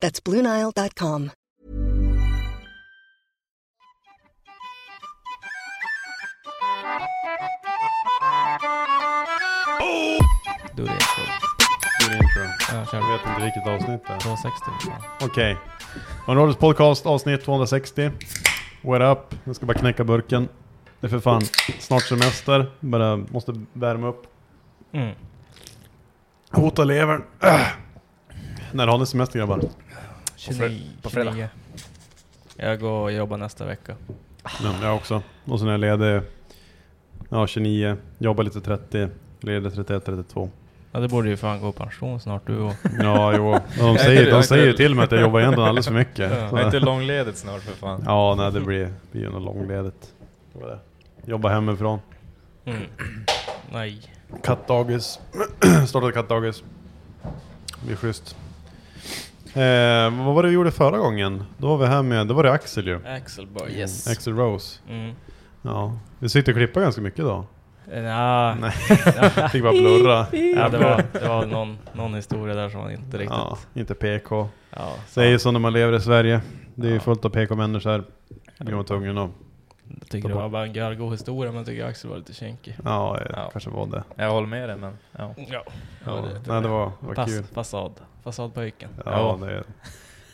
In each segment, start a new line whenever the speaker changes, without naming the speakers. That's BlueNile.com.
Då är det intro.
Gjorde intro.
Ja, kör
Jag
vi.
vet inte vilket avsnitt det är.
260. fan.
Okej. Onrollers podcast avsnitt 260. What up? Jag ska bara knäcka burken. Det är för fan snart semester. Bara måste värma upp.
Mm.
Hota levern. Äh. När har ni semester grabbar?
29.
på fredag.
29. Jag går och jobbar nästa vecka.
Ja, jag också. Och sen är jag ledig ja, 29, jobbar lite 30, ledig 31, 32.
Ja, det borde ju fan gå i pension snart du och...
Ja, jo. De säger, de säger ju till mig att jag jobbar egentligen alldeles för mycket.
Jag är inte långledigt snart för fan.
Ja, nej det blir, blir ju något långledigt. Det var det. Jobba hemifrån.
Mm. Nej.
Kattdagis. Startade kattdagis. Det blir schysst. Eh, vad var det vi gjorde förra gången? Då var vi här med, då var det Axel ju.
Axel bara yes.
Axel Rose.
Mm.
Ja. Vi sitter och klippa ganska mycket då.
Eh, nja.
Nej. Fick bara blurra.
Ja, det var, det var någon, någon historia där som man inte riktigt...
Ja,
Ja.
inte PK.
så
Det är ju så när man lever i Sverige. Det är ju
Ja.
fullt av PK-människor här. Blir man tvungen att...
jag tycker det var bara en görgo historia, men jag tycker Axel var lite känkig.
Ja, eh,
Ja.
kanske var det.
Jag håller med dig men ja.
Ja.
Ja.
det-
Nej, det var, det var
Fas,
kul.
fasad. Fasadpojken.
Ja, det är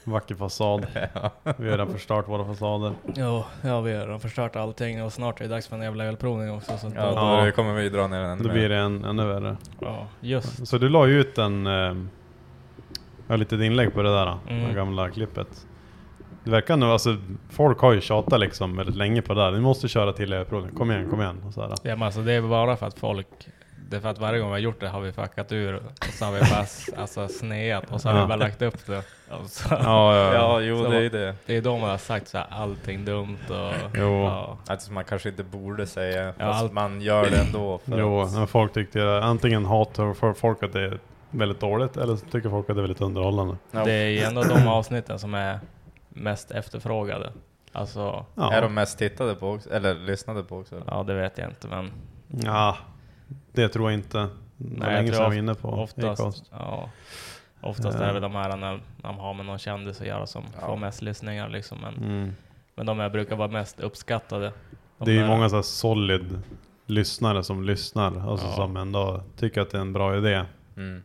en vacker fasad. Vi har redan förstört våra fasader.
Ja, ja vi har redan förstört allting och snart är det dags för en jävla ölprovning också. Så att
Ja,
då,
då kommer vi dra ner den ännu
Då blir det en, ännu värre.
ja, just.
Så du la ju ut en... Eh, ja, lite inlägg på det där, eh,
Mm.
det gamla klippet. Det verkar nu, alltså folk har ju tjatat liksom väldigt länge på det där. Ni måste köra till er provning. Kom igen, kom igen. Och så här.
Ja, men alltså, det är bara för att folk... Det är för att varje gång vi har gjort det har vi fuckat ur och så har vi bara s- alltså, sneat och så har
Ja.
vi bara lagt upp det. Alltså,
Ja, ja, ja.
Ja, jo
Så-
det är ju det.
Det är då man har sagt så här, allting dumt och...
Jo.
Ja,
Alltså man kanske inte borde säga,
Ja,
fast
allt-
man gör det ändå. För
Jo,
att,
men folk tyckte antingen hatar för- folk att det är väldigt dåligt eller så tycker folk att det är väldigt underhållande.
ja,
Det är ju ändå de avsnitten som är mest efterfrågade. Alltså,
Ja,
Är de mest tittade på också? Eller lyssnade på också?
ja det vet jag inte men
ja det tror jag inte. Det var
Nej, jag
länge
tror
sedan jag var
oft-
inne på Acast.
oftast, ja, oftast
Eh.
är det de här när när man har med någon kändis att göra som
Ja.
får mest lyssningar liksom. Men,
Mm.
men de här brukar vara mest uppskattade. De
Det är ju
där-
många så här solid lyssnare som lyssnar, alltså
Ja.
som ändå tycker att det är en bra idé.
Mm.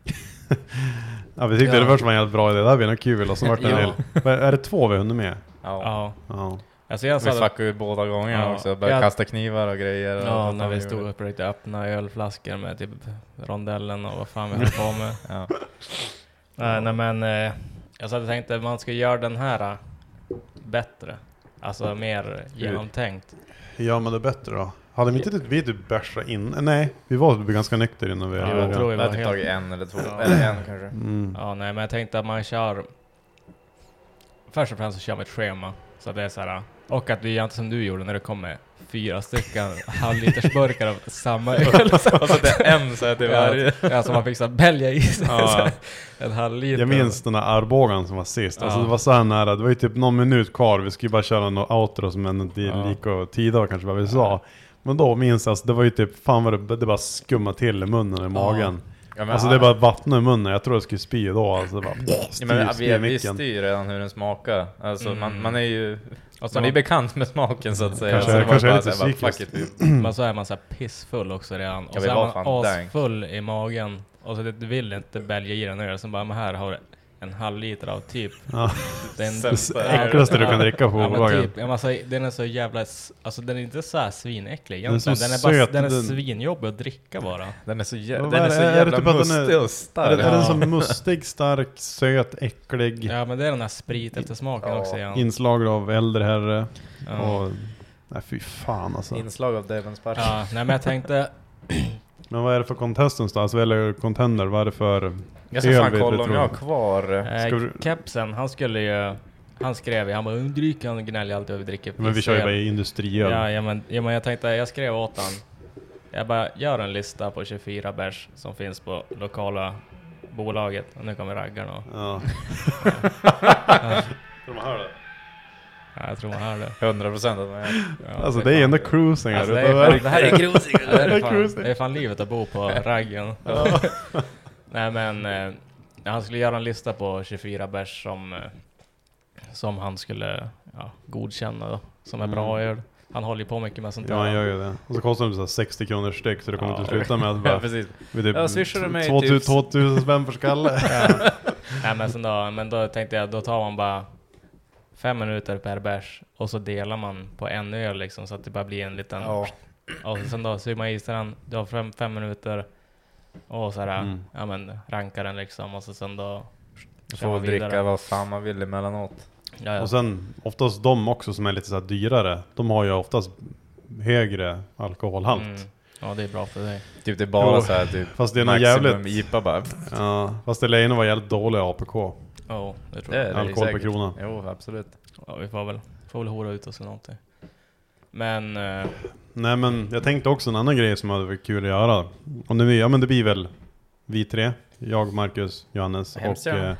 Ja, vi tyckte
Ja.
det först var en helt bra idé, det här blir nog kul och så vart det en
Ja.
del. Men Är det två vi hunnit med?
Ja.
Ja.
Ja.
Alltså jag
Vi
sa det,
fuckade ju båda gångerna
Ja.
också. Började
Jag-
kasta knivar och grejer. och
ja,
vad
när
fan
vi
gjorde.
stod och försökte öppna ölflaskor med typ rondellen och vad fan vi höll på med.
Ja.
Nej, nej men eh, jag satt och tänkte man ska göra den här eh, bättre. Alltså mer genomtänkt.
Gör man det bättre då? Hade vi inte typ, vi typ bärsat in? Nej, vi var typ ganska nykter innan vi...
Ja,
började.
jag tror vi
Vi
var
har typ
helt...
tagit en eller två,
Ja.
eller en kanske.
Mm.
Ja, nej men jag tänkte att man kör... Först och främst så kör vi ett schema. Så det är så här, eh, och att vi gör inte som du gjorde när det kom med fyra stycken halvlitersburkar av samma öl.
Alltså det är en så här till varje.
Ja, alltså man fick såhär välja i sig
Ja.
så här en halv liter.
Jag minns den där armbågen som var sist. Alltså
Ja.
det var så här nära, det var ju typ någon minut kvar. Vi skulle bara köra något outro som ändå inte
Ja.
gick och tidigare kanske vad vi sa. Men då minns jag, alltså, det var ju typ, fan vad det, det bara skummade till i munnen och i magen.
Ja, men,
Alltså det är bara vatten i munnen, jag tror jag skulle spy då alltså. Det bara,
ja, men,
styr,
vi
styr
visste
micken.
ju redan hur den smakar. Alltså man, man är ju
Mm. Och så
man är ju
man,
bekant med smaken så att säga.
Kanske-
så det var
kanske
bara
är lite
så här, bara,
psykiskt.
fuck it,
men så är man så här pissfull också redan. Och
Ja,
så
vi
är
var
man
fan dank.
asfull i magen. Och så det- du vill inte bälja i den öl. Sen bara, men här har du en halv liter av typ.
Ja.
Den,
Det sämsta
Det äckligaste du kan dricka på
Ja, men
bolagen.
typ, ja, men alltså, den är så jävla, s- alltså den är inte så här svinäcklig
Den är så
egentligen. Den är, bara,
söt,
den är
den-
svinjobbig att dricka bara.
Den är så, jä-
Vad
den
är
är
det?
så
Är det
jävla
typ att den är-
mustig och
Är,
stark.
det- är den
Ja.
som mustig, stark, söt, äcklig?
Ja men det är den här sprit efter smaken
Ja.
också igen.
Inslag av äldre herre
Ja.
och... Nej fy fan alltså.
Inslag av Devons Park.
ja, nej men jag tänkte,
Men vad är det för contestants då? Alltså, eller contender, vad är det för...
Jag ska
öl
fan
vi
kolla om jag har
tror.
kvar...
eh,
Ska du-
kepsen, han skulle ju, han skrev ju, han bara "Mm, drick, han gnäller alltid över dricker
Men vi kör ju bara industriöl.
Ja, ja, men, ja men jag tänkte, jag skrev åt han. Jag bara, gör en lista på 24 bärs som finns på lokala bolaget. Och nu kommer raggarna och,
Ja. Tror man hör det?
ja, jag tror man hör det.
100 procent att man är...
Ja,
Alltså det är ändå cruising här
Alltså, det,
ute.
är fan, det här är grusigt. Det,
Det är
är fan-
grusigt.
det är fan livet att bo på raggen. Nej men, eh, han skulle göra en lista på 24 bärs som, eh, som han skulle ja, godkänna då, som är bra öl. Han håller ju på mycket med sånt
Mm. Ja han
där.
gör ju det. Och så kostar de så här 60 kronor styck så det kommer
Ja.
inte sluta med att
Ja,
bara...
precis.
vi typ
Ja, swishar du mig
2000,
tips?
2000 spänn för skalle.
Nej men sen då, men då tänkte jag, då tar man bara fem minuter per bärs och så delar man på en öl liksom så att det bara blir en liten...
Ja.
Och sen då suger man i sig den, du har fem, fem minuter och så här,
Mm.
ja men rankar den liksom och så sen då...
Man
kör
får
man vidare.
dricka vad fan man vill emellanåt.
Ja, ja.
Och sen oftast de också som är lite så här dyrare. De har ju oftast högre alkoholhalt.
Mm. Ja, det är bra för dig.
Typ det är bara
Jo.
så här typ...
Fast det är nog
maximum
jävligt-
IPA bara.
Ja, fast Elena var jävligt dålig i APK.
Ja, det tror
Det
jag.
är det
Alkohol på
säkert.
kronan.
Jo, absolut.
Ja, vi får väl, får väl hora ut oss eller någonting. Men... eh,
Nej men jag tänkte också en annan grej som hade varit kul att göra. Och nu, ja men det blir väl vi tre. Jag, Marcus, Johannes
Hemskt
och...
gärna.
Eh,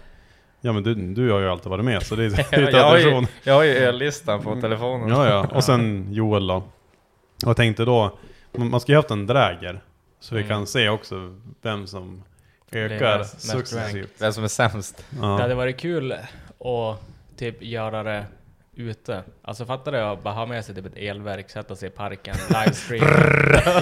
ja men du, du har ju alltid varit med så det, är- det är
Jag,
ju
har
tradition.
ju, jag har ju öllistan på telefonen.
Mm. Ja, ja. Och sen Joel då. Och jag tänkte då, man man ska ju haft en dräger. Så vi
Mm.
kan se också vem som
är
ökar
mest- mest
successivt.
Vem som är sämst.
Det hade
Ja.
varit kul att typ göra det ute. Alltså fattar du att bara ha med sig typ ett elverk, sätta sig i parken, livestream.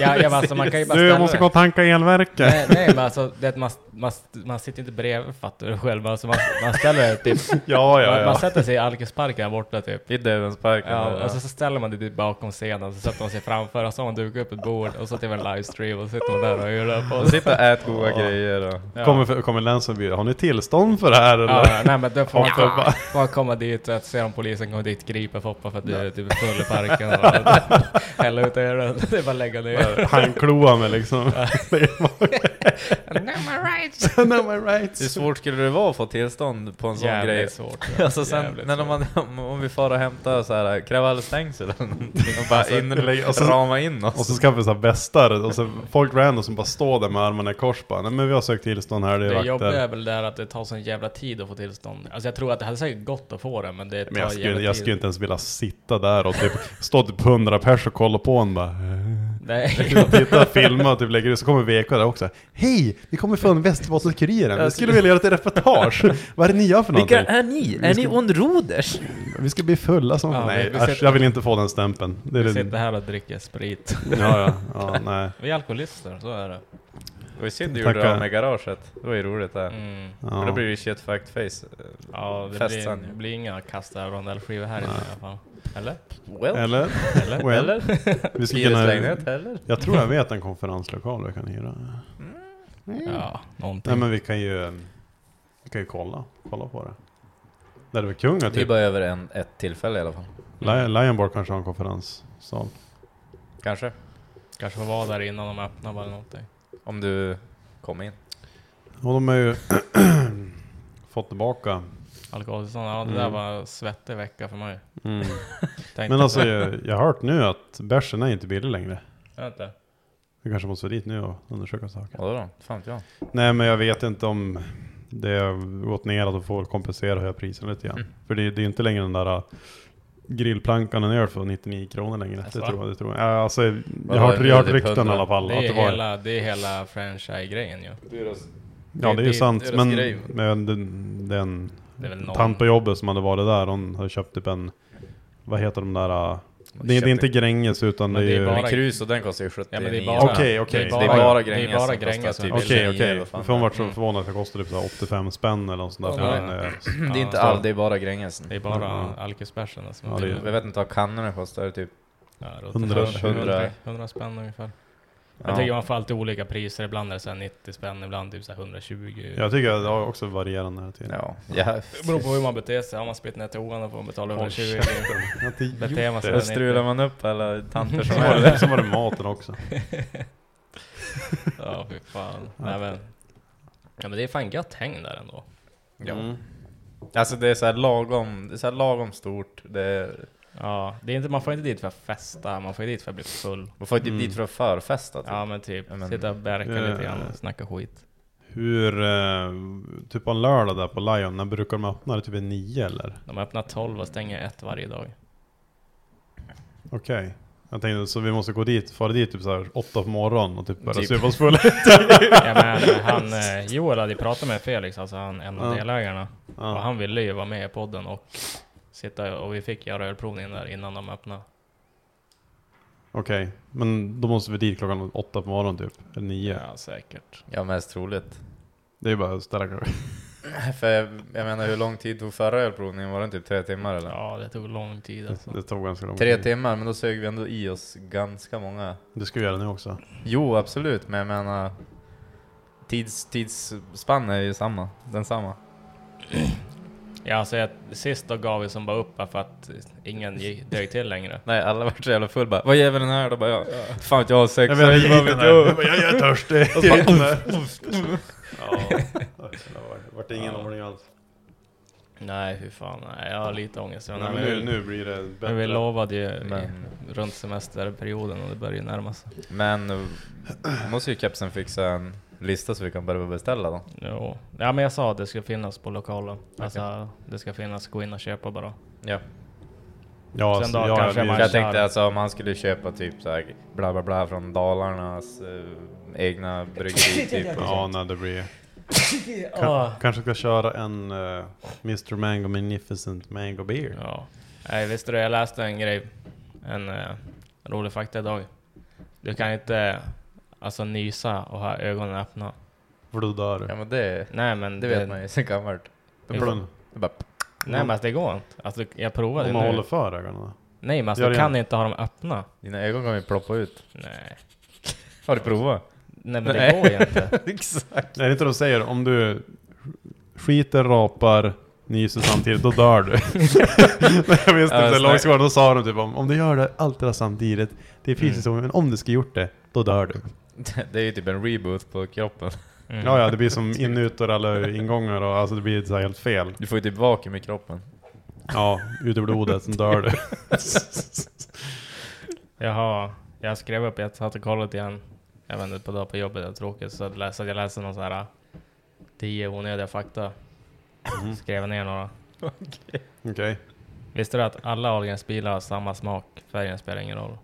ja, ja, men alltså, man kan ju bara
Du, jag måste gå och tanka elverket.
Nej, nej men alltså, det är att man, man, man sitter inte bredvid fattar du själv. Alltså, man, man ställer typ,
Ja, ja,
man, man
ja.
sätter sig i Alkisparken här borta typ.
I Dövensparken.
Ja, alltså så ställer man det typ bakom scenen, så sätter man sig framför och så har man dukat upp ett bord och så typ en livestream och så sitter man där och ölar på
Och sitter och äter goda grejer och...
Ja.
Kommer, kommer länsförbi, har ni tillstånd för det här eller?
Ja, nej men då får man,
Ja.
komma, får man komma dit, att se om polisen kommer dit, gripa Foppa för att du är typ full i parken och hälla ut ölen. Det är bara att lägga ner.
Han kloar mig liksom. Am I
Hur
right?
svårt skulle det vara att få tillstånd på en sån
Jävligt
grej?
svårt.
Alltså sen,
Jävligt
när de, om, om vi far och hämtar så här eh, kravallstängsel eller någonting och bara in,
eller- och så-
rama in
Och
oss.
så skaffar vi så här västar och så folk random som bara står där med armarna i kors bara, Nej men vi har sökt tillstånd här, det
Det
är
jobbiga är
vakter.
väl där att det tar sån jävla tid att få tillstånd. Alltså jag tror att det hade säkert gått att få det, men det tar
Men jag skulle,
jävla
jag
tid.
skulle inte ens vilja sitta där och typ stå typ hundra pers och kolla på en bara. eh.
Nej.
Titta, filma och typ lägger ut, så kommer VK där också. Hej! Vi kommer från Västerbottenskuriren, vi skulle vilja göra ett reportage. Vad är det ni gör för någonting?
är ni? Är ni onroders?
Vi ska bli fulla som...
Ja,
nej,
vi- vi
äsch,
sitter-
jag vill inte få den stämpeln. Det är
Vi
det.
sitter här och dricker sprit.
Ja, ja, ja, nej.
Vi är alkoholister, så är det.
Det var ju synd du gjorde
Tackar.
det med garaget. Det var ju roligt där.
Mm.
Men då
Ja.
blir det ju shit fucked face.
Ja, det
Fest
blir,
sen.
det blir inga kasta rondellskivor här inne i alla fall. Eller?
Well,
Eller?
Eller?
Eh, Well,
eller?
vi skulle kunna,
Hyreslägenhet eller?
jag tror jag vet en konferenslokal jag kan hyra.
Ja, någonting.
Nej men vi kan ju, eh, vi kan ju kolla, kolla på det. Där det var kung
Vi är
typ.
bara över en, ett tillfälle i alla fall.
Lion- Lionborg kanske har en konferenssal.
Kanske.
Kanske får vara där innan de öppnar bara eller någonting.
Om du kom in.
Och de har ju fått tillbaka.
Alkoholtillstånd, ja det
Mm.
där var en svettig vecka för mig.
Mm.
Tänkte
Men alltså jag, jag har hört nu att bärsen är inte billig längre.
Vänta.
Vi kanske måste dit nu och undersöka saken.
Vadå då? Fan vet jag.
Nej men jag vet inte om det har gått ner att de får kompensera höga priserna lite grann. För det, det är ju inte längre den där äh, grillplankan en öl för 99 kronor längre.
Alltså,
det
va?
tror jag. Det tror jag. Ja, alltså, jag har
Vadå,
hört,
är
jag har hört
det typ
rykten i
100?
alla fall.
Det
att
är,
det var,
hela, det är hela franchise-grejen ju.
ja, det är ju
det-
sant.
deras
Men,
grej.
men den, den
Det är väl någon...
tant på jobbet som hade varit där, hon hade köpt typ en... Vad heter de där? äh, Det, det är
köpte-
inte Gränges utan
Men
det är
det är
ju...
bara-
Men krus och den kostar ju 79
Ja, men det är bara-
Okej, okej.
Det är bara-
Det är bara
det är
Gränges
bara
som
Gränges
kostar
som-
typ
Okej,
29 eller
okej.
vad fan
För hon
det Mm. är.
vart så förvånad att det kostade typ så här 85 spänn eller något sånt där.
Ja,
för
men-
en, eh,
Det är inte
Ja,
all, det är bara Gränges.
Det är bara
Ja.
alkisbärsen som
Ja, det är-
Jag vet inte vad kannorna kostar, typ
Ja, runt
100,
100, 100,
100.
100 spänn ungefär.
Ja.
Jag tycker man får alltid olika priser. Ibland är det så här 90 spänn, ibland typ så här 120.
Jag tycker att det har också varierande här till.
Ja, ja.
Det beror på hur man beter sig. Har man spitt ner till ovan då får man betala 120. Beter man sig
Då
där
strular
nere.
man upp alla tanter
Så
som
var
är
det,
där.
så var det maten också.
Ja, fy fan. Nej, men. Ja, men det är fan gött häng där ändå.
Mm.
Ja. Alltså det är såhär lagom, det är så här lagom stort. Det är,
Ja, det är inte, man får inte dit för att festa, man får ju dit för att bli full.
man får ju typ
Mm.
dit för att förfesta typ.
Ja men typ,
Ja, men-
sitta och bärka
Ja.
lite grann och snacka skit.
Hur, eh, typ på en lördag där på Lion, när brukar de öppna? Är det typ vid nio eller?
De öppnar 12 och stänger ett varje dag.
Okej. Jag tänkte, så vi måste gå dit, fara dit typ såhär åtta på morgonen och typ börja
Typ.
supa oss fulla.
Ja, men han, eh, Joel hade ju pratat med Felix, alltså han, en av
Ja.
delägarna. Och
Ja.
han ville ju vara med i podden och sitta och vi fick göra ölprovningen där innan de öppnade.
Okej, men då måste vi dit klockan åtta på morgonen typ, eller nio.
Ja säkert.
Ja mest troligt.
Det är bara att ställa klockan.
För jag, jag menar hur lång tid tog förra ölprovningen? Var den typ tre timmar eller?
Ja det tog lång tid alltså.
Det tog ganska lång
Tre
tid.
timmar, men då sög vi ändå i oss ganska många.
Det ska vi göra nu också.
Jo absolut, men jag menar tids, tidsspann är ju samma. Densamma.
Ja alltså jag, sist då gav vi som bara upp bara för att ingen gick, dög till längre.
Nej alla vart så jävla full bara, vad ger vi den här då? Bara, ja. Fan vet jag har sex,
Jag vet inte,
vad
vad
vet jag?
jag, jag, jag är törstig.
Och så bara,
Ja, det vart ingen ordning alls.
Nej hur fan, nej, jag har Mm. lite ångest.
Nej,
Nej,
men nu, nu blir det bättre.
Men vi lovade ju i-
Men-
runt semesterperioden och det börjar ju närma sig.
Men eh, måste ju kepsen fixa en lista så vi kan börja beställa då.
Jo. Ja men jag sa att det ska finnas på lokalen. Alltså det ska finnas, gå in och köpa bara.
Ja.
Ja,
Sen
alltså,
då
ja,
kanske
vi-
man-
Jag tänkte alltså om han skulle köpa typ så här bla bla bla från Dalarnas eh, egna bryggeri typ. och
Ja,
sånt.
nej det blir... Ka- Kanske ska köra en eh, Mr Mango Magnificent Mango Beer.
Ja. Nej, visste du, jag läste en grej. En eh, rolig fakta idag. Du kan inte eh, alltså nysa och ha ögonen öppna.
För då dör du.
Ja men det,
Nej men
det vet man ju sen gammalt.
Då får den-
Det bara,
Nej men alltså, det går inte. Alltså jag provade
Mm. Om
nu.
man håller för ögonen.
Nej men alltså,
Gör
du
det
kan
igen.
inte ha dem öppna.
dina ögon kommer ju ploppa ut.
Nej.
Har du provat?
Nej men det
Nej.
går ju inte.
Exakt.
Nej, det är inte de säger. Om du skiter, rapar, nyser samtidigt, då dör du. Men jag minns
Ja,
typ
snack-
långsiktigt, då sa de typ om, om du gör det, allt det där samtidigt, det är fysiskt mm. men om du skulle gjort det, då dör
Mm.
du.
Det är ju typ en reboot på kroppen.
Mm.
Ja, ja, det blir som inutor alla ingångar och alltså det blir så här helt fel.
Du får ju typ vakuum i kroppen.
Ja, ut ur blodet, sen dör du.
Jaha, jag skrev upp, jag satt och kollade igen. Jag vände på dag på jobbet, det var tråkigt. Så jag läste, jag läste någon så här 10 onödiga fakta.
Mhm.
Skrev ner några.
Okej,
Visste du att alla Ahlgrens-bilar har samma smak? Färgen spelar ingen roll.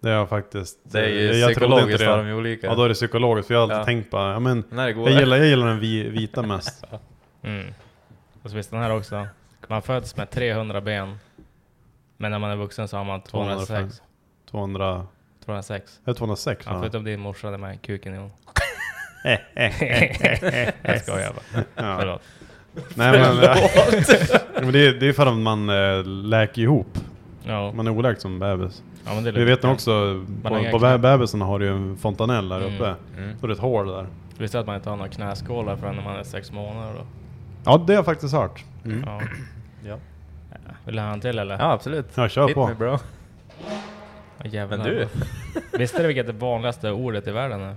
det är jag faktiskt...
Det är ju
jag- jag trodde inte
psykologiskt
det.
har de ju olika.
Ja, då är det psykologiskt, för jag har alltid
Ja.
tänkt på ja, men
När det går.
jag gillar, jag gillar den vi- vita mest.
Mm. Och så visste den här också. Man föds med 300 ben. Men när man är vuxen så har man 206.
200...
206.
Är det 206?
Ja,
va?
förutom din morsa där med kuken i hon.
Eh, eh,
Jag skojar bara.
ja.
Förlåt.
Nej men... ja, men det, är, det är för att man äh, läker ihop.
Ja,
Man är oläkt som bebis.
ja men det är
Vi vet
lugnt.
nog också,
har
på,
inga
på
knä.
be- bebisen har du ju en fontanell där
Mm.
uppe.
Mm.
Då är det ett hål där.
Visste du att man inte har några knäskålar förrän när man är sex månader då?
Ja, det har jag faktiskt hört. Mm.
Ja.
Ja.
Vill du ha en till eller?
Ja absolut.
Ja, kör
Hit
på.
me bro.
Åh, jävlar.
Men du.
Visste du vilket det vanligaste ordet i världen är?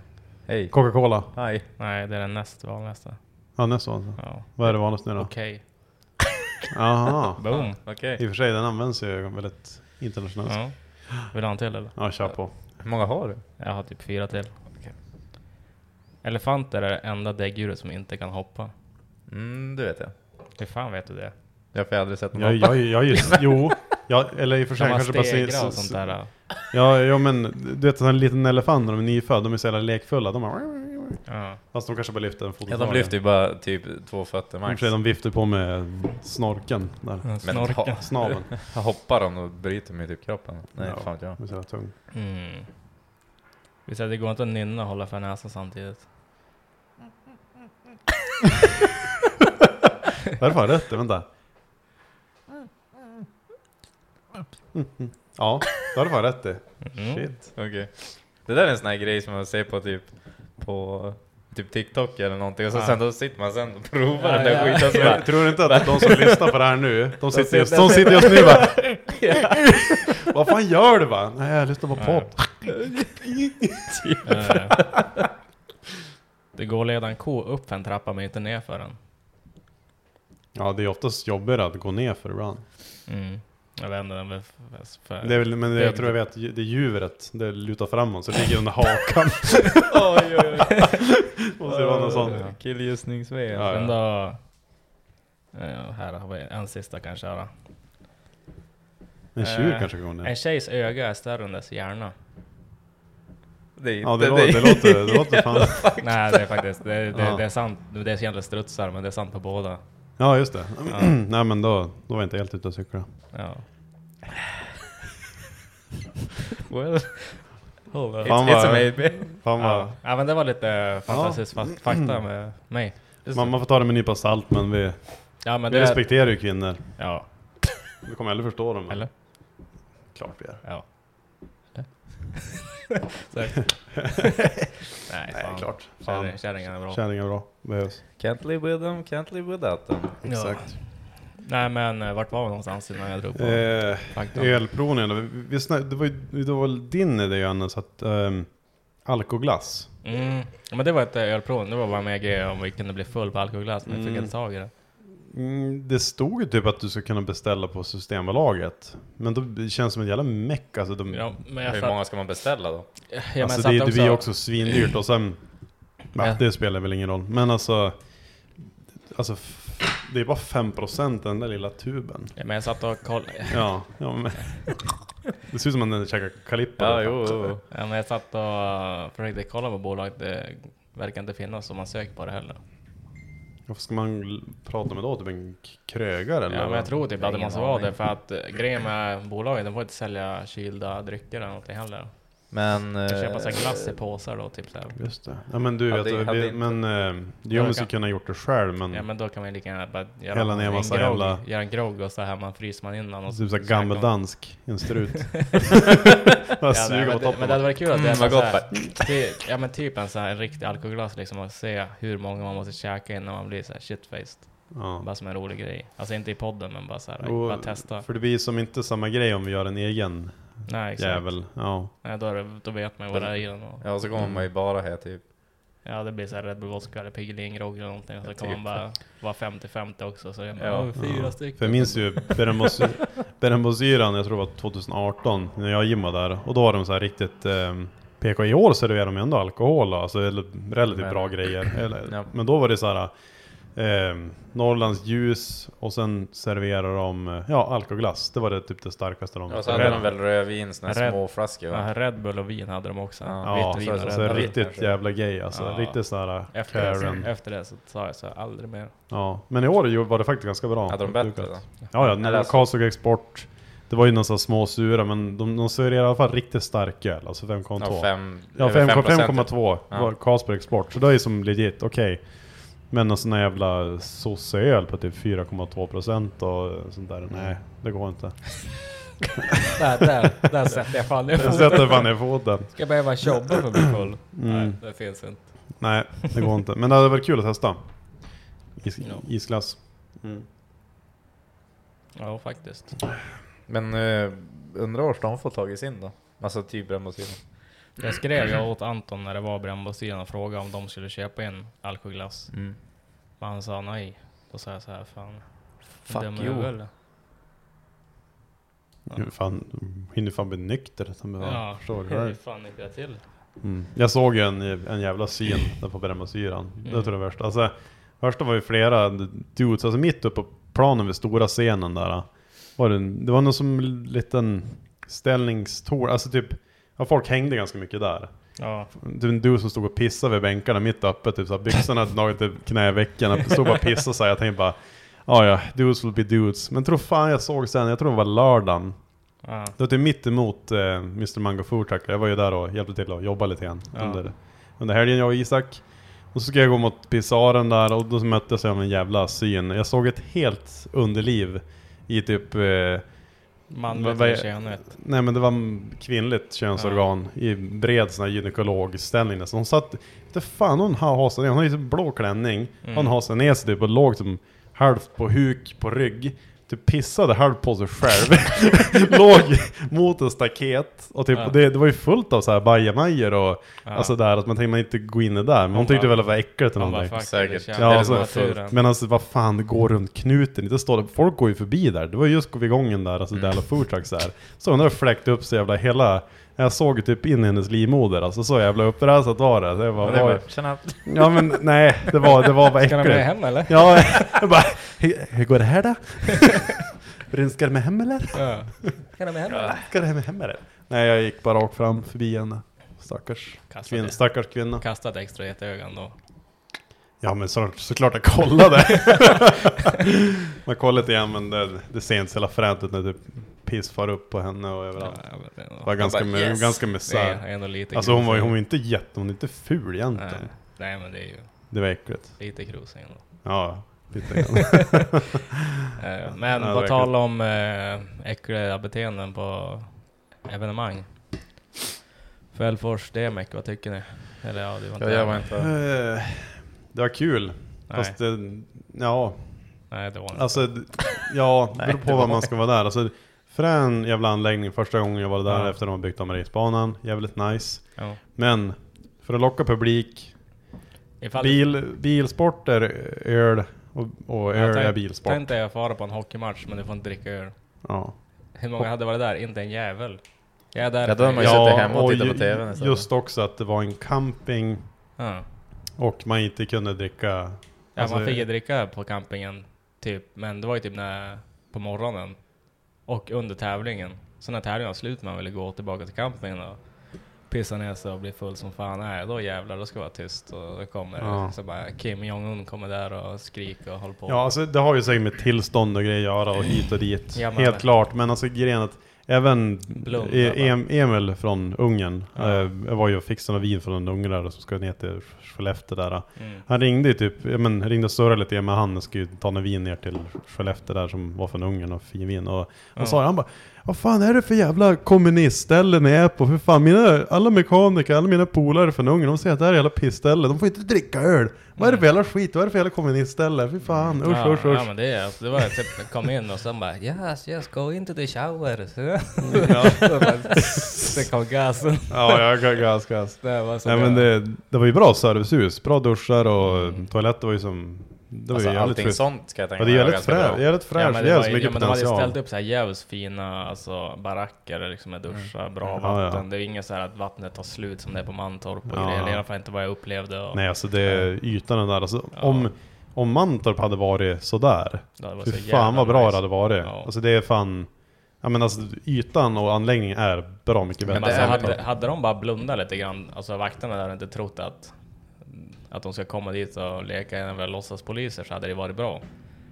Hej.
Coca-Cola.
Hej.
Nej, det är det näst vanligaste.
Ja, nästan. Alltså.
Ja.
Vad är det vanligaste nu då?
Okej.
Aha.
Boom.
Okej.
I och för sig, den används ju väldigt internationellt. Ja,
Ja. Vill du ha en till eller?
kör på.
Hur många har du?
Jag har typ fyra till. Elefanter är det enda däggdjuret som inte kan hoppa.
Mm, det vet jag.
Hur fan vet du det?
Jag har aldrig sett någon
Jag, jag, jag, är ju- jo, Ja, eller i och för sig
Kan man
kanske bara se,
stegra och
se-
sånt där?
Ja, ja men du vet en sån här liten elefant när de är nyfödda, de är så jävla lekfulla. De bara...
Ja.
Fast de kanske bara lyfter en fot.
Ja,
i
de
taget.
lyfter ju bara typ två fötter
I och för
max.
sig, de viftar på med snorken där.
Men
Snorka.
ha-
Snaven.
hoppar de och bryter med typ kroppen? Nej,
Ja.
fan vet jag.
Med sina tung.
Mm. Vi säger det går inte att nynna och hålla för näsan samtidigt.
Varför har jag rätt? Vänta. Mm, mm. Ja, det har du fan rätt i.
Mm.
Shit.
Okej. Det där är en sån här grej som man ser på typ, på typ TikTok eller någonting och så
Ja.
sen då sitter man sen och provar
Ja,
den där
ja.
skiten som
Jag
är...
tror inte att de som lyssnar på det här nu, de sitter
sitter-
just, de sitter just nu bara... Vad fan gör du va? Nej, jag lyssnar på podd.
Eh, det går att leda en ko upp för en trappa men inte ner för den.
Ja, det är oftast jobbigare att gå ner för ibland.
Mm. Jag vet inte, den är för- för...
Det är väl, men det, jag tror jag vet, det är djuret, det lutar framåt, så det ligger under hakan.
Oj, oj, oj.
Måste det vara något sånt.
Ja.
Killgissnings-VM.
Ja, ja.
Sen då... Ja, här har vi en sista kanske. Då.
En tjur
Eh,
kanske går
En
ner.
tjejs öga är större än dess hjärna.
Det är inte
Ja, det, låter, det, låter, det låter fan...
Nej, det är faktiskt... Det, det,
Ja.
det är sant. Det är egentligen strutsar, men det är sant på båda.
Ja, just det. Nej, men då, då var jag inte helt ute och cyklade.
Ja.
Well,
Hold up.
Fan
it's a
vad-
maybe.
Fan vad... Mm.
Ja. ja, men det var lite fantastisk fa- fakta med mig. Just
Man,
det.
man får ta det med en nypa salt, men vi,
ja, men
vi
det är,
respekterar ju kvinnor.
ja,
Vi kommer aldrig förstå dem. men-
Eller?
Klart vi gör.
ja. Så- Nej,
Nej,
fan.
klart.
Kärring- Kärringarna är bra.
Kärringar är bra. Behövs.
Can't live with them, can't live without them.
Exakt.
Nej, men eh, vart var vi någonstans innan jag drog på
Eh,
faktan?
ölprovningen då. Vi- vi snack- det var ju det var väl din idé Johannes, så att um, alkoglass.
Mm. Men det var ett eh, ölprov. Det var bara med grejer om vi kunde bli full på alkoholglass, men vi fick inte tag i det.
Mm, det stod ju typ att du ska kunna beställa på Systembolaget. Men då känns det som ett jävla meck. Alltså, de,
Ja, men jag
Hur
satt,
många ska man beställa då?
ja, men
alltså
jag
det, det
satt
blir ju också svindyrt och sen... Ja,
Ja.
Det spelar väl ingen roll. Men alltså... Alltså, f- det är bara 5% den där lilla tuben.
Ja, men jag satt och kollade.
Ja, ja men, Det ser ut som att den käkar kalippa.
Ja, jo, jo.
Ja, men jag satt och försökte kolla på bolaget. Det verkar inte finnas om man söker på det heller.
Varför ska man l- prata med då? Typ en k- krögare eller?
Ja, men jag tror typ att det
Ingen
måste vara
aning.
det. För att eh, grejen med bolaget, de får inte sälja kylda drycker eller någonting heller.
Men...
De kan
eh,
köpa så här glass i påsar då, typ så här.
Just det. Ja men du,
Hade-
vet,
hade
vi,
inte-
men eh, det gör man skulle kunna gjort det själv men...
Ja men då kan man ju lika gärna bara göra
Mm. Hälla ner
en,
massa
grogg,
jävla-
göra en grogg och så här man fryser man in den och
Typ såhär
så här kom-
gammeldansk, en strut. Bara
Ja, nej,
suga på
men, det, men
toppen.
det hade varit kul att det
Mm,
var
vad
så
gott
här, ty- ja, men typ en, så här, en riktig alkoholglass liksom och se hur många man måste käka innan man blir så här shitfaced.
Ja.
Bara som en rolig grej. Alltså inte i podden men bara så här,
Jo,
bara testa.
För det blir som inte samma grej om vi gör en egen
Nej exakt.
jävel. Ja.
Nej, då, är det, då vet man ju vad det är i den. och-
Ja, och så kommer man ju bara här typ.
Ja det blir så här Red Bull Vodka eller Piggelin grogg eller någonting. Och så
Ja,
kommer
typ.
man bara vara 50-50 också. Så är man,
Ja.
ja, fyra
Ja.
stycken.
För jag minns ju Berembos- Berembosyran, jag tror det var 2018, när jag gymmade där. Och då var de så här riktigt eh, PK. I år serverar de ändå alkohol, alltså eller relativt
Men-
bra grejer. Eller,
Ja.
Men då var det så här eh, Norrlands ljus och sen serverar de eh, ja, alkoglass. Det var det typ det starkaste de
Och så hade
Red-
de väl rödvin, såna här
Red-
små flaskor va?
Ja, Red Bull och vin hade de också.
Ja.
Ja,
Vitt vin
så,
och
så,
Red
så
Bull.
här riktigt
kanske.
jävla grej alltså.
Ja.
Riktigt så här
Efter
Karen.
det, efter det så sa jag så här, aldrig mer.
Ja. Men i år var det faktiskt ganska bra.
Hade de bättre då?
Ja, ja.
Eller
När
alltså-
Karlsson Export. Det var ju någon sån här små sura, men de, de serverade i alla fall riktigt stark öl. Alltså 5,2.
Ja, fem,
ja,
över
5,2
procent.
5,2
Ja.
var Carlsberg Export. Så det är ju som legit, okej. Men en sån här jävla sosseöl på typ 4,2% och sånt
Mm.
där. Nej, det går inte.
Där, där, där sätter jag fan ner
Jag
foten.
sätter fan Mm. ner foten.
Ska jag behöva jobba för att bli full? Nej, det finns inte.
Nej, det går inte. Men det hade varit kul att testa. Is,
Ja.
Isglass.
Ja, faktiskt.
Men eh, undrar vart de får tag i sin då? Alltså typ Brembosin.
Jag skrev ju åt Anton när det var brännbasinen och frågade om de skulle köpa in alkoglass.
Mm.
Men han sa nej. Då sa jag så här, fan.
Fuck
dum i
you.
huvudet eller?
Ja. Fan, hinner fan bli nykter. som jag
Ja,
förstår det
hur
här.
fan gick det till?
Mm. Jag såg ju en, en jävla syn där på Bremmasyran. Det tror jag är värst. Alltså, värsta var ju flera dudes, alltså mitt uppe på planen vid stora scenen där. var det, det var någon som liten ställningstor, alltså typ, ja, folk hängde ganska mycket där.
Ja.
Typ en du som stod och pissade vid bänkarna mitt uppe, typ såhär, byxorna hade dragit till knävecken, stod bara och pissade såhär, jag tänkte bara Ja ja, dudes will be dudes. Men tror fan jag såg sen, jag tror det var lördagen.
Ja.
Det var typ mitt emot eh, Mr Mango Food Truck. Jag var ju där och hjälpte till att jobba lite grann
Ja.
under, under helgen, jag och Isak. Och så ska jag gå mot pisaren där och då möttes jag av en jävla syn. Jag såg ett helt underliv i typ eh, Vad-
Manligt
vad är-
eller könligt.
Nej men det var m- kvinnligt könsorgan i bred sån här gynekologställning nästan. Hon satt, inte fan hon har hasat ner, hon har ju typ blå klänning.
Mm.
Hon hasade ner sig typ och låg som halvt på huk på rygg. Typ pissade halvt på sig själv. låg mot en staket. Och typ,
Ja.
och det, det var ju fullt av så här bajamajor och
Ja.
alltså där. Att man tänkte man inte gå in i där. Men hon tyckte
bara-
väl att det var äckligt eller
Man bara
någonting.
fuck
Säkert.
det,
Ja,
ja,
alltså,
alltså, naturen.
Men alltså vad fan, gå runt knuten, inte stå där. Folk går ju förbi där. Det var just vid gången där, alltså
Mm.
där alla foodtrucks är. Så hon har fläkt upp sig jävla hela... Jag såg ju typ in i hennes livmoder, alltså så jävla uppräsat var det. det var,
Och det
var,
bara, Tjena!
ja men nej, det var, det var bara
Ska de med
äckligt.
hem eller?
Ja, jag bara, hur, hur går det här då? Ska det med hem eller?
Ja. Ska de med hem eller?
Ska det med hem eller? Nej, jag gick bara rakt fram förbi henne. Stackars
Kastade.
kvinna. Stackars kvinna.
Kasta ett extra getögon då.
Ja men så, såklart jag kollade. Man kollar lite igen men det, det ser inte så jävla fränt ut när typ piss far upp på henne och överallt.
Ja, men det-
Det var ganska,
bara,
med,
yes.
ganska
Det är
misär.
ändå lite
Alltså hon var ju hon
krusning.
var inte jätte, hon är inte ful egentligen.
Nej. Nej men det är ju
Det var äckligt.
lite krusning ändå.
Ja, lite grann.
Eh, Men
Ja, det
på
verkar-
tal om eh, äckliga beteenden på evenemang. Fällfors Demek, vad tycker ni? Eller ja, det var inte...
Ja, jag var inte...
Eh, det var kul.
Nej,
Fast det, ja,
nej det var inte.
alltså d- ja, det
Nej,
beror på
det var-
vad man ska vara där. Alltså, frän jävla anläggning första gången jag var där
Ja.
efter de har byggt om racebanan. Jävligt nice.
ja.
Men för att locka publik
Ifall-
Bil, bilsporter, öl och, och
Ja,
öl
tänk-
är bilsport.
Tänk dig att fara på en hockeymatch men du får inte dricka öl.
Ja,
Hur många hade varit där? Inte en jävel. Jag är där.
Ja, då
för-
har man ju
ja.
suttit hemma och tittat
ju-
på TV:n istället.
Just också att det var en camping
Ja.
och man inte kunde dricka...
Ja,
alltså,
man fick ju dricka på campingen, typ. Men det var ju typ när, på morgonen och under tävlingen. Så när tävlingen var slut man ville gå tillbaka till campingen och pissa ner sig och bli full som fan. Nej, då jävlar, då ska det vara tyst. Och då kommer
Ja.
så bara Kim Jong-Un kommer där och skriker och håller på.
Ja, alltså, det har ju säkert med tillstånd och grejer att göra och hit och dit.
Ja, men-
Helt klart, men alltså grejen att även
Blunda,
E-
va?
em, Emil från Ungern,
Ja.
eh, jag var ju och fixade några vin från en ungrare som ska ner till Skellefteå där.
Mm.
Han ringde ju typ, ja, men ringde och surrade lite med han, och skulle ju ta en vin ner till Skellefteå där som var från Ungern och fin vin. Och han
Ja.
sa han bara Vad fan är det för jävla kommunistställe ni är på? För fan, mina, alla mekaniker, alla mina polare från Ungern, de säger att det här är jävla pissställe, de får inte dricka öl. Vad är det för jävla skit? Vad är det för jävla kommunistställe? Fy fan, usch
ja,
usch usch.
Ja men det, är- det var typ, kom in och sen bara yes yes go into the shower. Så bara, det kom gasen.
Ja, jag är ganska...
Det Mm. var så
Nej
bra.
men det, det var ju bra servicehus, bra duschar och toaletter var ju som... Det var
Alltså,
ju jävligt
allting
fräscht.
sånt kan jag tänka
Ja, det är
mig var
jävligt
ganska
fräscht,
bra.
jävligt
Ja,
fräscht,
men det var
jävligt
ju-
mycket
ja, men de hade
potential.
ställt upp så här jävligt fina alltså, baracker liksom med duschar, bra
Ja, ja.
vatten. Det är ju inget så här att vattnet tar slut som det är på Mantorp och
Ja,
grejer.
ja.
I alla fall inte vad jag upplevde. Och,
Nej alltså det, ytan den där, alltså, om, om Mantorp hade varit sådär,
Ja, det var
fy
så
fan
jävla
vad bra
nice.
det hade varit.
Ja.
Alltså det är fan, ja men alltså ytan och anläggningen är bra mycket
men
bättre.
alltså,
än
hade,
Mantorp.
hade de bara blundat lite grann, alltså vakterna där hade inte trott att, att de ska komma dit och leka en jävla låtsaspoliser så hade det varit bra.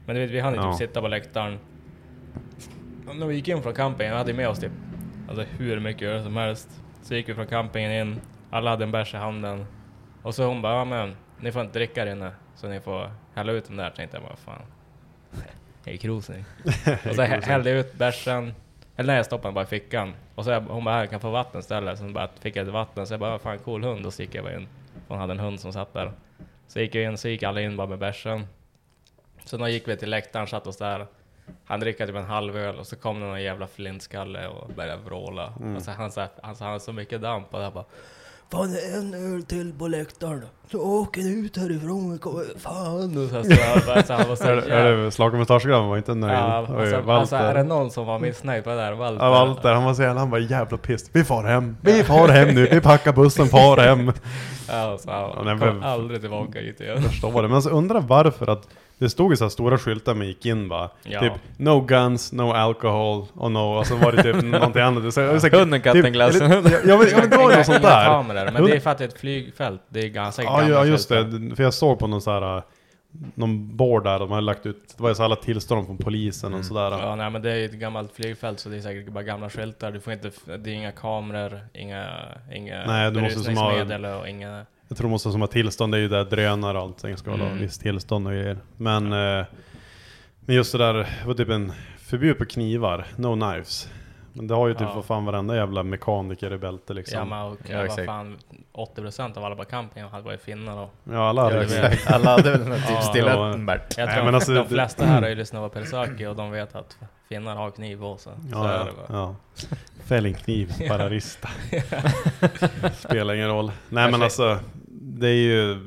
Men du vet, vi hann ju
Ja.
typ sitta på läktaren. Och När vi gick in från campingen, hade vi med oss typ alltså, hur mycket öl som helst. Så gick vi från campingen in, alla hade en bärs i handen. Och så hon bara, ja men ni får inte dricka här inne, så ni får hälla ut den där. Tänkte jag bara, fan. Det är krusning. Och så hä- hällde jag ut bärsen, eller nej jag stoppade den bara i fickan. Och så jag, hon bara, här kan jag få vatten istället. Så hon bara, fick jag ett vatten. Så jag bara, fan cool hund. Och så gick jag bara in. Hon hade en hund som satt där. Så gick jag in, så gick alla in bara med bärsen. Så då gick vi till läktaren, satt oss där. Han dricker typ en halv öl och så kom det någon jävla flintskalle och började vråla. Alltså han sa, han sa, han har så mycket damp och jag bara Fan en öl till på läktaren, så åker ni ut härifrån, vi kommer- fan! Och så, så, jag bara- så han var så
Är det- är det Slagen med Starsgran var inte nöjd.
Ja,
Oj,
alltså, alltså är det
Walter.
någon som var missnöjd på det där? Walter?
Ja, Walter, han var så jävla, han var jävla pissed. Vi far hem, vi far hem nu, vi packar bussen, far hem.
Alltså, han
Ja, nej,
kom
men-
aldrig tillbaka hit igen.
förstår det. Men alltså undrar varför att det Det stod ju så här stora skyltar man gick in bara.
Ja.
Typ no guns, no alcohol och no, och så var det typ någonting annat. Så, jag var säkert- typ-
Hunden, katten, glassen.
eller- Ja, ja, men, ja, men det var ju något sånt
Inga
där.
kameror, men det är för att det är ett flygfält. Det är ganska
Ja,
gamla
ja just
skyltar.
det. För jag såg på någon så här, eh, någon board där de hade lagt ut, det var ju så alla tillstånd från polisen och sådär.
Ja, nej, men det är ju ett gammalt flygfält så det är säkert bara gamla skyltar. Du får inte, f- det är inga kameror, inga, inga
Nej, du måste som ha-
berusningsmedel och inga...
Jag tror de måste som ha tillstånd, det är ju där drönare och allting ska ha
Mm.
visst tillstånd och grejer. Men, eh, men just det där, det var typ en förbud på knivar, no knives. Men det har ju typ
Ja.
för fan varenda jävla mekaniker i bälte liksom.
Ja,
Ja,
men och,
Ja,
ja, vad
exakt.
fan, 80% av alla på campingen hade varit finnar och...
alla hade
Ja,
ju det.
exakt. Alla hade väl en typ
Ja,
liksom. ja.
stilla Bert.
Jag
Nej,
tror att
men alltså,
de
det-
flesta här har ju lyssnat på Persöki och de vet att finnar har kniv på sig. Så är
Ja,
det bara.
ja. Fäll en kniv, bara rista. Spelar ingen roll. Nej men
Kanske-
alltså, det är ju...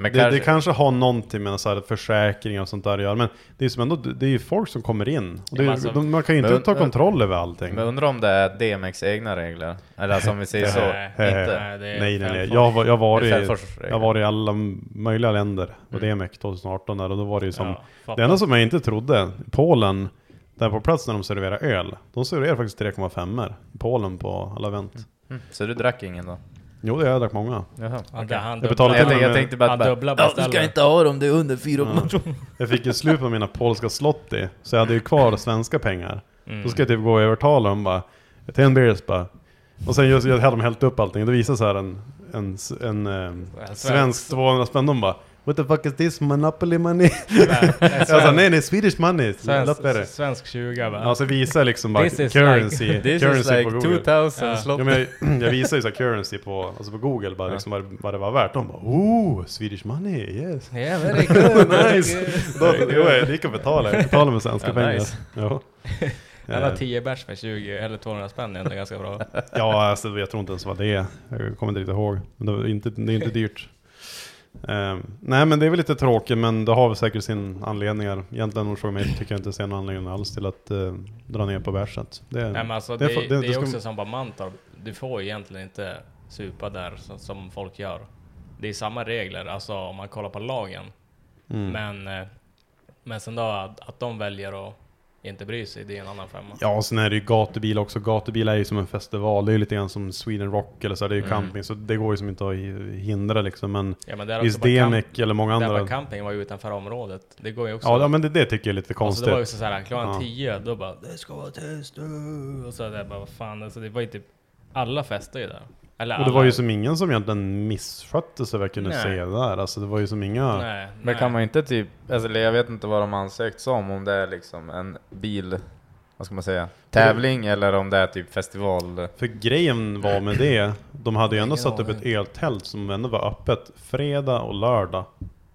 Men
Det, det kanske har någonting med så här försäkringar och sånt där att göra, men det är, som ändå, det är ju folk som kommer in. Och
Ja,
det, är-
men alltså-
de, man kan ju inte
Men-
ta kontroll över allting.
Men undrar om det är DMX egna regler? Eller som vi säger så,
Nej,
inte.
Nej, det är
Eh, Nej, nej, nej.
Fällfors.
Jag, var- jag, var i,
Det är Fällfors regler.
jag var i alla möjliga länder på DMX 2018 där och då var det ju som...
Ja, fattar.
det enda som jag inte trodde, Polen, där på plats när de serverar öl, de serverar faktiskt 3,5 i Polen på alla event.
Mm. Så du drack ingen då?
Jo, det har jag drack många.
Jaha.
Ja, det- han
Jag
dubblar-
betalade
Nej,
till
jag, tänkte,
och
jag
med-
tänkte bara
Han
att bara,
dubblar
ja, du ska
beställaren.
inte ha dem, det är under 400 ja.
Jag fick ju slut på mina polska slotti, så jag hade ju kvar svenska pengar.
Mm.
Då ska jag typ gå och övertala dem bara, ten beers bara. Och sen just, jag hade de hällt upp allting, det visade sig här en, en, s- en, en
svensk.
svensk 200 spänn, de bara What the fuck is this monopoly money?
Nej, nej,
Jag sa
svensk-
nej nej, Swedish money, det är lätt bättre.
Svensk, svensk 20 va?
Alltså visar liksom bara
This is
currency,
This
currency
is like
på Google.
2000
Ja.
Ja,
slott.
men jag, jag visar ju så här currency på, alltså på Google, bara liksom vad, vad det var värt. De bara oh, Swedish money, yes.
Yeah, very good.
nice! Då, jo, det gick att betala, jag betalade med svenska
Ja,
pengar.
nice.
Ja.
Alla 10 bärs för 20 eller 200 spänn är ändå ganska bra.
Ja, alltså, jag tror inte ens vad det är. Jag kommer inte riktigt ihåg. Men det, var inte, det är inte dyrt. Ehm, nej, men det är väl lite tråkigt, men det har väl säkert sin anledningar. Egentligen om du frågar mig tycker jag inte ser någon anledning alls till att eh, dra ner på bärset. Det,
Nej, men alltså,
det
det,
får-
det,
det- det
är
ska-
också som bara Mantorp, du får egentligen inte supa där som, som folk gör. Det är samma regler, alltså om man kollar på lagen.
Mm.
Men, eh, men sen då att, att de väljer att inte bry sig, det är en annan femma.
Ja, och sen är det ju gatubil också. Gatubil är ju som en festival. Det är ju lite grann som Sweden Rock eller så. här. Det är ju
Mm.
camping, så det går ju som inte att hi- hindra liksom. Men
Ja, men där
visst,
bara camp-
DMEC eller många
där bara
andra.
camping var ju utanför området. Det går ju också.
Ja, ja, men det, det tycker jag är lite
Alltså
konstigt.
det var ju också såhär, klockan
Ja.
10, då bara det ska vara test nu." Och så där bara vad fan, alltså det var ju typ alla fester ju där. Eller
och det
alla-
var ju som ingen som egentligen misskötte sig vad jag kunde
Nej.
se där. Alltså det var ju som inga...
Nej,
Men
nej.
kan man inte typ, alltså, eller jag vet inte vad de ansökt som, om det är liksom en bil, vad ska man säga, tävling eller om det är typ festival.
För grejen var med det, de hade ju ändå
Ingen
satt upp ett eltält som ändå var öppet fredag och lördag.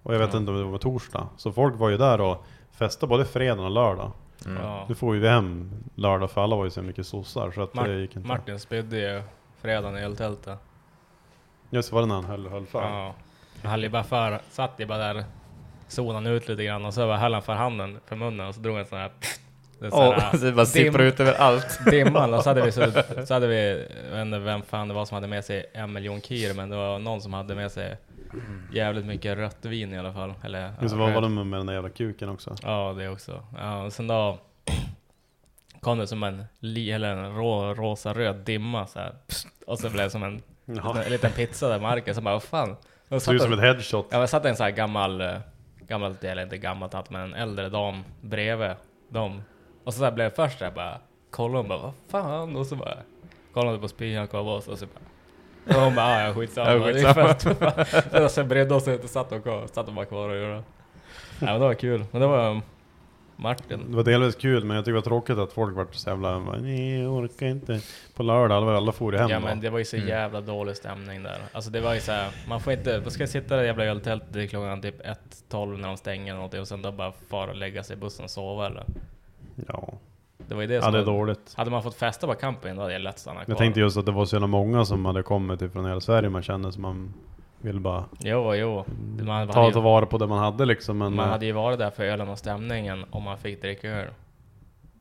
Och jag vet inte om det var torsdag. Så folk var ju där och festade både fredag och lördag.
Ja.
Nu får ju vi hem lördag för alla var ju så mycket sossar så att det gick
Mart-
inte.
Martin spydde ju fredagen i öltältet.
Just det, var det när han höll, höll för.
Ja. Han ligger bara för, satt ju bara där, zonade ut lite grann och så bara höll han för handen, för munnen och så drog han sån här... Det är sån här-
Och det bara sipprar
dim-
ut över allt.
Dimman och så hade vi, så, så hade vi, jag vet inte vem fan det var som hade med sig en miljon kir, men det var någon som hade med sig jävligt mycket rött vin i alla fall. Eller,
Just det,
ja,
vad var det med den där jävla kuken också?
Ja, det också. Ja, och sen då kom det som en, li, eller en rå, rosa röd dimma så här. Pst, och så blev det som en,
Ja.
en liten pizza där i marken, så bara vad fan. Och
Såg
satt
ut som
en,
ett headshot.
ja, men satt en så här gammal, eh, gammal, eller inte gammal tant, men en äldre dam bredvid dem. Och så, så här blev det först där bara, kollade hon bara vad fan? Och så bara kollade hon på spyan och kollade på oss och så bara och hon bara, ah, ja skitsamma.
Ja, skitsamma.
Det är fest. och sen bredde hon sig och satt hon kvar, satt hon bara kvar och gjorde. Ja, men det var kul. Men det var um, Martin.
Det var delvis kul men jag tycker det var tråkigt att folk vart så jävla nej jag orkar inte. På lördag, alla, alla for ju hem
Ja
då.
men det var ju så
Mm.
jävla dålig stämning där. Alltså det var ju såhär, man får inte, man ska sitta i det jävla öltältet till klockan typ 1-12 när de stänger eller någonting och sen då bara fara och lägga sig i bussen och sova eller.
Ja,
Det var ju det
ja
som...
det är
var,
dåligt.
hade man fått festa på campingen då hade jag lätt stannat kvar.
Jag tänkte just att det var så jävla många som hade kommit ifrån hela Sverige man kände som man ville bara
Jo, jo. Man,
Mm. ta,
hade
ta
ju,
vara på det man hade liksom. Men
man
eh,
hade ju varit där för ölen och stämningen om man fick dricka öl.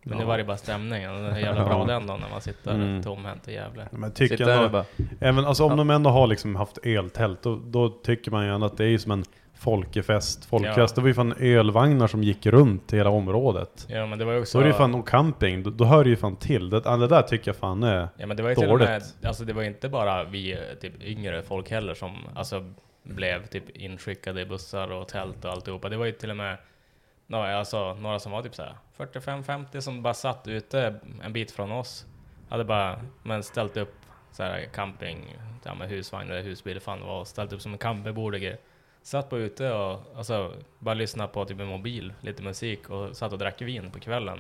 Men
Ja.
nu var det bara stämningen. och Det är jävla
Ja.
bra den då när man sitter
Mm.
tomhänt och jävla.
men jag tycker
Sitter där och
ändå,
bara,
även, alltså, om de ändå har liksom haft eltält, då, då tycker man ju ändå att det är ju som en folkefest, folkfest.
Ja.
Det var ju fan ölvagnar som gick runt hela området.
Ja men det var ju också...
Så är det ju fan och camping, då, då hör det ju fan till. Det, ja, det där tycker jag fan är...
Ja men det var ju till och med,
Dåligt.
alltså det var ju inte bara vi eh, typ yngre folk heller som alltså blev typ inskickade i bussar och tält och alltihopa. Det var ju till och med några, alltså, några som var typ såhär 45-50 som bara satt ute en bit från oss. Hade bara men ställt upp såhär camping, ja, med husvagn eller husbil fan det var, och ställt upp som en campingbord och grejer. Satt på ute och alltså, bara lyssnade på typ en mobil, lite musik och satt och drack vin på kvällen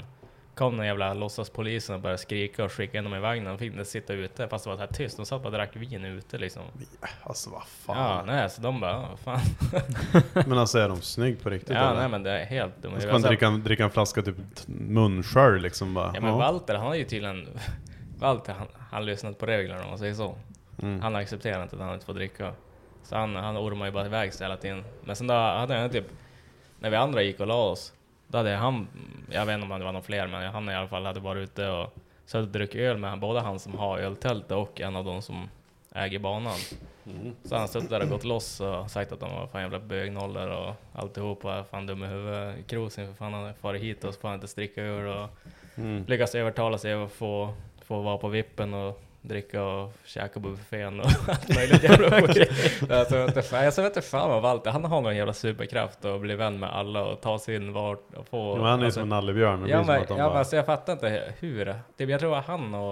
kom den jävla låtsaspolisen och började skrika och skicka in dem i vagnen. De fick inte sitta ute fast det var så här tyst. De satt bara och drack vin ute liksom.
Alltså vad fan.
Ja, nej, så de bara, ja, fan.
Men alltså är de snygg på riktigt
Ja,
eller?
nej men det är helt dumt.
Jag ska man dricka, en- dricka en flaska typ munskölj liksom bara.
Ja men Walter, han har ju tydligen... Walter, han, han lyssnat på reglerna om man säger så.
Mm.
Han accepterar inte att han inte får dricka. Så han, han ormar ju bara iväg sig hela tiden. Men sen då hade han typ... När vi andra gick och la oss, då hade han... Jag vet inte om det var någon fler, men han i alla fall hade varit ute och suttit och druckit öl med både han som har öltält och en av de som äger banan.
Mm.
Så han suttit där och gått loss och sagt att de var fan jävla bögnollor och alltihopa. Fan dum i huvudet. Krosin för fan han har farit hit och så får han inte stricka ur och
Mm.
lyckas övertala sig att få, få vara på vippen och dricka och käka på buffén och allt möjligt jävla skit. alltså, jag vet inte fan- jag vet inte fan vad Walter, han har någon jävla superkraft och blir vän med alla och tar sig in vart och får...
Ja, men han är ju
alltså,
som en nallebjörn. Det blir
Ja
som
men,
att
ja,
han
men
bara-
alltså, jag fattar inte hur. Typ, jag tror att han och,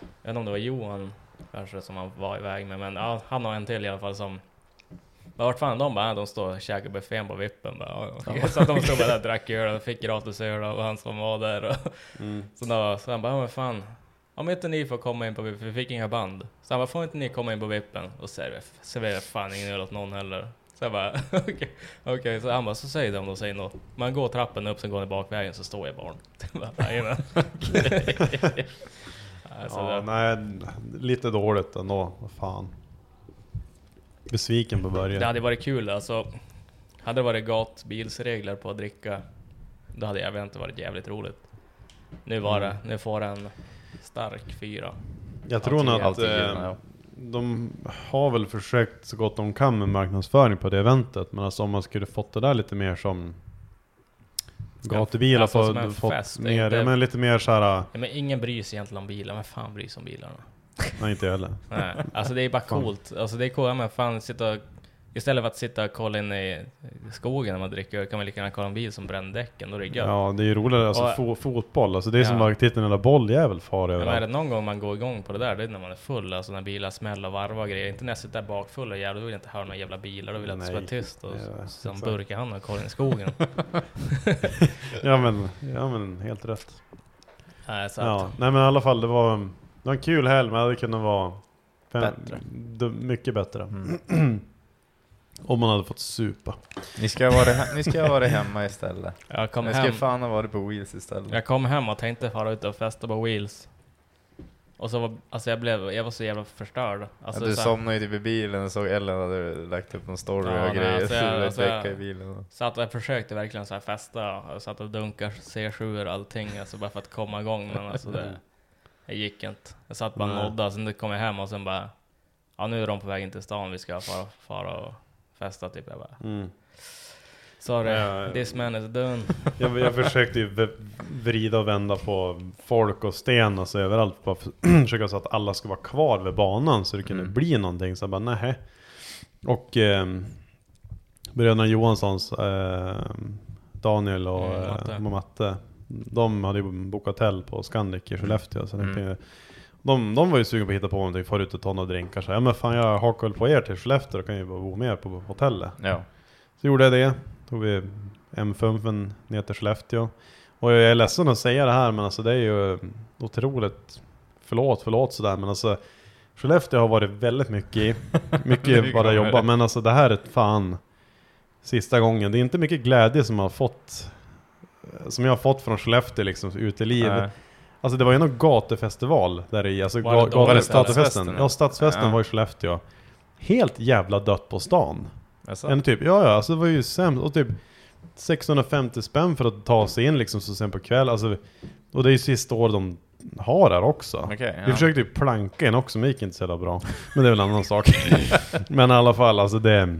jag vet inte om det var Johan kanske som han var iväg med, men ja, han och en till i alla fall som bara, vart fan är de bara, "Ja, de står och käkar buffén på vippen bara. "Ja, okej." Så att de stod bara där och drack öl och fick gratis öl av han som var där. Och,
Mm.
så, då, så han bara, "Ja, men fan, om inte ni får komma in på vippen, vi fick inga band. Så han bara, får inte ni komma in på vippen? Och serverar serverar fan ingen öl åt någon heller. Så jag bara, okej. okej. så han bara, så säg det om de säger något. Man går trappen upp, sen går ni bakvägen, så står jag i barn. Jag bara, Jajamän. alltså,
ja,
det,
nej, lite dåligt ändå. Vad fan. Besviken på början.
det hade varit kul alltså. Hade det varit gatbilsregler på att dricka, då hade jag väl inte varit jävligt roligt. Nu var det,
Mm.
nu får en stark fyra.
Jag tror nog att
allting gillar
eh,
jag.
de har väl försökt så gott de kan med marknadsföring på det eventet. Men alltså om man skulle fått det där lite mer som gatubilar,
alltså
få-
som en
fått
fest,
mer,
inte-
ja, men lite mer såhär,
Ja, men ingen bryr sig egentligen om bilar, men fan bryr sig om bilarna?
nej inte jag heller.
Nej, alltså det är bara coolt. Alltså det är coolt, ja, men fan sitta och, Istället för att sitta och kolla in i skogen när man dricker öl kan man lika gärna kolla en bil som bränner däcken, då är det gött.
Ja det är ju roligare, alltså
Och-
fo fotboll, alltså det är som
Ja.
bara titta en jävla bolljävel far
Men är det
överallt.
någon gång man går igång på det där, det är när man är full, alltså när bilar smäller och varvar och grejer. Inte när jag sitter där bakfull och jävlar, då vill jag inte höra några jävla bilar, då vill jag att det ska vara
Nej.
tyst. Och
Ja,
sen
exakt.
burkar han och kollar i skogen.
Ja men, ja men helt rätt.
Nej, så
Ja,
att,
nej men i alla fall det var, det var en kul helg men det hade kunnat vara fem,
Bättre.
d- mycket bättre.
Mm.
Om man hade fått supa.
Ni ska ha varit, he- ni ska ha varit hemma istället.
jag, kom
Ni ska
hem,
fan ha varit på Wheels istället.
jag kom hem och tänkte fara ut och festa på Wheels. Och så var, alltså jag blev, jag var så jävla förstörd. Alltså,
du
så här-
somnade ju typ i bilen och såg Ellen hade lagt upp någon story
Ja, nej,
och grejer.
alltså
så
jag-
du
alltså
alltså,
jag-
i bilen.
Så att jag försökte verkligen så här festa, jag satt och dunkade C7 och allting, alltså bara för att komma igång. Men alltså det, det gick inte. Jag satt bara och
Nej.
noddade, sen kom jag hem och sen bara, ja nu är de på väg in till stan, vi ska fara, fara och festa typ. Jag bara, sorry,
Ja, ja.
this man is done.
Jag, jag försökte ju v- vrida och vända på folk och sten och så överallt. Bara för- försöka så att alla ska vara kvar vid banan så det kunde
Mm.
bli någonting. Så jag bara nähä. Och eh, bröderna Johanssons, eh, Daniel och
Mm,
eh,
Matte.
och Matte. De hade ju bokat hotell på Scandic i Skellefteå. Så tänkte
Mm.
jag, de, de var ju sugna på att hitta på någonting, fara ut och ta några drinkar. Så jag, ja men fan jag hakar väl på er till Skellefteå, då kan jag ju bara bo med er på hotellet.
Ja.
Så gjorde jag det. Tog vi M5 ner till Skellefteå. Och jag är ledsen att säga det här men alltså det är ju otroligt... Förlåt, förlåt sådär men alltså Skellefteå har varit väldigt mycket i.
Vi
Mycket bara
kommer.
jobba men alltså det här är fan sista gången. Det är inte mycket glädje som har fått eh, som jag har fått från Skellefteå liksom, uteliv.
Nej.
Alltså det var ju någon gatufestival där i, alltså
Var det dåligt, eller?
ga- stadsfesten.
Stadsfesten,
Ja, stadsfesten
Ja.
var i Skellefteå. Helt jävla dött på stan.
Alltså,
En typ, ja ja, alltså det var ju sämst. Och typ 650 spänn för att ta sig in liksom så sen på kväll. Alltså, och det är ju sista året de har här också.
Okej,
Vi
ja.
försökte ju planka in också, men det gick inte så jävla bra. Men det är väl en annan sak. men i alla fall, alltså det...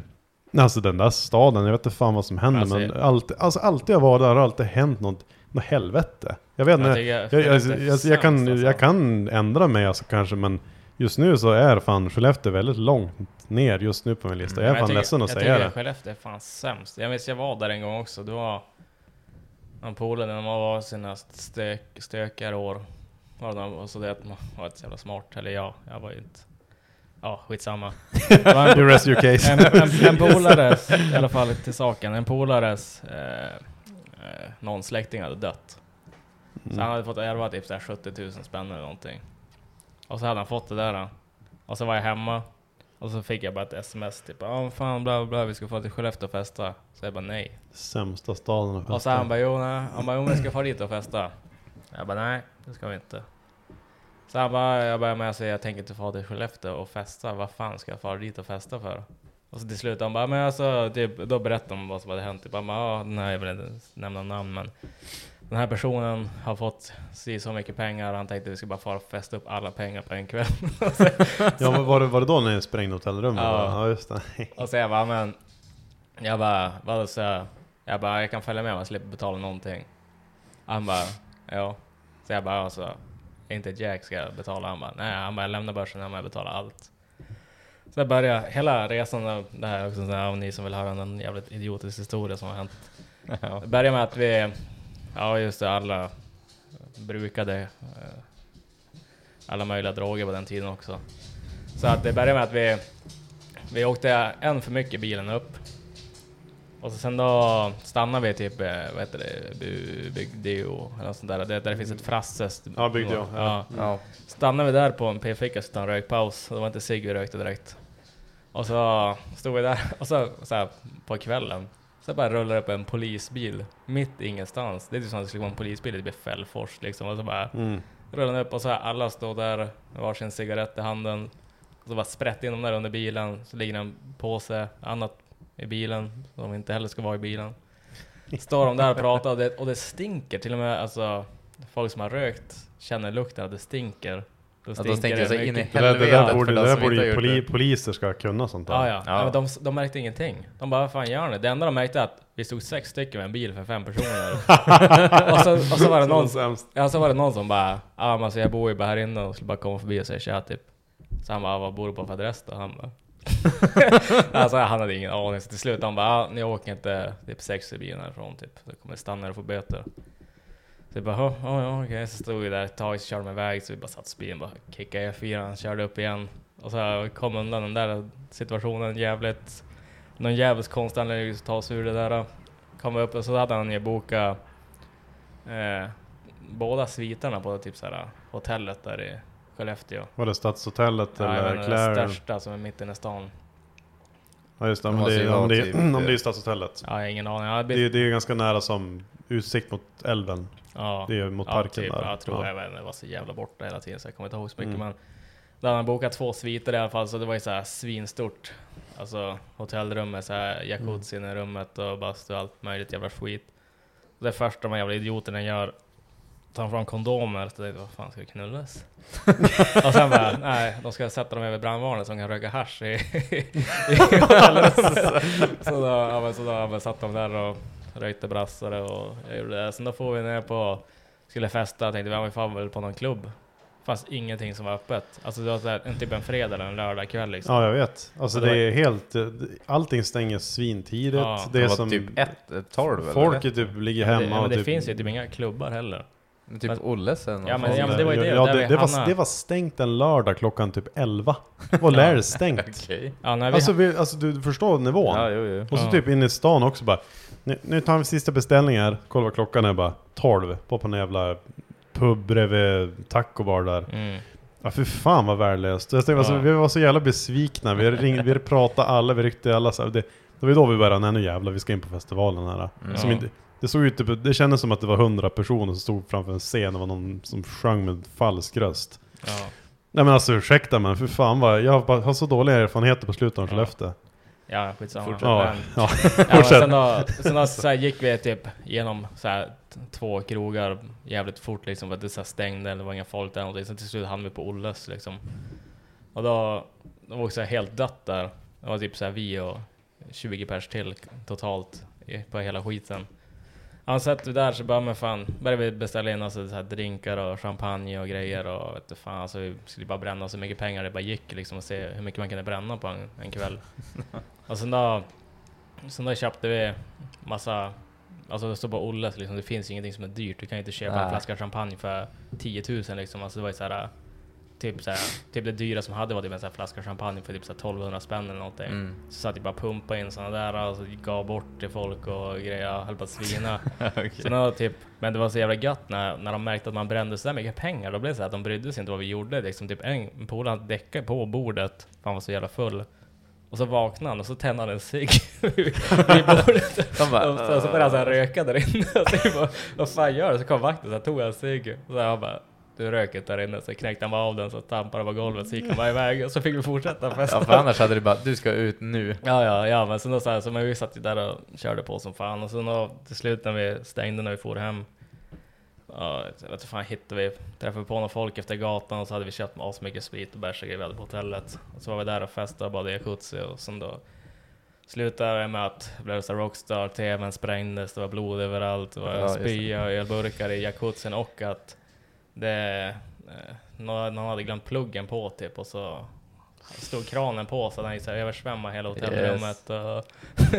Alltså den där staden, jag vet inte fan vad som händer
Alltså,
men alltid, alltså, alltid jag var där har alltid hänt något, något helvete. Jag vet inte,
tycker
jag, jag, jag,
Skellefteå är
jag, jag, kan,
sämst, alltså.
jag kan ändra mig alltså kanske men just nu så är fan Skellefteå väldigt långt ner just nu på min lista. Jag är
Mm. Men
fan
tycker-
ledsen att
jag
säga
tycker
det.
Skellefteå är fan sämst. Jag minns jag var där en gång också. Det var någon polare när man var sina stök, stökigare år. Var det någon- Och så det att man var inte så jävla smart. Eller jag, jag var ju inte... Ja, skitsamma. Det var en-
You rest your case.
en, en, en polares, i alla fall till saken, en polares eh, eh, någon släkting hade dött. Så han hade fått ärva typ så här 70 000 spänn eller någonting. Och så hade han fått det där. Och så var jag hemma. Och så fick jag bara ett sms typ ja men fan bla bla bla vi ska få till Skellefteå och festa. Så jag bara nej.
Sämsta staden att
Och så
festa i.
han bara jo nej. Han bara jo men vi ska fara dit och festa. Jag bara nej det ska vi inte. Så han bara, jag bara, men alltså, jag tänker inte fara till Skellefteå och festa. Vad fan ska jag fara dit och festa för? Och så till slut han bara, men alltså, typ, då berättade han vad som hade hänt. Typ, han bara, ja, nej, jag vill inte ens nämna namn, men den här personen har fått si så mycket pengar. Han tänkte vi ska bara fara och festa upp alla pengar på en kväll.
Ja men var det, var det då när ni sprängde hotellrummet?
Ja.
Ja. ja just det.
Och så jag bara, men... Jag bara, vadå så jag? Jag bara, jag kan följa med om jag slipper betala någonting. Han bara, ja. Så jag bara, alltså, inte Jack ska jag betala. Han bara, nej, han bara, jag lämnar börsen, han bara, jag betalar allt. Så jag började, hela resan, av det här är också, så här, om ni som vill höra en jävligt idiotisk historia som har hänt. Det började med att vi, ja just det, alla brukade eh, alla möjliga droger på den tiden också. Så att det började med att vi vi åkte en för mycket i bilen upp. Och så sen då stannade vi typ, eh, vad heter det, Bu- Bygdeo eller något sånt där. Det, där det finns ett Frasses.
Ja, Bygdeo,
Ja.
ja.
Ja.
Stannade vi där på en p-ficka så en rökpaus. Det var inte cigg vi rökte direkt. Och så stod vi där och så, så här, på kvällen. Så bara rullar upp en polisbil mitt i ingenstans. Det är typ som att det skulle vara en polisbil i typ Fällfors liksom. Och så bara
Mm.
rullar den upp och så här, alla står där med varsin cigarett i handen. Och så bara sprätt in dem där under bilen, så ligger en påse annat i bilen som inte heller ska vara i bilen. Står de där och pratar och det, och det stinker till och med alltså folk som har rökt känner lukten att det stinker. Då
Ja, då stinker det så in i
Det där, det där
Helvete,
borde,
för
det
den
där
som
borde
inte har
ju
gjort
poli,
det.
poliser ska kunna sånt där.
Ja, ja.
Ja.
Nej, men de, de märkte ingenting. De bara, vad fan gör ni? Det enda de märkte är att vi stod sex stycken med en bil för fem personer. och, så, och så var det
Så
någon,
sämst.
Ja, så var det någon som bara, ja ah, men alltså jag bor ju bara här inne och skulle bara komma förbi och säga tja typ. Så han bara, ah, vad bor du på för adress då? Han bara, alltså han hade ingen aning. Så till slut han bara, ah, ni åker inte typ sex i bilen härifrån typ. Då kommer det stanna och få böter. Så jag bara, "Hå, ja ja okej. Så stod vi där ett tag, så körde de iväg. Så vi bara satt i bilen, bara kickade E4, körde upp igen. Och så kom undan den där situationen jävligt. Någon jävligt konstig anledning att ta sig ur det där. Kom upp och så hade han ju bokat eh, båda sviterna på typ såhär hotellet där i Skellefteå.
Var det Stadshotellet
Ja, jag
eller
menar, det
Clarion?
största som är mitt inne i stan.
Ja just det,
Det
men
måste
det,
ju
är-
vara
om det,
typ-
är- om det är ju Stadshotellet.
Ja, jag har ingen aning. Ja,
Det, är- det är ju ganska nära som utsikt mot älven.
ja,
Det är mot
ja,
parken
typ,
där.
Jag tror
Ja. Mm.
jag vet inte, det var så jävla borta hela tiden så jag kommer inte ihåg så mycket. Men där hade han bokat två sviter i alla fall så det var ju såhär svinstort. Alltså hotellrummet, såhär jacuzzin
Mm.
i rummet och bastu och allt möjligt jävla skit. Det första de här jävla idioterna gör tar fram kondomer, så tänkte jag, vad fan ska det knullas? och sen bara, nej, de ska sätta dem över brandvarnare så de kan röka hasch i, i hotellrummet. Så då, ja, men, så då ja, men, satt de där och rökte brassare och jag gjorde det. Sen då får vi ner på, skulle festa, tänkte vi, ja men fan väl på någon klubb. Fanns ingenting som var öppet. Alltså det var så här, en, typ en fredag eller en lördag kväll liksom.
Ja jag vet. Alltså
Ja, det
det är helt, eh, allting stänger svintidigt.
Ja,
det
Det
är
var
som
typ 1-12
folk typ ligger
det,
hemma
men
och
det
typ,
finns ju typ inga klubbar heller.
eller? Typ Ollesen?
Ja, men- ja, men det var ju det,
Ja,
där vi
det, det, var,
hamnade.
det var stängt en lördag klockan typ 11. Var lär stängt.
Okej.
Ja, när vi,
Alltså, vi, alltså du, du förstår nivån.
Ja, jo, jo.
Och så
Ja.
typ inne i stan också bara. Nu, nu tar vi sista beställningen här. Kolla vad klockan är bara. 12. Var på en jävla pub bredvid tacobar där.
mm.
Ja för fan vad värdelöst. Jag tänkte, alltså,
Ja.
vi var så jävla besvikna. Vi ringde, vi pratade alla, vi ryckte alla. Så här, det, det var ju då vi började, nej nu jävlar vi ska in på festivalen här.
Mm.
Som
Ja.
inte, det såg ut typ, det kändes som att det var hundra personer som stod framför en scen. Det var någon som sjöng med falsk röst.
ja.
Nej men alltså ursäkta men för fan vad, jag har bara- har så dåliga erfarenheter på slutet av Skellefteå.
Ja, skitsamma.
Fortsätt.
Ja.
Men-
ja.
Ja, men
Fortsätt.
sen då, sen då så här gick vi typ genom så här t- två krogar jävligt fort liksom för att det så här stängde eller det var inga folk där någonting. Sen till slut hamnade vi på Olles liksom. Och då, det var också helt dött där. Det var typ så här vi och 20 pers till totalt i- på hela skiten. Han satt ju där så bara, men fan, började vi beställa in alltså, så här drinkar och champagne och grejer och vet du, fan, alltså, vi skulle bara bränna så mycket pengar det bara gick liksom och se hur mycket man kunde bränna på en, en kväll. och sen då, sen då köpte vi massa, alltså det står på Olles liksom, det finns ju ingenting som är dyrt. Du kan ju inte köpa en
Nej.
flaska champagne för 10 000 liksom. Alltså det var ju så här, typ, så här, typ det dyra som hade var typ en så här flaska champagne för typ så här 1200 spänn eller någonting.
Mm.
Så satt jag bara och pumpade in sådana där, alltså, gav bort till folk och grejer, jag höll på att svina. så då, typ, men det var så jävla gött när, när de märkte att man brände så där mycket pengar, då blev det så här att de brydde sig inte vad vi gjorde. Liksom, typ en polare han däckade på bordet, för han var så jävla full. Och så vaknade han och så tände han en cigg vid bordet.
De bara,
Och så, så började han så här röka där inne. Så jag bara, vad fan gör du? Så kom vakten så här, tog en cigg. Och så här, han bara, du rök inte där inne. Så knäckte han bara av den så trampade han på golvet. Så gick han bara iväg och så fick vi fortsätta festa.
Ja, för annars hade du bara, du ska ut nu.
Ja, ja, ja, men sen då så här, så men vi satt ju där och körde på som fan och sen då till slut när vi stängde när vi for hem. Ja, jag vet inte fan hittade vi, träffade på några folk efter gatan och så hade vi köpt oss mycket sprit och bärs och grejer vi hade på hotellet. Och så var vi där och festade och badade i jacuzzi och sen då slutade det med att det blev så här rockstar, tvn sprängdes, det var blod överallt, det var
Ja, just det.
spya och ölburkar i jacuzzin och att det, eh, någon, någon hade glömt pluggen på typ och så stod kranen på så den gick så här översvämmade hela hotellrummet. Och,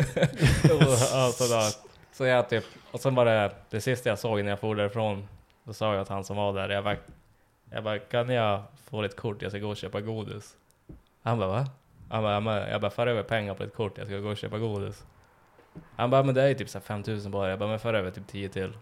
och, och sådär. Så jag typ, och sen var det det sista jag såg när jag for därifrån, då sa jag till han som var där, jag bara, jag bara kan jag få ett kort, jag ska gå och köpa godis. Han bara va? Han bara, "Ja, men-" jag bara för över pengar på ett kort, jag ska gå och köpa godis. Han bara, men det är ju typ så här 5000 bara. Jag bara, men för över typ 10 till.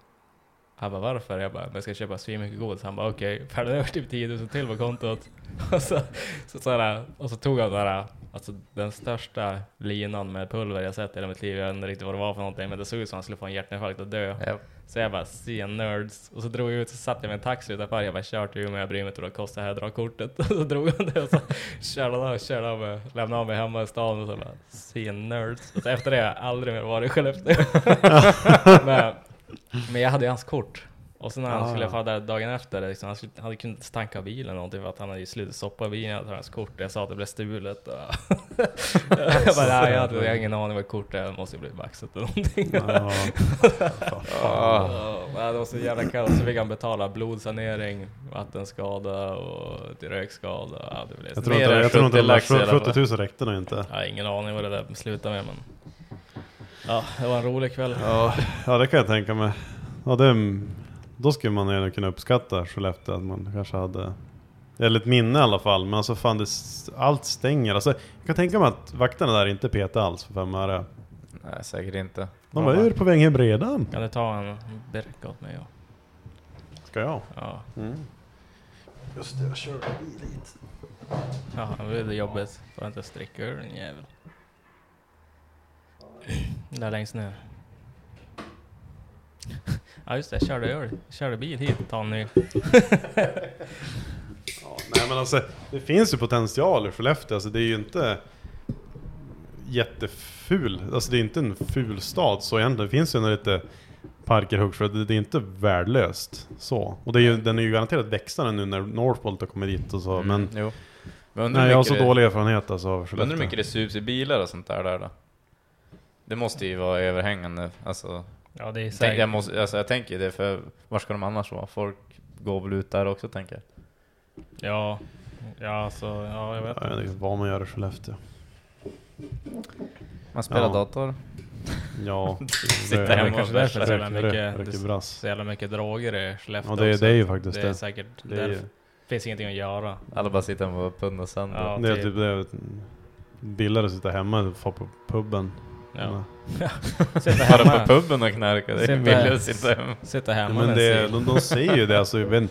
Han bara, varför? Jag bara, men jag ska köpa svinmycket godis. Han bara, okej, okay. över typ 10 000 till på kontot. Och så, så, så här, och så tog han den här, alltså den största linan med pulver jag sett i hela mitt liv. Jag vet inte riktigt vad det var för någonting, men det såg ut som att han skulle få en hjärtinfarkt och dö.
Ja.
Så jag bara, se nerds. Och så drog jag ut, så satt jag med en taxi utanför. Jag bara, kör till Umeå, jag bryr mig inte vad det kostar, här dra kortet. Och så drog han det och så körde han av, körde av mig, lämnade av mig hemma i stan och så bara, se nerds. Och så efter det har jag aldrig mer varit i Skellefteå. men, men jag hade ju hans kort. Och sen när han
Ah.
skulle fara där dagen efter, liksom, han, skulle, han kunde inte tanka bilen eller någonting för att han hade ju slutat soppa i bilen, jag hade hans kort. Jag sa att det blev stulet. Och jag bara, nej, jag hade jag har ingen aning vad kort är, det måste ju bli baxet eller någonting.
Ja.
Ah.
Ja, det var så jävla kallt. Så fick han betala blodsanering, vattenskada och rökskada. Ja, det blev
Jag tror
Mer
inte,
än
jag tror inte
70
de där
lax i alla fall.
70 000 räckte nog inte.
jag har ingen aning vad det där slutade med men... Ja, det var en rolig kväll.
Ja, ja det kan jag tänka mig. Ja, det, då skulle man ju kunna uppskatta Skellefteå att man kanske hade eller ett minne i alla fall, men alltså fan det, s- allt stänger. Alltså, jag kan tänka mig att vakterna där inte petar alls för fem öre.
Nej, säkert inte.
De bara, är du på väg hem redan?
Kan du ta en birka åt mig? Ja.
Ska jag?
Ja,
Just det, jag kör bil hit.
ja det blir jobbigt. Får inte stricka ur den jävel. Där längst ner. Ja just det, körde, öl. körde bil hit, ta en ny.
Ja, nej men alltså, det finns ju potential i Skellefteå. Alltså, det är ju inte jätteful. Alltså det är inte en ful stad så egentligen. Det finns ju några lite parker Högsjö. Det, det är inte värdelöst så. Och det är ju, den är ju garanterat växande nu när Northvolt har kommit dit och så. Men
Jo. Men undrar hur
nej, jag har
mycket
så
det-
dålig erfarenhet alltså av
Undrar hur mycket
Skellefteå.
det sups i bilar och sånt där, där då? Det måste ju vara överhängande. Alltså,
Ja det är
tänk, jag,
säkert.
måste, alltså, jag tänker det, för var ska de annars vara? Folk går väl ut där också tänker jag.
Ja, ja alltså, ja jag vet.
Ja, jag vet inte vad man gör i Skellefteå.
Man spelar
Ja.
dator.
Ja,
Sitter
Det
hemma
är
och
kanske därför det är så jävla
röker, röker,
mycket, det
röker
är
brass.
så jävla mycket droger i Skellefteå
Ja, det, är-
också.
det är ju faktiskt
det är
det.
säkert
Det är, ju-
därför. finns ingenting att göra.
Alla bara sitter hemma och pundar sönder.
Ja.
det är
det-
typ det. Billigare att sitta hemma än att få på puben.
Ja. Sitta
Bara på
hemma,
puben och knarka, det är
Sitta-
billigare att sitta hemma.
sitta
Ja,
hemma
men
med
det,
det,
de, de säger ju det alltså. jag vet-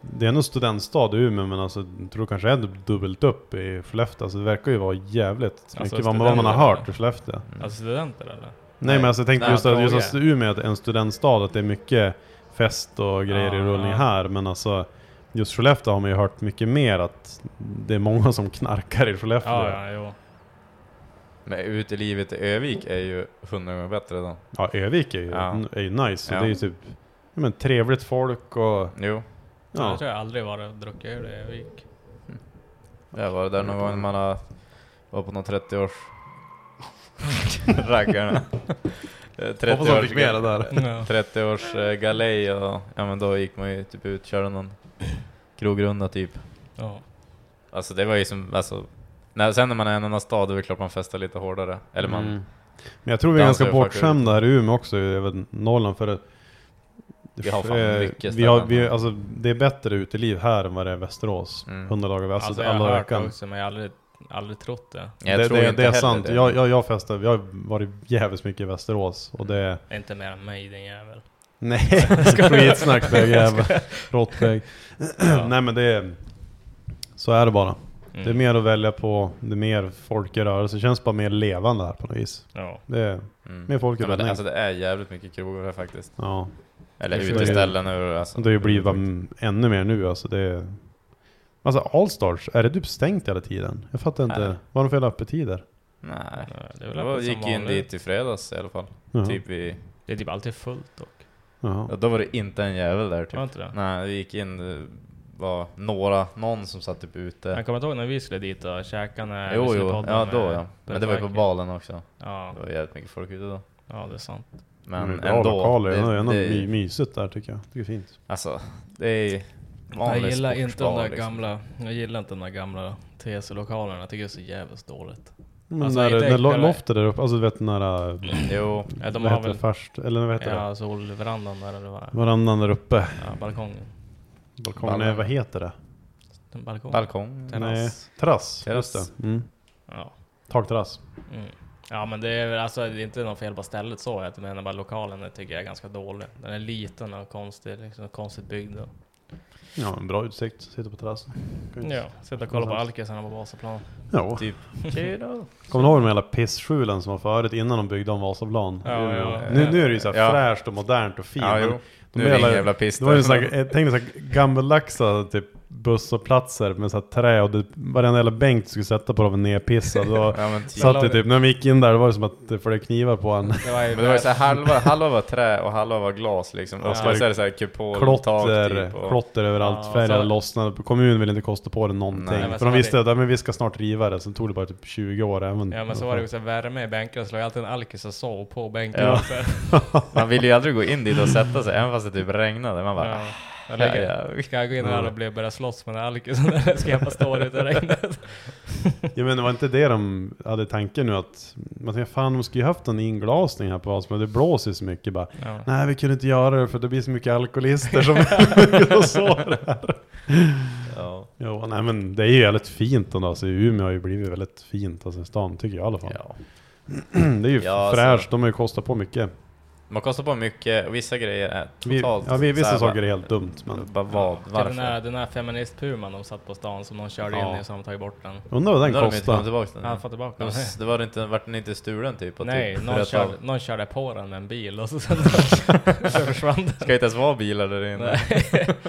Det är nog studentstad i Umeå men alltså jag tror kanske är dubbelt upp i Skellefteå. Alltså det verkar ju vara jävligt mycket vad, vad man har
studenter.
hört i Skellefteå.
Alltså studenter eller?
Nej men alltså jag tänkte
Nej,
just att, just att
fråga.
Umeå är en studentstad, att det är mycket fest och grejer i
Ja.
rullning här. Men alltså just Skellefteå har man ju hört mycket mer att det är många som knarkar i Skellefteå.
Ja, ja, jo.
Men utelivet i Övik är ju hundra gånger bättre då.
Ja, Övik är ju,
Ja.
är ju nice.
Ja.
Det är ju typ ja, men, trevligt folk och
Jo,
Ja.
ja.
Jag tror jag aldrig varit och druckit öl i Vik.
jag var där någon gång när man har- var på någon 30-års Raggarna. Eh, 30
Hoppas de
års-
fick med det där.
Ja.
30 års eh, galej och ja men då gick man ju typ ut, körde någon krogrunda typ.
Ja.
Alltså det var ju som, alltså, när, sen när man är i en annan stad då är det klart man festar lite hårdare. Eller man,
Mm. Men jag tror vi är
Dansar
ganska
och fuckar
bortskämda här i Umeå också, även Norrland för det.
Vi har fan
för-
mycket
vi har,
ställen.
vi, alltså, Det är bättre uteliv här än vad det är i Västerås.
Mm.
100 dagar alltså,
Alltså,
alltså,
jag har
alla
hört det
veckan.
också, men jag har aldrig, aldrig trott det.
jag
det,
tror
det, det
inte
är
heller
sant.
det.
Jag, jag, jag festar, jag har varit jävligt mycket i Västerås och det...
Inte mer än mig, din jävel.
Nej, skitsnack bögjävel. Råttbög. Nej men det är... Så är det bara. Det är
Mm.
mer att välja på, det är mer folk i rörelse. Det känns bara mer levande här på något vis.
Ja.
Det är
Mm.
mer folk i
Ja, men, det-
rörelse.
alltså det är jävligt mycket krogar här faktiskt.
Ja.
Eller
Det är-
uteställen. över- Alltså,
Det har ju blivit mm, ännu mer nu alltså. Det är... Alltså Allstars, är det typ stängt hela tiden? Jag fattar inte.
Nej.
Vad har de för jävla öppettider?
Nej.
Ja, Det är väl
Jag
öppet
gick
som
in
vanligt.
dit i fredags i alla fall.
Jaha.
Typ vi,
Det är typ alltid fullt dock.
Jaha.
ja, då var det inte en jävel där typ.
Var inte det?
Nej, vi gick in, det var några, någon som satt typ ute.
Jag kommer inte ihåg när vi skulle dit och käka när vi
Jo,
skulle
jo,
podda
ja
med
då ja. Men det var ju på
Berghagen.
balen också.
Ja,
Det var jävligt mycket folk ute då.
ja, det är sant.
Men
det är bra
ändå.
Mm, lokaler, det, är ändå
det-
my- mysigt där tycker jag. Det är fint.
Alltså, det är ju
Jag
vanlig
gillar inte de
sportsbar,
där
liksom.
gamla, jag gillar inte de där gamla TC-lokalerna. Jag tycker det är så jävligt dåligt.
Men
Alltså,
när,
inte
när lo-
själva-
loftet där uppe, alltså du vet den där... äh,
Jo,
Ja, de
vad
har
heter det?
väl-
Färst, eller vad heter det?
Ja, solverandan där eller vad det är.
Varannan där uppe.
Mm.
Ja, balkongen.
Balkongen,
Ballan.
nej vad heter det?
Den balkongen.
balkong.
Terrass.
Nej, terrass.
Terrass.
Just det. Mm.
Ja.
Takterrass.
Mm. Ja men det är väl alltså, det är inte något fel på stället så, jag menar bara lokalen den tycker jag är ganska dålig. Den är liten och konstig, liksom, konstigt byggd. Och...
Ja, en bra utsikt. Sitta på terrassen.
Mm.
Kan ju-
Ja, sitta och kolla på alkisarna på Vasaplan.
Ja.
Typ.
Kommer du ihåg de jävla pisskjulen som var förut innan de byggde om Vasaplan?
Ja,
Det är ju-
ja.
Nu, nu är det ju så här
Ja.
fräscht och modernt och fint.
Ja,
men
jo.
de
Nu är det
jävla-
ingen jävla piss
Det var ju
där.
sån här, jag tänkte såhär gammellaxa typ busshållplatser med så här trä och det, varenda jävla bänk du skulle sätta på dem var nerpissad. Och
Ja, men, typ.
satt det typ, när vi gick in där det var det som att det flög knivar på en.
Det var ju
men det var ju så här, halva, halva var trä och halva var glas liksom.
Ja.
Och så var det så här- så här kupol, tak
Klotter,
typ. Och,
klotter överallt,
Ja,
färger
så-
lossnade. Kommunen ville inte kosta på det
Nej,
någonting.
men
för
så
de
var
visste
det-
att ja, men vi ska snart riva det, sen tog det bara typ 20 år. Även,
Ja men så var det också värme i bänken, slog alltid en alkis och sov på bänken
Ja.
också.
man ville ju aldrig gå in dit och sätta sig, även fast det typ regnade. Man bara,
Ja. Jag lägger,
Ja, ja.
ska jag gå in där och bli- börja slåss med en alkis eller ska jag bara stå där ute i regnet?
Ja men det var inte det de hade tanken nu att, man tänkte fan de skulle ju haft en inglasning här på Vansbro, det blåser ju så mycket bara.
Ja.
Nej vi kunde inte göra det för det blir så mycket alkoholister som och så det här.
ja.
Jo, nej men det är ju väldigt fint ändå, alltså Umeå har ju blivit väldigt fint alltså i stan tycker jag i alla fall.
ja.
Det är ju
Ja, alltså.
fräscht, de har ju kostat på mycket.
Man kostar på mycket och vissa grejer är
Vi,
totalt...
ja, vi,
så
vissa
här
saker
bara-
är helt dumt men
Bara vad?
Varför? Den
Varför?
där, den där feministpuman de satt på stan som de körde
Ja.
in i som tagit bort den.
undrar vad den
Nu har de inte kommit
kostar.
tillbaka till den.
Han får tillbaka
Mm. De
den.
s- Det var inte, vart den inte stulen typ? och
Nej,
typ,
någon
bröt
körde,
av.
någon körde på den med en bil och så, sen så försvann den.
Ska inte ens vara bilar där inne.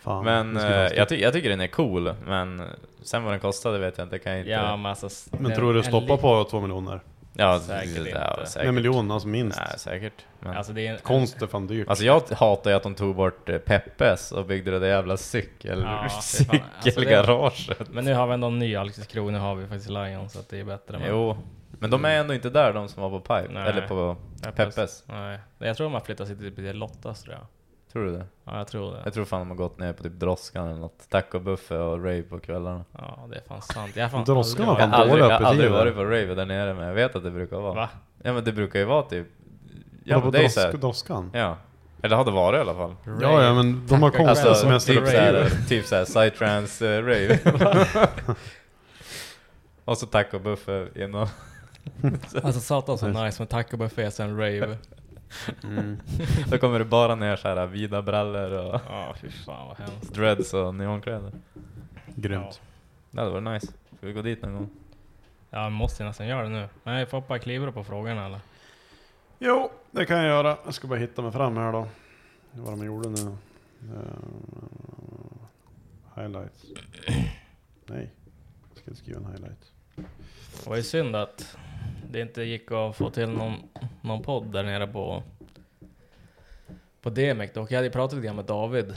Fan,
Men
det skulle jag
eh,
ha
jag, ty jag tycker den är cool, men sen vad den kostade vet jag inte, kan jag inte...
Ja, men alltså, s-
Men
den-
tror du
en
stoppa
li-
på två miljoner?
ja
Säkert
säkert.
inte.
Ja, säkert.
En miljon alltså minst.
Nej, säkert. Men, alltså,
Alltså det är en,
Konst är fan dyrt.
jag hatar ju att de tog bort eh, Peppes och byggde det där jävla cykel...
Ja, fy fan. Alltså, det-
cykelgaraget.
Men nu har vi ändå en ny Alexis Krog, nu har vi faktiskt Lion så att det är bättre. men-
Jo. Men de är ändå inte där de som var på Pipe,
Nej.
eller på
Ja,
Peppes.
Nej, jag tror de har flyttat sig till till Lottas tror jag.
Tror du det?
Ja, jag tror det.
Jag tror fan de har gått ner på typ Droskan eller något. Tacobuffé och rave på kvällarna.
Ja, det är fan sant. Jag har fan
Droskan
aldrig
var
Jag
fan
har aldrig,
dåliga
jag har aldrig
öppettider.
varit på rave där nere men jag vet att det brukar vara.
Va?
Ja men det brukar ju vara typ... Ja
Kolla
men
på
det är ju
drosk,
såhär...
droskan.
Ja. Eller det hade varit i alla fall.
Ja, ja men de har
Tack och
konstiga
Alltså,
typ
semesteruppgifter.
såhär, typ såhär psytrance-rave. eh, och så tacobuffé innan.
Alltså satan så nice med tacobuffé sen rave.
Då kommer det bara ner såhär vida brallor och
Ja, fy fan vad hemskt.
dreads och neonkläder.
Grymt.
Det hade varit nice. Ska vi gå dit någon gång?
Ja, man måste ju nästan göra det nu. Nej, Foppa, kliver du på frågorna eller?
Jo, det kan jag göra. Jag ska bara hitta mig fram här då. Vad de gjorde nu. Eh, highlights. Nej, jag ska inte skriva en highlight.
Det var ju synd att det inte gick att få till någon, någon podd där nere på, på Demek dock. Jag hade ju pratat lite grann med David.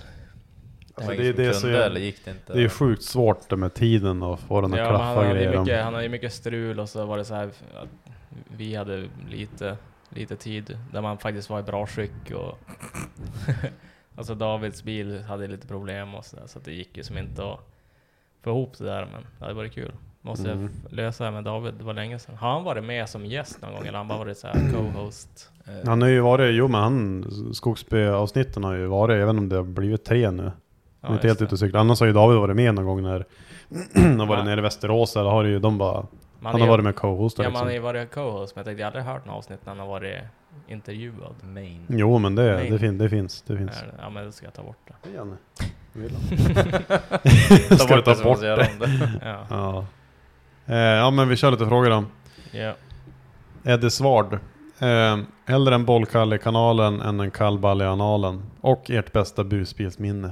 Alltså,
Var
det,
ingen
liksom
det, är
som
så,
kunde, eller gick det inte?
det är sjukt svårt det med tiden och få den att
Ja, men han,
klaffa
hade ju
grejer.
mycket, han hade ju mycket strul och så var det så här att vi hade lite, lite tid där man faktiskt var i bra skick och alltså Davids bil hade lite problem och sådär så att det gick ju som inte att få ihop det där men det hade varit kul. Måste jag
Mm.
f- lösa det här med David, det var länge sedan. Har han varit med som gäst någon gång eller har han bara varit så här co-host? Eh,
Han har ju varit, jo men han, Skogsby-avsnitten har ju varit, jag vet inte om det har blivit tre nu.
ja,
Ja, inte
just
helt
det.
ute och cyklar. Annars har ju David varit med någon gång när de har varit
Ja.
nere i Västerås eller har det ju de bara,
Man
han
är-
har varit med co-host
Ja,
där
man har ju
liksom.
varit co-host, men jag tänkte jag har aldrig hört något avsnitt när han har varit intervjuad.
Main.
Jo men det,
Nej.
det, fin, det finns, det finns.
Är- Ja, men då ska jag ta bort det.
Hej, Janne. Vill han? Ska du ta bort det?
Ja,
Ja. Eh, ja men vi kör lite frågor då.
ja.
Eddie Svard. Eh, hellre en bollkall i kanalen än en kall ball i analen. Och ert bästa busbilsminne.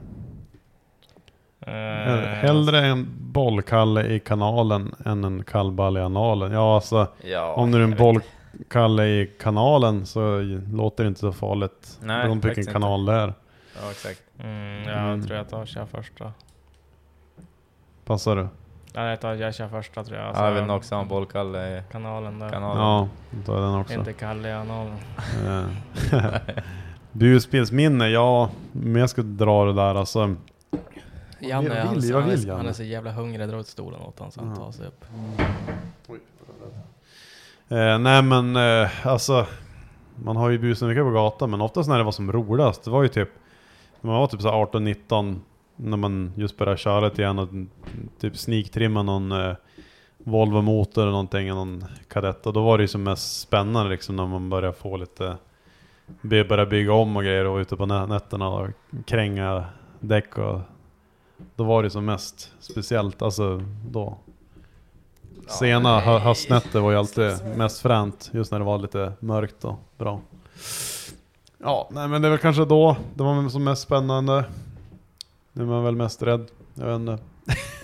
Eh,
Hell- Hellre en bollkalle i kanalen än en kallball i analen. Ja alltså,
Ja,
om det är
jag
en
vet
bollkalle i kanalen så låter det inte så farligt.
Nej,
Beroende på
faktiskt
vilken
inte.
kanal det är.
inte. Ja, exakt.
Mm, ja,
Mm.
jag tror jag tar kör första.
Passar du?
Ja, jag, tar, jag kör första tror jag.
Ja, jag vill nog också ha en bollkalle i
Kanalen där.
kanalen.
Ja, då tar jag den också.
Inte Kalle i analen.
Eh, Busbilsminne, ja. Men jag ska dra det där alltså.
Janne,
vill-
han,
vad
han,
vill
är, han
Janne?
är så jävla hungrig. Dra ut stolen åt honom så han
Ja.
tar sig upp.
Eh, nej men eh, alltså, man har ju busat mycket på gatan men oftast när det var som roligast, det var ju typ när man var typ så här 18-19 när man just började köra lite igen och typ sneaktrimma någon eh, Volvo motor eller någonting, någon kadett och då var det ju som mest spännande liksom när man började få lite by- börja bygga om och grejer och ute på nä- nätterna och kränga däck och då var det som mest speciellt alltså då. Sena hö- höstnätter var ju alltid mest fränt, just när det var lite mörkt och bra. Ja, nej men det är väl kanske då det var som mest spännande. Nu är man väl mest rädd, jag vet inte.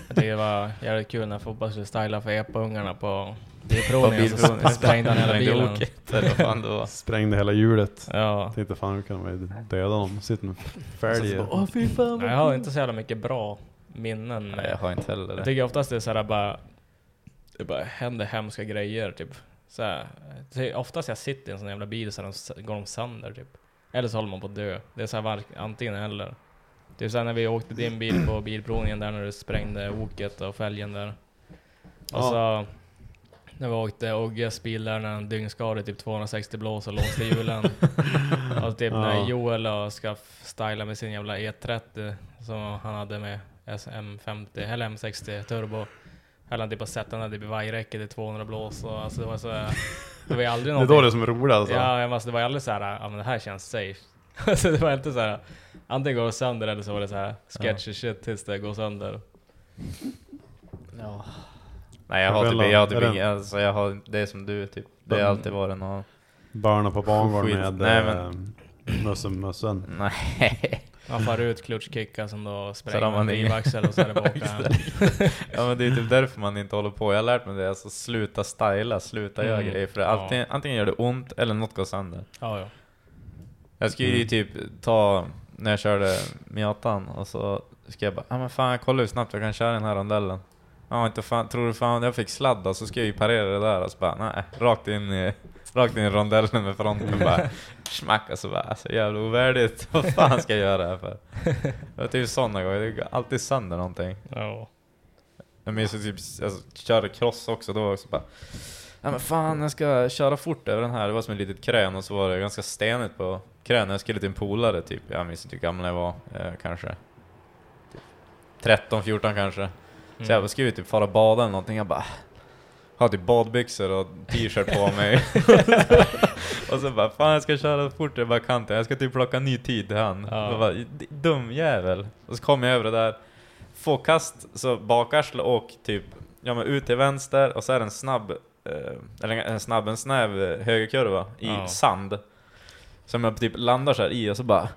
Jag tycker det var jävligt kul när fotboll skulle styla för epa-ungarna på
På
bilprovningen. så
bilprovningen
sprängde han hela bilen.
Eller vad fan det var.
Sprängde hela hjulet.
Ja.
Tänkte fan hur kan man döda dem? Sitter med
Så
fälg.
bara,
Åh fy fan
Nej, Jag har inte så jävla mycket bra minnen.
Nej, jag har inte heller
Jag
det.
tycker oftast det är såhär bara, det bara händer hemska grejer typ. Så här, det är oftast jag sitter i en sån jävla bil så här, de s- går de sönder typ. Eller så håller man på att dö. Det är såhär vark- antingen eller. Typ såhär när vi åkte din bil på bilprovningen där när du sprängde oket och fälgen där. Och så när vi åkte Ogges bil där när han dyngskadade typ 260 blås och låste hjulen. och typ när
Ja.
Joel och ska f- styla med sin jävla E30 som han hade med SM50 eller M60 turbo. Eller han typ har sett den där typ i vajräcket i 200 blås och alltså det var så Det var ju aldrig
Det är
någonting.
då det är som är roligt alltså.
Ja, men alltså, det var ju aldrig så här, ja men det här känns safe. Alltså det var inte så här, antingen går det sönder eller så var det så här sketchy shit tills det går sönder.
Nej, jag har
Isabella,
typ, jag har
är det-
typ inga, alltså jag har, det är som du typ. Det har alltid varit någon...
Barnen på bangården
Skit.
med
Nej,
eh, mössen, mössen.
Nej.
Man far ut klutchkickar som då
Så
spränger
har man
man
ingen-
drivaxel och så är det borta.
Ja men det är typ därför man inte håller på. Jag har lärt mig det. Alltså sluta styla, sluta göra
Mm.
grejer. För allting, antingen gör det ont eller något går sönder.
Ja, ja.
Jag skulle ju typ ta, när jag körde Miatan och så ska jag bara ah, men fan kolla hur snabbt jag kan köra den här rondellen. Ja inte fan, tror du fan jag fick sladda så ska jag ju parera det där och så bara nej, rakt in i, rakt in i rondellen med fronten bara smack och så bara alltså jävla ovärdigt. Vad fan ska jag göra det här för? Det var typ sådana gånger, det går alltid sönder någonting.
ja.
Jag minns ju typ, alltså, körde cross också, då var jag också bara Ja men fan jag ska köra fort över den här, det var som ett litet krön och så var det ganska stenigt på krön Jag skulle till en polare typ, jag minns inte hur gammal jag var, eh, kanske 13, 14 kanske Så
Mm.
jag bara, skulle typ fara och bada eller någonting, jag bara Har typ badbyxor och t-shirt på mig Och så bara, fan jag ska köra fort jag bara kan inte, jag ska typ plocka ny tid till han
Ja.
Jag bara, "D- Dum jävel! Och så kom jag över det där få kast, så bakarsle och typ ja, men ut till vänster och så är det en snabb, eh, eller en- en snabb, en snäv eh, högerkurva i
Ja.
sand. Som jag typ landar så här i och så bara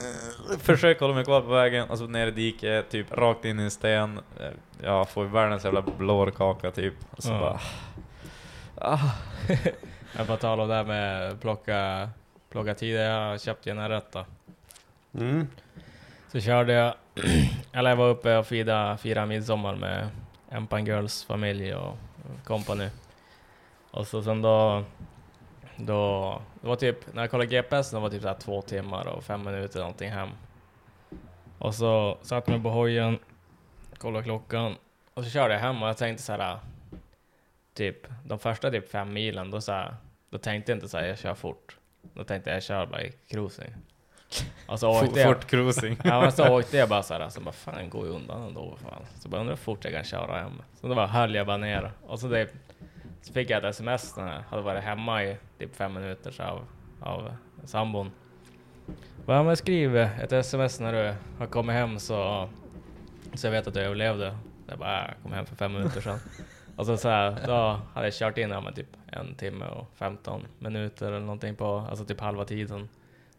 Försöker hålla mig kvar på vägen och så ner i diket, typ rakt in i en sten. Eh, Ja, får världens jävla blårkaka typ. Och så
Ja.
bara Ah,
Jag får tala om det här med plocka, plocka tid. Jag köpte ju en R1 då.
Mm.
Så körde jag, eller jag var uppe och firade, firade midsommar med Empan Girls familj och company. Och så sen då, då, det var typ, när jag kollade GPSen det var typ så här två timmar och fem minuter någonting hem. Och så satt jag mig på hojen, kollade klockan och så körde jag hem och jag tänkte så här, typ de första typ fem milen, då, så här, då tänkte jag inte så här, jag kör fort. Då tänkte jag, jag kör bara i cruising. Och så
Fort-
åkte jag,
Fort cruising.
Ja men så åkte jag bara såhär, så alltså, bara fan går ju undan ändå fan. Så bara undrar hur fort jag kan köra hem. Så då bara höll jag bara ner. Och så, det, så fick jag ett sms när jag hade varit hemma i typ fem minuter så av, av sambon. Bara, ja, men skriv ett sms när du har kommit hem så, så jag vet att du överlevde. Jag bara, äh, jag kom hem för fem minuter sedan. Och så, så här, då hade jag kört in här med typ en timme och 15 minuter eller någonting på, alltså typ halva tiden.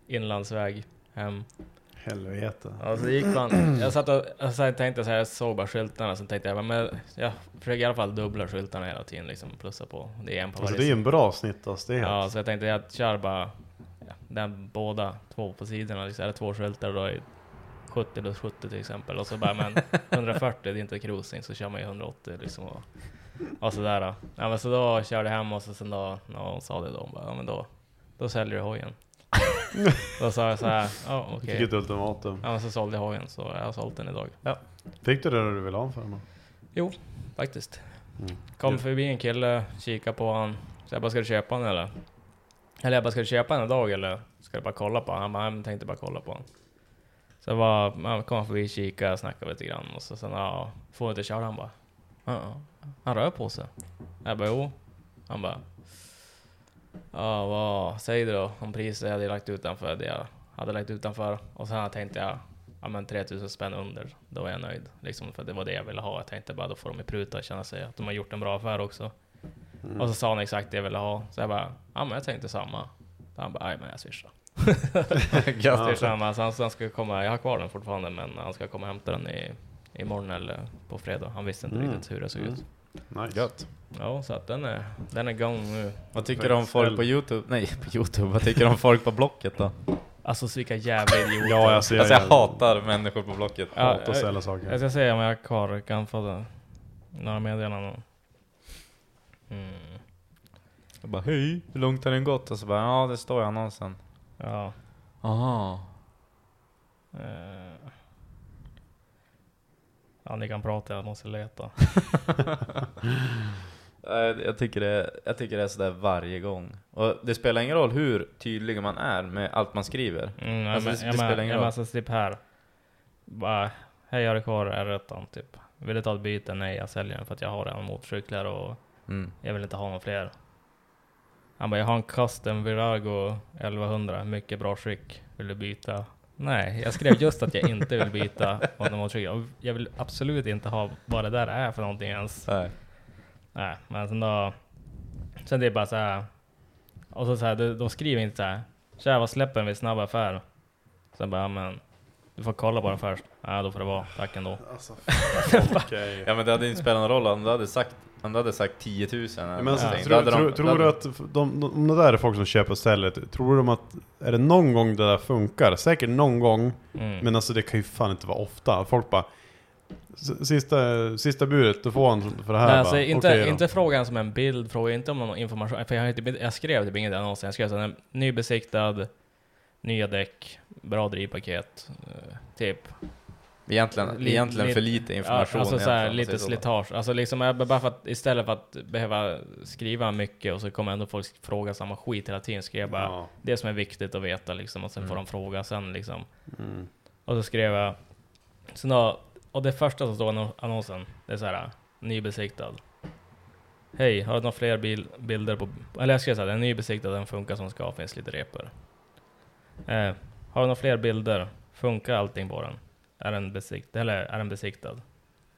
Inlandsväg hem.
Helvete.
Ja, så gick man. Jag satt och och sen tänkte så här, jag såg bara skyltarna, sen tänkte jag, men jag försöker i alla fall dubbla skyltarna hela tiden, liksom plussa på. Det är en på varje
Alltså det är ju en bra snitthastighet.
Ja, så jag tänkte jag kör bara ja, den båda, två på sidorna, liksom, eller två skyltar då i 70 plus 70 till exempel. Och så bara, men 140, det är inte cruising, så kör man ju 180 liksom. Och, och sådär. då. Ja, men så då körde jag hem och så sen då, när hon sa det då, hon bara, ja men då, då säljer du hojen. då sa jag så här, ja okej.
Fick ett ultimatum.
Ja, men så sålde jag hojen, så jag har sålt den idag. Ja.
Fick du det du ville ha för mig?
Jo, faktiskt.
Mm.
Kom förbi en kille, kika på han. Så jag bara, ska du köpa den eller? Eller jag bara, ska du köpa den idag eller? Ska du bara kolla på han? Han bara, "Nej, men tänkte bara kolla på han. Så jag bara, man kom han förbi, kika, snackade lite grann. Och så sen, ja, får du inte köra? Han bara, ja. Han rör på sig. Jag bara, jo. Han bara, ja vad säger du då om priset jag hade lagt utanför det jag hade lagt utanför? Och sen tänkte jag, ja men 3000 spänn under, då är jag nöjd. Liksom för det var det jag ville ha. Jag tänkte bara, då får de ju pruta och känna sig att de har gjort en bra affär också. Och så sa han exakt det jag ville ha. Så jag bara, ja men jag tänkte samma. Så han bara, nej men jag swishar. jag swishar samma. Så han, så han ska komma, jag har kvar den fortfarande men han ska komma och hämta den i, imorgon eller på fredag. Han visste inte
Mm.
riktigt hur det såg
Mm.
ut.
Nice.
Gött.
Ja, så att den är, den är igång nu.
Vad tycker du om folk på Youtube? Nej, på Youtube. Vad tycker du om folk på Blocket då?
Alltså så vilka jävla idioter.
Ja, alltså, jag,
Alltså jag hatar människor på Blocket.
Ja,
hatar att
jag-
sälja
Jag
saker.
ska se om jag har kvar, kan få det. några meddelanden. Mm.
Jag bara hej, hur långt har den gått? Och så bara ja, det står i annonsen.
Ja.
Aha.
eh. Ja, ni kan prata, jag måste leta.
Nej, Eh, Jag tycker, det, jag tycker det är sådär varje gång. Och det spelar ingen roll hur tydlig man är med allt man skriver.
Mm, jag
Alltså,
men-
det- det
jag
spelar
men-
ingen
jag
roll.
men alltså typ här. Bara, hej jag har det kvar R1 typ. Vill du ta ett byte? Nej, jag säljer den för att jag har redan motorcyklar och
Mm.
Jag vill inte ha någon fler. Han bara, jag har en custom Virago 1100, mycket bra skick. Vill du byta? Nej, jag skrev just att jag inte vill byta om det var skick. Och Jag vill absolut inte ha vad det där är för någonting ens.
Nej.
Nej, men sen då... Sen det är bara så här. Och så, så här, de, de skriver inte så här. Tja, vad släpper den vid snabb affär? Sen bara, ja, men du får kolla på den först. Ja, då får det vara. Tack ändå.
Alltså, fan, okej.
Ja men det hade inte spelat någon roll om du hade sagt, om du hade sagt 10 000 eller
Men alltså,
någonting. Då
tror,
hade de-
tror,
då
tror
hade-
du att de, de, om det där är folk som köper och säljer, tror de att, är det någon gång det där funkar? Säkert någon gång,
Mm.
men alltså det kan ju fan inte vara ofta. Folk bara, "S- sista, sista budet, du får han för det här
Nej,
bara.
alltså, inte,
Okej då.
inte frågan som en bild, fråga inte om någon information. För jag, har inte, jag skrev typ inget i annonsen. Jag skrev så här, nybesiktad, nya däck, bra drivpaket, eh, typ.
Egentligen,
Li-
egentligen
li-
för lite information.
Ja, alltså så här,
egentligen, om man
lite
säger så.
slitage. Alltså liksom, jag, bara för att, istället för att behöva skriva mycket och så kommer ändå folk fråga samma skit hela tiden. Skrev jag bara
Ja.
det som är viktigt att veta liksom, och sen får
Mm.
de fråga sen liksom.
Mm.
Och så skrev jag, sen då, och det första som står i anno- annonsen, det är så här, nybesiktad. Hej, har du några fler bil, bilder på, eller jag skrev såhär, den är nybesiktad, den funkar som ska, finns lite repor. Eh, har du några fler bilder? Funkar allting på den? Är den besiktad? Eller är den besiktad?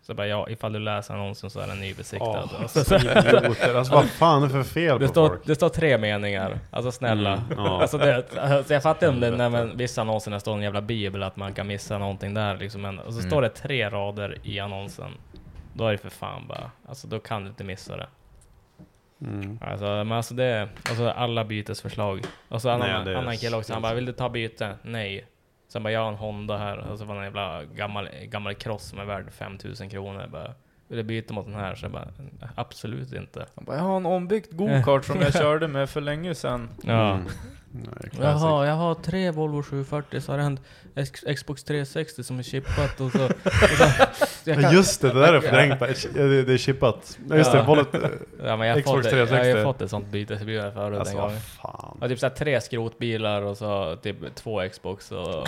Så bara, ja, ifall du läser annonsen så är den nybesiktad.
Ja,
Och så-
alltså, idioter. Alltså vad fan är det för fel
det
på
står,
folk?
det står tre meningar, alltså snälla.
Mm, ja.
Alltså det, alltså jag fattar om det när man, vissa annonser när det står en jävla bibel att man kan missa någonting där liksom. Men, och så
Mm.
står det tre rader i annonsen. Då är det för fan bara, alltså då kan du inte missa det.
Mm.
Alltså, men alltså det, alltså alla bytesförslag. Och så annan,
Nej, det är
annan kille också, han
sant.
bara vill du ta byte? Nej. Sen bara jag har en Honda här, och så var det en jävla gammal, gammal cross som är värd 5000 kronor. Jag Bara, vill du byta mot den här? Så jag bara, absolut inte.
Jag, bara, jag har en ombyggd go-kart som jag körde med för länge sedan.
Ja.
Mm. Nej, classic.
Jaha, jag har tre Volvo 740, så har jag en X- Xbox 360 som är chippat och så... Och så jag
Ja,
kan,
Just det, det där är förträngt. Ja, Det, det är chippat. Ja, just det,
Ja.
bollet.
ja, men jag har
Xbox
fått, jag har ju
360.
fått ett sånt byte så blir jag förut
Alltså
en gång.
vad fan.
Ja, typ såhär tre skrotbilar och så typ två Xbox och...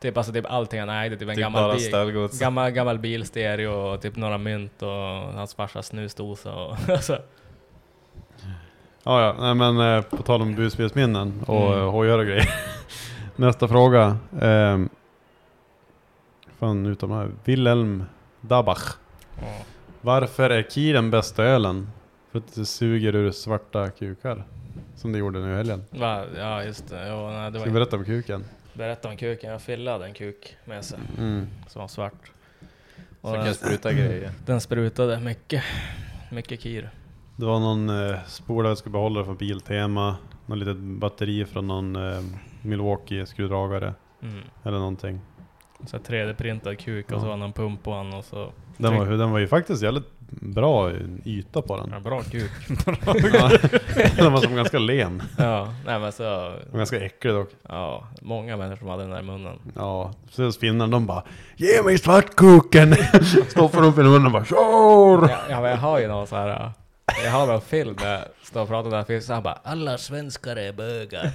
Typ alltså typ allting han ägde, typ en
Typ
gammal,
bara
bil,
stöldgods.
gammal, gammal bilstereo och typ några mynt och hans farsas snusdosa och alltså.
Ja, ja. Nej, men eh, på tal om busbilsminnen och
Mm.
mm. hojar och grejer. Nästa fråga. Eh, fan utom här. Wilhelm Dabach.
Ja.
Varför är Ki den bästa ölen? För att det suger ur svarta kukar. Som det gjorde nu i helgen.
Va? Ja just det, jo, nej, det
Ska vi
var,
berätta om kuken?
berätta om kuken, jag fyllade en kuk med sig
Mm.
som var svart.
Så
Och
kan
den,
jag spruta grejer.
den sprutade mycket, mycket kir.
Det var någon eh, spolarvätskebehållare från Biltema. Något litet batteri från någon eh, Milwaukee skruvdragare.
Mm.
Eller någonting.
Så här 3D-printad kuk och så
Ja.
var det någon pump på han och så...
Den var, den var ju faktiskt jävligt bra yta på den.
Ja, bra kuk.
Ja. den var som ganska len.
ja, nej men så...
Den var ganska äcklig dock.
Ja, många människor som hade den där i munnen.
Ja, så finnarna de bara Ge mig svartkuken! Stoppar upp i munnen och bara Tjor!
Ja, ja men jag har ju någon så här... äh, Jag har någon film där jag står och pratar med den här fisken, så han bara Alla svenskar är bögar.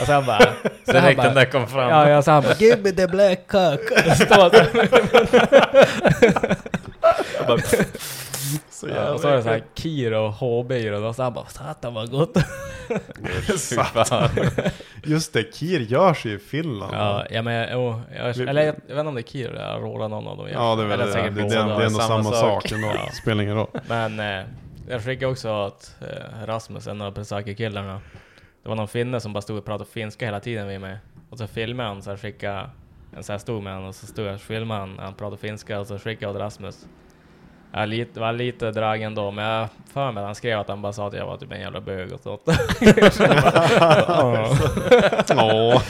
Och sen bara... Så han
Direkt
bara
den där kom fram.
Ja, ja, så han bara Give me the black cock! Och så står han
Jag bara,
Så
så- och så är det såhär Kir och HB i den och så han bara Satan vad gott!
Satan. Just det, kir görs ju i Finland.
Ja, ja men jo, jag,
Vi-
eller jag, jag vet inte om det är Kir eller Aurora någon av dem
Ja, det är väl
Eller
det. Det, det,
säkert
det,
båda.
det är ändå
samma
samma
sak.
sak ändå. Spelar ingen roll.
Men eh, jag skickade också att eh, Rasmus, en av Presaki-killarna, det var någon finne som bara stod och pratade finska hela tiden med mig. Och så filmade han, så jag skickade en sån här stod med honom och så stod jag och filmade han, han pratade finska och så skickade jag åt Rasmus. Jag lite, var lite drag ändå, men jag har för mig att han skrev att han bara sa att jag var typ en jävla bög och sånt. ja,
Ja.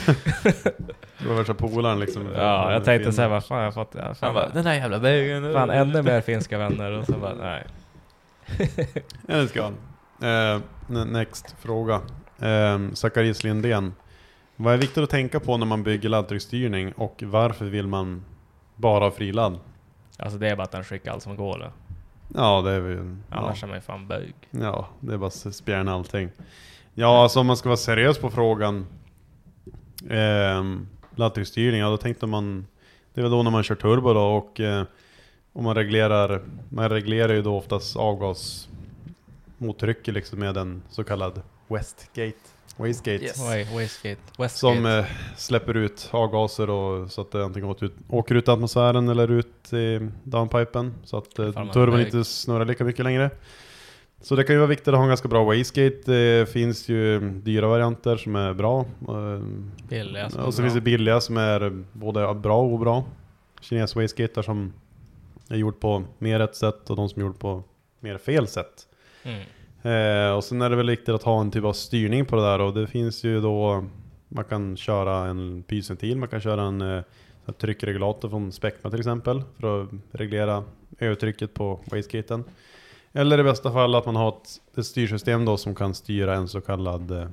Det var värsta polaren liksom.
ja, jag tänkte såhär, vad fan jag fattar. jag-
Han bara,
Fan,
den där jävla bögen.
fan ännu mer finska vänner. Och så bara, nej.
Enligt skal. Eh, ne- next fråga. Eh, Zacharias Lindén. Vad är viktigt att tänka på när man bygger laddtrycksstyrning och varför vill man bara ha friladd?
Alltså det är bara att han skickar allt som går. eller?
Ja, det är väl... Ja,
Annars är man ju fan bög.
ja det är bara att spjärna allting. Ja, alltså om man ska vara seriös på frågan. Eh, laddtrycksstyrning, ja då tänkte man... Det är väl då när man kör turbo då och eh, om man reglerar... Man reglerar ju då oftast avgasmottrycket liksom med en så kallad Westgate. Wastegate.
Yes.
Oj, Westgate. Westgate.
Som eh, släpper ut avgaser och, så att det antingen åt ut, åker ut i atmosfären eller ut i downpipen. Så att eh,
Fan, vad
turbon
väg.
inte snurrar lika mycket längre. Så det kan ju vara viktigt att ha en ganska bra wastegate. Det finns ju dyra varianter som är bra. eh,
Billiga som är
Och så
bra.
finns det billiga som är både bra och obra. Kines wastegater som är gjord på mer rätt sätt och de som är gjord på mer fel sätt.
Mm.
Eh, och sen är det väl viktigt att ha en typ av styrning på det där och det finns ju då man kan köra en pysventil, man kan köra en eh, sån här tryckregulator från Specma till exempel för att reglera övertrycket på wastegaten. Eller i bästa fall att man har ett, ett styrsystem då som kan styra en så kallad, eh,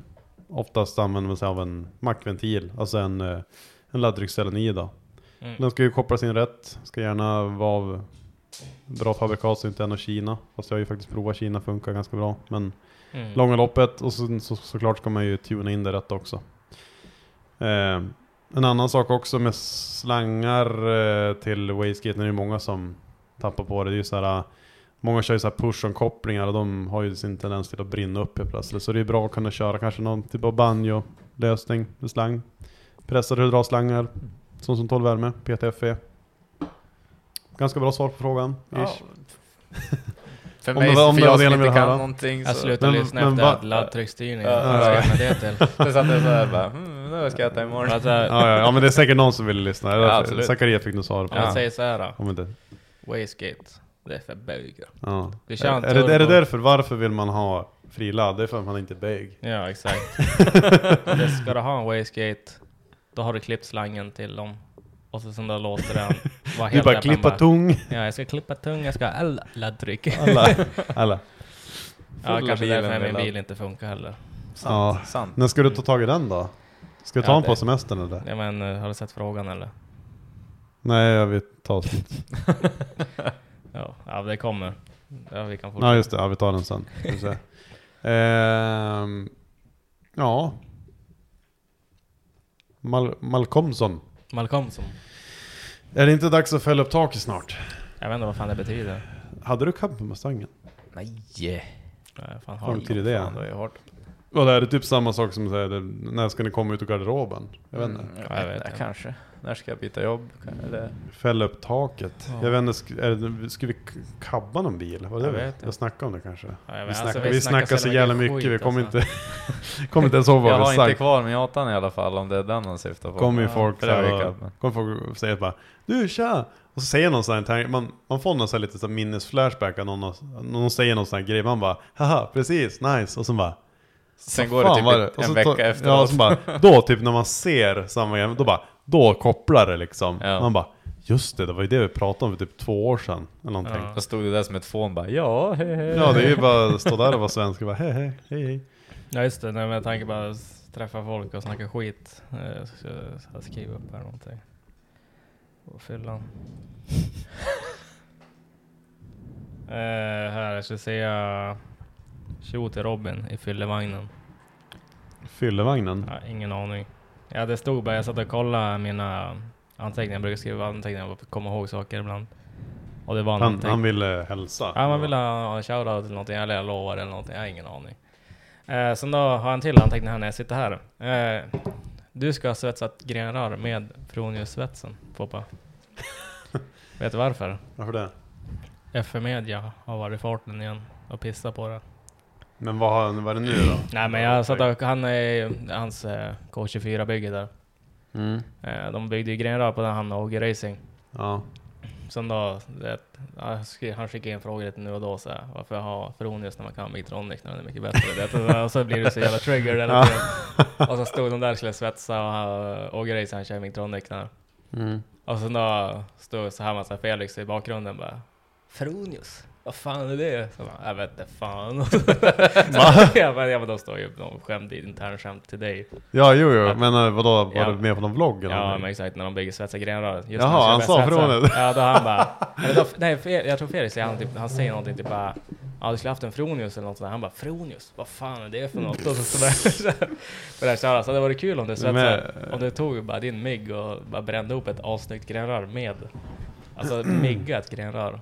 oftast använder man sig av en mackventil, alltså en, eh, en laddtrycksseleni då.
Mm.
Den ska ju kopplas in rätt, ska gärna vara av bra fabrikat så inte är någon Kina. Fast jag har ju faktiskt provat Kina, funkar ganska bra. Men
Mm.
långa loppet och så, så, såklart ska man ju tuna in det rätt också. Eh, en annan sak också med slangar eh, till wastegaten, det är ju många som tappar på det. Det är ju så här, eh, många kör ju så här push-on-kopplingar och de har ju sin tendens till att brinna upp helt plötsligt. Så det är bra att kunna köra kanske någon typ av banjo-lösning med slang. Pressade hydraulslangar, sånt som tål värme, PTFE. E. Ganska bra svar på frågan.
Ja.
ish.
För
Om det
mig,
var- om
för
det var det
jag som
ni
inte
ville
kan
höra.
någonting
Jag
så,
slutade
Men-
lyssna
men
efter
va-
att laddtrycksstyrning.
Ja.
Vad ska jag med det till?
så satt jag såhär bara, hmm, det ska jag äta imorgon.
Alltså,
ja, ja, ja, men det är säkert någon som vill lyssna.
Ja,
Ja,
absolut.
Zakaria fick nog svar på
Jag
det.
säger så här då.
Om inte.
Wastegate, det är för bögar.
Ja.
Vi kör
Är,
en
är, det, är det
turbo.
därför? Varför vill man ha friladd? Det är för att man inte är bög.
Ja, exakt. det ska du ha en wastegate, då har du klippt slangen till dem. Och så sen då låter den vara
Du
helt
bara
öppen,
klippa tung.
Ja, jag ska klippa tung, jag ska ha all laddtryck.
Alla. Alla.
ja,
fulla
kanske
bilen
därför min
med
bil inte funkar heller.
Ja.
Sant, sant.
Mm,
När ska du ta tag i den då? Ska du ta
Ja,
den på
det-
semestern eller?
Ja, men eh, har du sett frågan eller?
Nej, jag vill ta slut.
Ja, ja det kommer. Ja, vi kan
Ja
fortsätta.
just det, ja, vi tar den sen. Ska vi se. Ehm, ja. Mal Malcolmsson.
Malcolm som...
Är det inte dags att fälla upp taket snart?
Jag vet inte vad fan det betyder.
Hade du cab på Mustangen?
Nej!
Nej, fan,
Fan,
har
till det.
Fan, det var ju hårt.
Och det här är typ samma sak som säger det, när ska ni komma ut ur garderoben? Jag vet inte.
Mm,
Ja, jag vet
nej,
inte.
kanske. När ska jag byta jobb? Eller?
Fälla upp taket. Jag vet inte, sk- är det- ska vi k- kabba någon bil? Var det
Jag
vi-
vet inte.
Jag snackade om det kanske.
Ja, jag
vi
vet-
snackade,
alltså,
vi snackade så jävla mycket, vi
skit,
kommer
alltså.
inte, kommer inte ens ihåg
Jag
vad
har
vi
inte
sagt.
kvar Miatan i alla fall om det är den han syftar på.
Kommer ju folk
för det här
säga,
veckan, men-
kommer folk säga bara Du tja! Och så säger någon sån här, tanke- man, man får någon sån här lite så här minnesflashback av någon, har- någon säger någon sån här grej, man bara Haha precis, nice! Och så bara Vad
Sen går det
fan
typ
var
ett-
Och
en
så
vecka
tar-
efteråt.
Ja, och så bara, då typ när man ser samma grej, då bara, då kopplar det liksom.
Ja.
Man bara, just det, det var ju det vi pratade om för typ två år sedan. Eller någonting.
Ja.
Då stod det där som ett fån bara ja, hej, hej.
Ja, det är ju bara att stå där och vara svensk och bara, hej hej, hej hej.
Ja just det, nej, men jag tänker bara s- träffa folk och snacka skit. Eh, Jag ska så här skriva upp här någonting. Och fyllan. eh, här, jag skulle säga tjo till Robin i fyllevagnen.
Fyllevagnen.
Ja, ingen aning. Ja det stod bara, jag satt och kollade mina anteckningar. Jag brukar skriva anteckningar för att komma ihåg saker ibland. Och det var
Han,
någonting.
han ville hälsa.
Ja, man vill ha en shoutout till någonting, eller jag lovar eller någonting, jag har ingen aning. Eh, sen då har jag en till anteckning här när jag sitter här. Eh, du ska ha svetsat grenrör med Fronius-svetsen, Foppa. Vet du varför?
Varför det?
FM Media har varit i farten igen och pissat på det.
Men vad har han, vad är det nu då?
Nej men jag satt och, han är hans eh, K24-bygge där.
Mm.
Eh, de byggde ju grenrör på den han och Åge Racing.
Ja.
Sen då, det, ja, sk- han skickar in frågor lite nu och då så här, varför jag har Fronius när man kan Victronic när den är mycket bättre. Det, och så blir du så jävla trigger eller
Ja.
Och så stod de där och skulle svetsa och han- Åge Reis han kör Victronic när. Och sen då stod så här massa Felix i bakgrunden bara Fronius, vad fan är det? Så bara, jag vet inte fan. jag bara, ja, men de står ju de skämde internskämt till dig.
Ja, jo, jo, men eh, vadå, var
Ja.
du med på någon vlogg eller
Ja
någonting?
men exakt, när de bygger svetsa grenrör. Just
Jaha,
när de ska
han
börja
sa
svetsa.
Fronius.
Ja, då han bara... Eller då, nej, Fe- jag tror Felix säger, han, typ, han säger någonting typ bara... Ja, du skulle haft en Fronius eller något sånt där. Han bara Fronius, vad fan är det för något? Och så sådär. Det där köra. Så det vore kul om du svetsade.
Men-
Om du tog bara din mygg och bara brände upp ett assnyggt grenrör med... Alltså migga ett grenrör.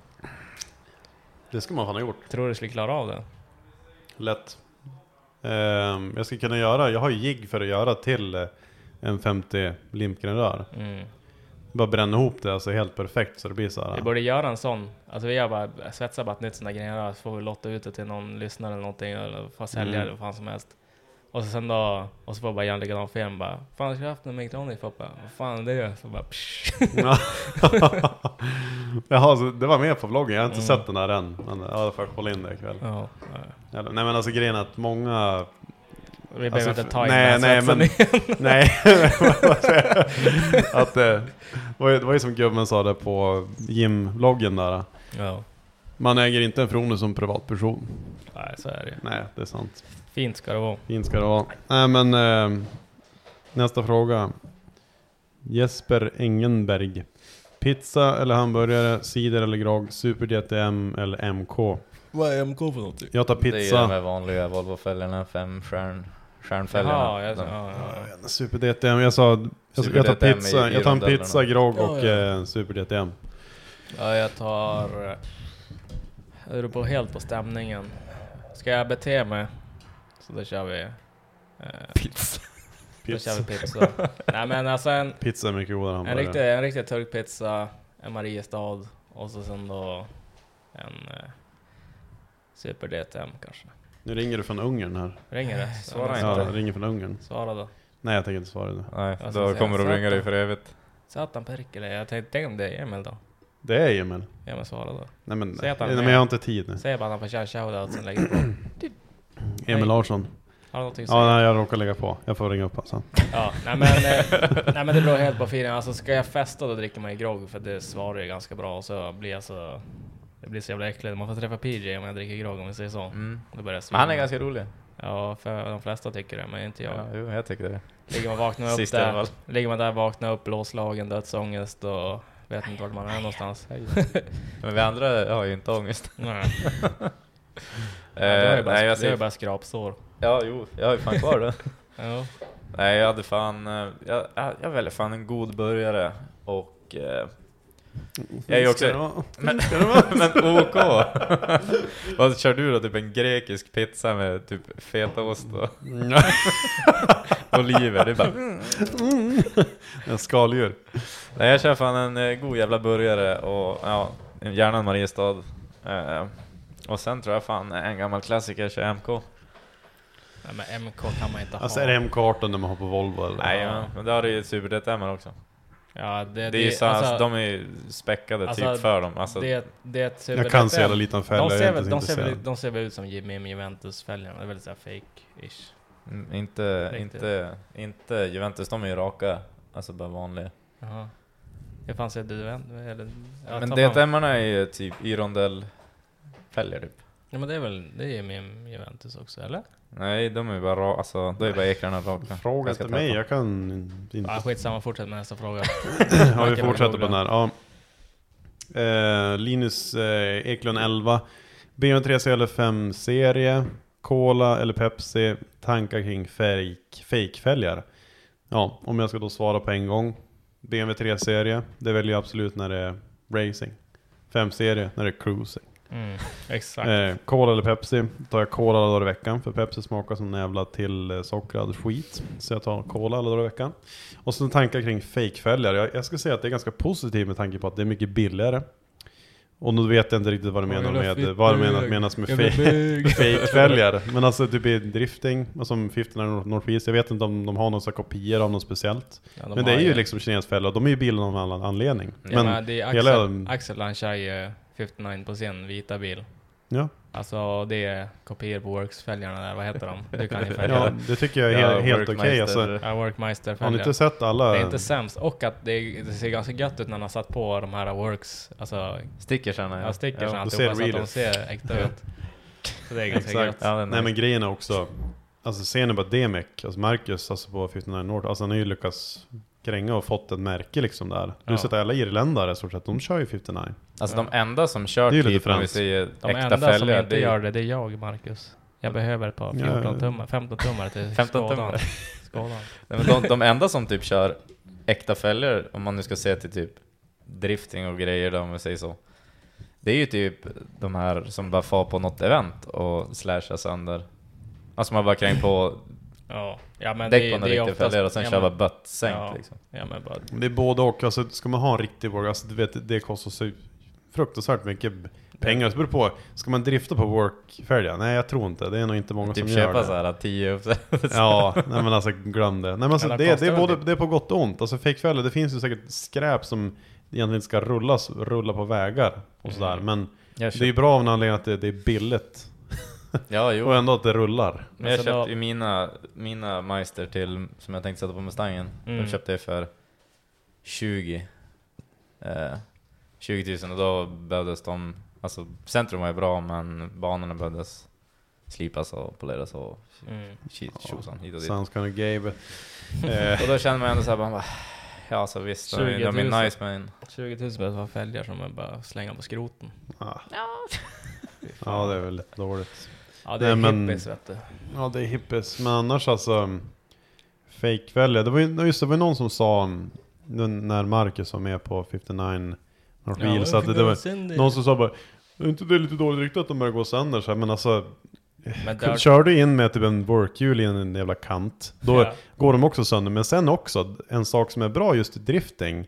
Det ska man fan ha gjort.
Tror du skulle klara av det?
Lätt. Ehm, jag ska kunna göra, jag har ju jigg för att göra till eh, en 50 limpgrenrör.
Mm.
Bara bränna ihop det alltså helt perfekt så det blir så här.
Vi borde göra en sån. Alltså vi gör bara, svetsar bara ett nytt sånt där grejer. här, Så får vi lotta ut det till någon lyssnare eller någonting. Eller får sälja
Mm.
eller vad fan som helst. Och så sen då, och så får vi bara göra en likadan film bara. Fan, ska jag haft en mikrofonik Foppa? Vad fan det är? Så bara psh.
Ja. Jaha, så alltså, det var med på vloggen. Jag har inte
Mm.
sett den där än. Men ja, då får jag kolla in det ikväll.
Ja.
Eller, nej men alltså grejen är att många...
Vi
Alltså,
behöver inte ta in
nej,
den här
nej, men-
svetsen igen.
Nej. vad säger jag? att det, var ju, det var ju som gubben sa det på gymvloggen där.
Ja.
Man äger inte en Frono som privatperson.
Nej, så är det ju.
Nej, det är sant.
Fint ska det vara.
Fint ska det vara. Nej men... Eh, nästa fråga. Jesper Engenberg. Pizza eller hamburgare, cider eller grogg, super DTM eller MK?
Vad är MK för någonting?
Jag tar
Det är ju de
pizza.
här vanliga Volvo-fälgarna, fem stjärn, stjärnfälgarna.
Jaha, jag,
De-
ja, ja.
Super DTM, jag sa... Jag,
Super
jag tar
DTM i-
pizza,
i
jag tar en
rondellerna.
pizza, grogg och
Ja, ja.
eh, Super DTM.
ja, jag tar... eh, Det beror på helt på stämningen. Ska jag bete mig? Så då kör vi... Eh,
Pizza.
Pizza,
Då kör vi pizza. Nej men alltså en,
pizza är mycket godare än
en,
hamburgare.
riktig, en riktig turkpizza, en Mariestad och så sen då en eh, Super DTM kanske.
Nu ringer du från Ungern här.
Ringer det? Ja,
Svara
Ja,
inte.
det ringer från Ungern.
Svara då.
Nej, jag tänker inte svara nu.
Nej,
Jag ska
då
säga
kommer de ringa dig
Zlatan.
för evigt.
Satan Perkele, jag tänkte tänk om det är Emil då?
Det är Emil.
Emil svara då.
Nej men,
Säg
nej,
att han är
men
med.
jag har inte tid nu.
Säg bara att han får köra shoutoutsen lägger på.
Emil Larsson.
Har du någonting att säga?
Ja, nej, jag råkar lägga på. Jag får ringa upp alltså. honom sen.
Ja, nej men, eh, nej men det beror helt på feelingen. Alltså ska jag festa då dricker man ju grogg för det svarar ju ganska bra och så blir jag så... Det blir så jävla äckligt. Man får träffa PJ om jag dricker grogg om vi säger så.
Mm.
Då börjar jag svimma.
Men han är ganska rolig.
Ja, för de flesta tycker det, men inte jag.
Ja, jo, jag tycker det.
Ligger man vaknar upp
Sist i alla
där,
fall.
ligger man där vaknar upp, blåslagen, dödsångest och vet inte vart man är någonstans.
Men vi andra har ju inte ångest.
Nej,
Eh,
det är ju bara,
nej, jag
det är ju
ser...
bara skrapsår.
Ja, jo, jag har ju fan kvar det.
Ja.
Nej, jag hade fan... eh, Jag, jag, jag väljer fan en god burgare och... Eh, jag är ju också... Men, men OK! Vad kör du då? Typ en grekisk pizza med typ fetaost och oliver? Det är bara...
En skaldjur.
Nej, jag kör fan en eh, god jävla burgare och ja, gärna en Mariestad. Eh, och sen tror jag fan en gammal klassiker kör MK.
Nej men MK kan man inte ha.
Alltså är det MK18 när man har på Volvo eller?
Nej, men, men det har du ju Super-DTM också.
ja, det,
Det är ju så, alltså, de är ju späckade
alltså,
typ för dem. Alltså,
det, det ser
Jag
väl
kan
ut-
se jävla liten fälg.
De
jag är
ser,
inte
väl,
så
de, ser väl,
intresserad.
de ser väl ut som Jimmy med Juventus-fälgarna, det är väl såhär fake-ish.
mm, inte,
Riktigt.
inte, inte Juventus, de är ju raka. Alltså bara vanliga.
Jaha. Hur fan ser du en? Eller, ja,
men
ta fram-
DTM är ju typ i rondellfälgar typ.
Ja men det är väl, det är ju med Juventus också eller?
Nej, de är ju bara raka. Alltså, då är ju bara ekrarna raka.
Fråga
Ganska
inte mig,
täta.
jag kan inte.
Ja, skitsamma, fortsätt med nästa fråga.
Ja, vi
Marken var
fortsätter
googla.
på den här. Ja. Eh, Linus eh, Eklund 11. BM3C eller 5-serie. Cola eller Pepsi. Tankar kring fake- fake-fälgar. Ja, om jag ska då svara på en gång. BMW 3-serie, det väljer jag absolut när det är racing. 5-serie när det är cruising.
Mm, exakt.
Eh, cola eller Pepsi? Tar jag Cola alla dagar i veckan, för Pepsi smakar som en jävla till eh, sockrad skit. Så jag tar Cola alla dagar i veckan. Och sen tankar kring fake-fälgar. Jag, jag skulle säga att det är ganska positivt med tanke på att det är mycket billigare. Och nu vet jag inte riktigt vad du menar med, vad du menar, menas med fake- fake-fälgar. Men alltså typ i drifting, och som 50 North- Northwest, jag vet inte om de har några så här kopior av något speciellt.
Ja, de
men det
har
är ju liksom kinesfällor, och de är ju billiga av en annan anledning.
ja,
Men,
men det är Axel,
hela-
Axel han kör ju 59 på sin vita bil.
ja,
Alltså det är kopior på Works-fälgarna där, vad heter de? Du kan ju
ja,
fälgarna.
det tycker jag är
Ja,
helt, helt okej.
Workmeister.
Alltså,
Ja,
har ni
Workmeister-fälgar.
inte sett alla...
Det är inte sämst, och att det, det ser ganska gött ut när han har satt på de här Works, alltså
Stickersarna
ja, stickers
ja.
ja,
då
så
ser
att
real
de
ut.
ser äkta ut. Så det är ganska
Exakt.
gött.
Ja, den är
Nej men grejen är också, alltså ser ni bara Demek, alltså Marcus, alltså på 59 Nord, alltså han har ju lyckats kränga och fått ett märke liksom där. Du
Ja.
sett alla irländare i stort sett, de kör ju 59.
Alltså de enda som kör
Det är ju
typ,
lite
om vi
franskt.
säger
De
äkta
enda som
fälgar,
inte
det är
gör
ju
det, det är jag, Marcus. Jag behöver ett par
Ja,
14
ja.
tummar, 15 tummar till
15
skådan.
tummar.
skådan.
Nej, men de, de enda som typ kör äkta fälgar, om man nu ska se till typ drifting och grejer då, om vi säger så. Det är ju typ de här som bara far på något event och slashar sönder. Alltså man bara kräng på
Ja, ja men
Däck
det,
på en
det är
riktig
oftast...
fälgar och sen
ja,
köra
men-
bött sänkt
ja,
liksom.
Ja men bara...
Det är både och. Alltså, ska man ha en riktig work, alltså, du vet, det kostar så fruktansvärt mycket pengar. Så beror det på, ska man drifta på work fälgar? Nej, jag tror inte. Det är nog inte många
Typ
som gör
köpa
det.
såhär 10 upp
Ja, nej men alltså glöm det. Nej men alltså,
Men
det,
de
det,
kostar
är
väl
både,
typ-
det är på gott och ont. Alltså fejkfällor, det finns ju säkert skräp som egentligen inte ska rullas, rulla på vägar och sådär. Men
Jag
det är ju bra av en anledning att det, det är billigt.
Ja jo,
Och ändå att det rullar.
men jag
Alltså, då-
köpte ju mina, mina Meister till, som jag tänkte sätta på Mustangen.
Mm.
De köpte jag för 20 eh, 20 000 och då behövdes de, alltså centrum var ju bra men banorna behövdes slipas och poleras och
Mm.
shit, tjosan hit och dit.
Sounds kinda gay but... eh,
Och då kände man ändå såhär, bara, ja alltså visst, de är- de
20 000.
är nice men
20 000 behöver vara fälgar som man bara slänger på skroten.
ah. Ja det är väl lite dåligt.
Ja det är
Nej, men-
hippies vet du.
Ja det är hippies, men annars alltså Fejkfällor, det var ju just det, var ju någon som sa um, den- när Marcus var med på 59 North Wheels att det, det var någon som sa bara "Är inte det är lite dåligt rykte att de börjar gå sönder så här, men alltså
Men
Kör-
där-
Kör du in med typ en workhjul i en jävla kant, då
Ja.
går de också sönder. Men sen också, en sak som är bra just i drifting,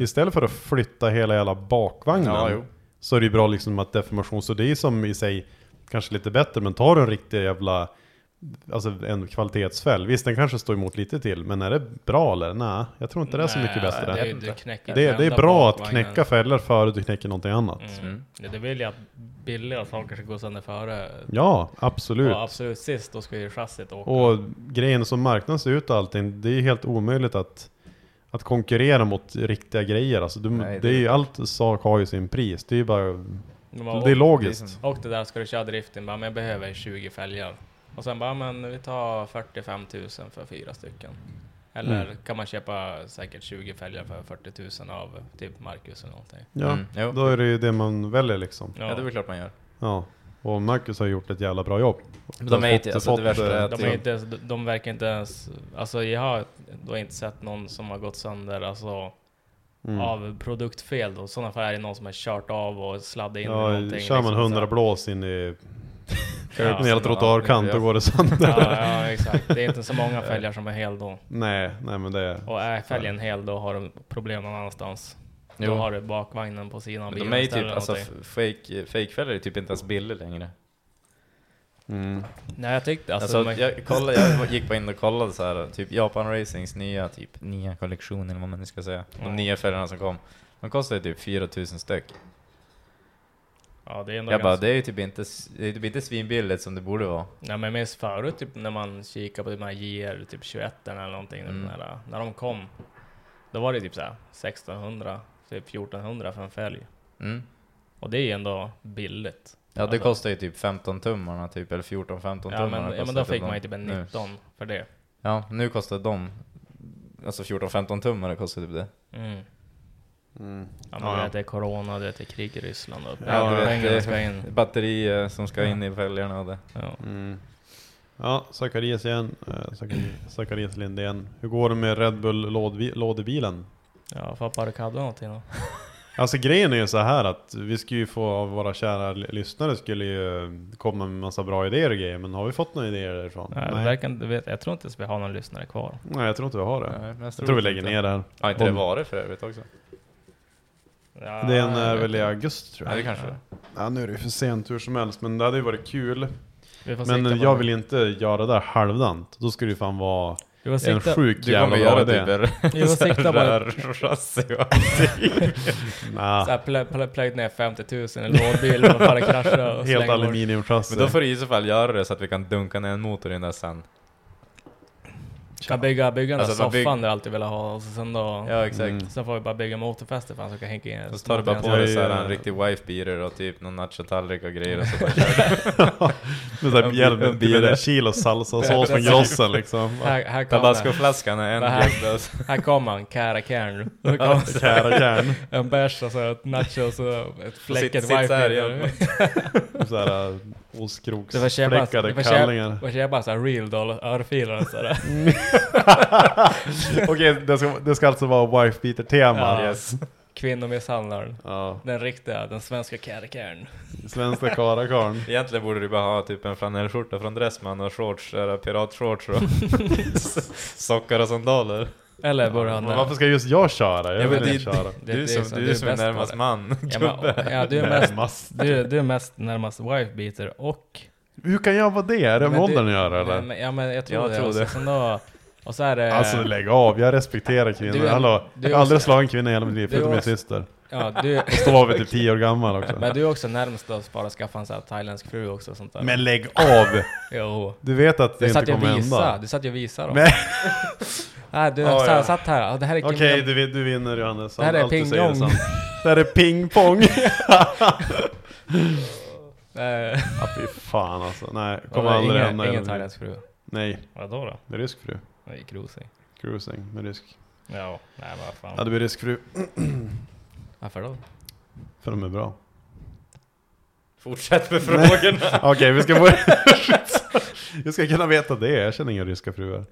istället för att flytta hela jävla bakvagnen,
mm. Ja, jo.
så är det ju bra liksom att deformation, så det är som i sig kanske lite bättre, men tar du en riktig jävla, alltså en kvalitetsfäll, visst den kanske står emot lite till, men är det bra eller? Nej, jag tror inte det är så mycket
Nej,
bättre.
Det,
Det,
är- det, knäcker
det,
varenda
är bra att
bakvagnen.
knäcka fällor före du knäcker någonting annat.
Mm. Ja, Det vill jag att billiga saker ska gå sönder före.
Ja, absolut.
Ja, absolut sist, då ska ju chassit åka.
Och grejen som marknaden ser ut och allting, det är ju helt omöjligt att, att konkurrera mot riktiga grejer. Alltså du,
Nej,
det
det-
är ju, allt sak har ju sin pris. Det är ju bara,
De bara,
det är
"Åh,
logiskt.
Och det där ska du köra driften, bara, men jag behöver 20 fälgar. Och sen bara, men vi tar 45 000 för fyra stycken. Eller
Mm.
kan man köpa säkert 20 fälgar för 40 000 av typ Marcus eller någonting.
Ja,
Mm, jo.
då är det ju det man väljer liksom.
ja, det är väl klart man gör.
Ja. Och Marcus har gjort ett jävla bra jobb.
De är
typ,
inte- alltså, det värsta är att-
De, är inte, ens- de- de verkar inte ens, alltså jag har då inte sett någon som har gått sönder alltså,
Mm.
av produktfel då. I sådana fall är det någon som har kört av och sladdat in i
Ja,
någonting.
kör
liksom,
man
så-
100 blås in i
Ja.
en hel trottoarkant då går det sönder.
Ja, ja, exakt. Det är inte så många fälgar som är hel då.
Nej, nej men det är...
Och är fälgen hel då har de problem någon annanstans. Då
Jo.
har du bakvagnen på sidan av
Men
bilen.
de är ju
istället
typ,
eller
alltså
någonting.
f- fake, fakefällor är typ inte ens billiga längre.
Mm.
Nej jag tyckte alltså,
Alltså,
men-
jag, kollade, jag gick bara in och kollade så här, typ Japan Racings nya, typ, nya kollektion eller vad man nu ska säga. De
Mm.
nya fälgarna som kom. De kostar ju typ 4000 styck.
ja, det är ändå
Jag bara,
ganska,
det är ju typ inte, s- det är typ inte svinbilligt som det borde vara.
Nej men minst förut typ när man kikar på de här JR typ 21 eller någonting.
Mm.
När, de- när de kom. Då var det typ såhär 1600, typ 1400 för en fälg.
Mm.
Och det är ju ändå billigt.
Ja, det
Alltså-
kostar ju typ 15 tummarna typ, eller 14-15
Ja
tummarna.
men, ja, men
kostar
då fick
de
man ju typ en
nu.
19 för det.
Ja, nu kostar de, alltså 14-15 tummare kostar typ det.
Mm.
Mm.
Ja men
Ja,
du
ja.
vet, det är corona, det är krig i Ryssland och
Ja, du vet,
pengarna
det-
ska in.
Batterier som ska in i fälgarna och det.
Ja.
Mm. Ja, Zacharias igen. Eh, Zachari- Zacharias Lindén. Hur går det med Red Bull lådvi- lådebilen?
Ja, för att bara kalla någonting då.
Alltså grejen är ju så här att vi skulle ju få av våra kära l- lyssnare skulle ju eh, komma med massa bra idéer och grejer, men har vi fått några idéer därifrån?
Nej, det verkar, inte- du vet, jag tror inte ens vi har någon lyssnare kvar.
Nej, jag tror inte vi har det.
Nej, men
jag tror vi lägger
inte.
ner det här.
Har inte det
Om-
varit för övrigt också?
Ja,
Den är eh, väl i augusti tror
Ja,
jag.
det kanske det
Ja, nu är det ju för sent hur som helst, men det hade ju varit kul.
Vi får sikta
Men
på
jag
det.
vill inte göra det där halvdant. Då skulle det ju fan vara
vi får
en
sikta,
sjuk
Du
jävla
kommer
bra
göra
idé.
typ en
Vi får sikta på det.
rörchassi va?
Nah.
Så här, plö, plö, plöjt ner 50 000 i en lådbil och bara krascha och
Helt
slänga bort.
aluminiumchassi.
Men då får du i så fall göra det så att vi kan dunka ner en motor i den där sen.
Kan bygga, bygga den där
Alltså, man bygg-
soffan du alltid velat ha och så sen då...
Ja exakt.
Mm.
Sen får vi bara bygga motorfäste för han så kan hänka in...
Så tar du bara på
Jag
dig
är-
såhär en riktig wife beater och typ någon nachotallrik och grejer och så bara
Med såhär
En bi-
hjälp
en
med
bira.
typ en kilo salsasås från grossen liksom.
Här, här kommer
Tabascoflaskan är en
Det här-
gubbe och så-
här kommer han, Cara Cairn. Då kommer
Kära järn.
En bärs och så ett nachos och ett
sitt-
fläcket
sitt så här
wifi.
igen.
Såhär
Du får köpa, du
ostkroksfläckade
får köpa,
äh, kallingar. Mm.
du får köpa så här real doll örfilar och sådär.
Okej, det ska, det ska alltså vara wife beater tema.
Ja. Kvinnomisshandlaren.
Ja.
Den riktiga, den svenska kärrekärn.
Svenska karakarlen.
Egentligen borde du bara ha typ en flanellskjorta från Dressman och shorts, eller piratshorts och sockar och sandaler.
Eller borde han...
Men varför ska just jag köra? Jag
Ja, men
vill
det-
inte köra.
Det-
du
det
som,
så-
du
det är
som är
bäst på
närmast
det.
man.
Ja, men, ja, du är mest...
Närmast.
Du, du är mest närmast wifebeater och...
Hur kan jag vara det? Är det
Men du-
med åldern att göra eller?
Nej, men, ja men jag tror
Jag
det.
tror
och,
det.
så, sen då, och så är det...
Alltså lägg av, jag respekterar kvinnor.
Du är-
Hallå,
du är
jag har aldrig
också-
slagit en kvinna i hela mitt liv,
du är
förutom min
också-
syster.
ja, du,
Då var vi typ 10 år gammal också.
men du är också närmast att bara skaffa en sån här thailändsk fru också och sånt där.
Men lägg av!
Jo.
Du vet att det
Du
inte
satt ju och
kommer
visade,
hända.
du satt ju och visade dem.
Men-
Nej, du
Ja,
oh,
ja.
satt här, ja, det här är
Okej,
killen-
du, vin- du vinner Johannes.
Det här är
Allt du säger
ping-pong.
sant. Det här är ping-pong!
Eh,
ja, fy fan alltså. Nej,
och
kommer
det är
aldrig
ingen,
hända.
Ingen
i hela mitt liv.
thailändsk fru.
Nej,
Vadå då?
det är rysk fru.
Det gick rosig.
Cruising med rysk.
Ja, nej vad fan.
Ja, det blir rysk fru.
Varför då?
För de är bra.
Fortsätt med frågorna!
Okej, vi ska börja... Jag ska kunna veta det, jag känner inga ryska fruar.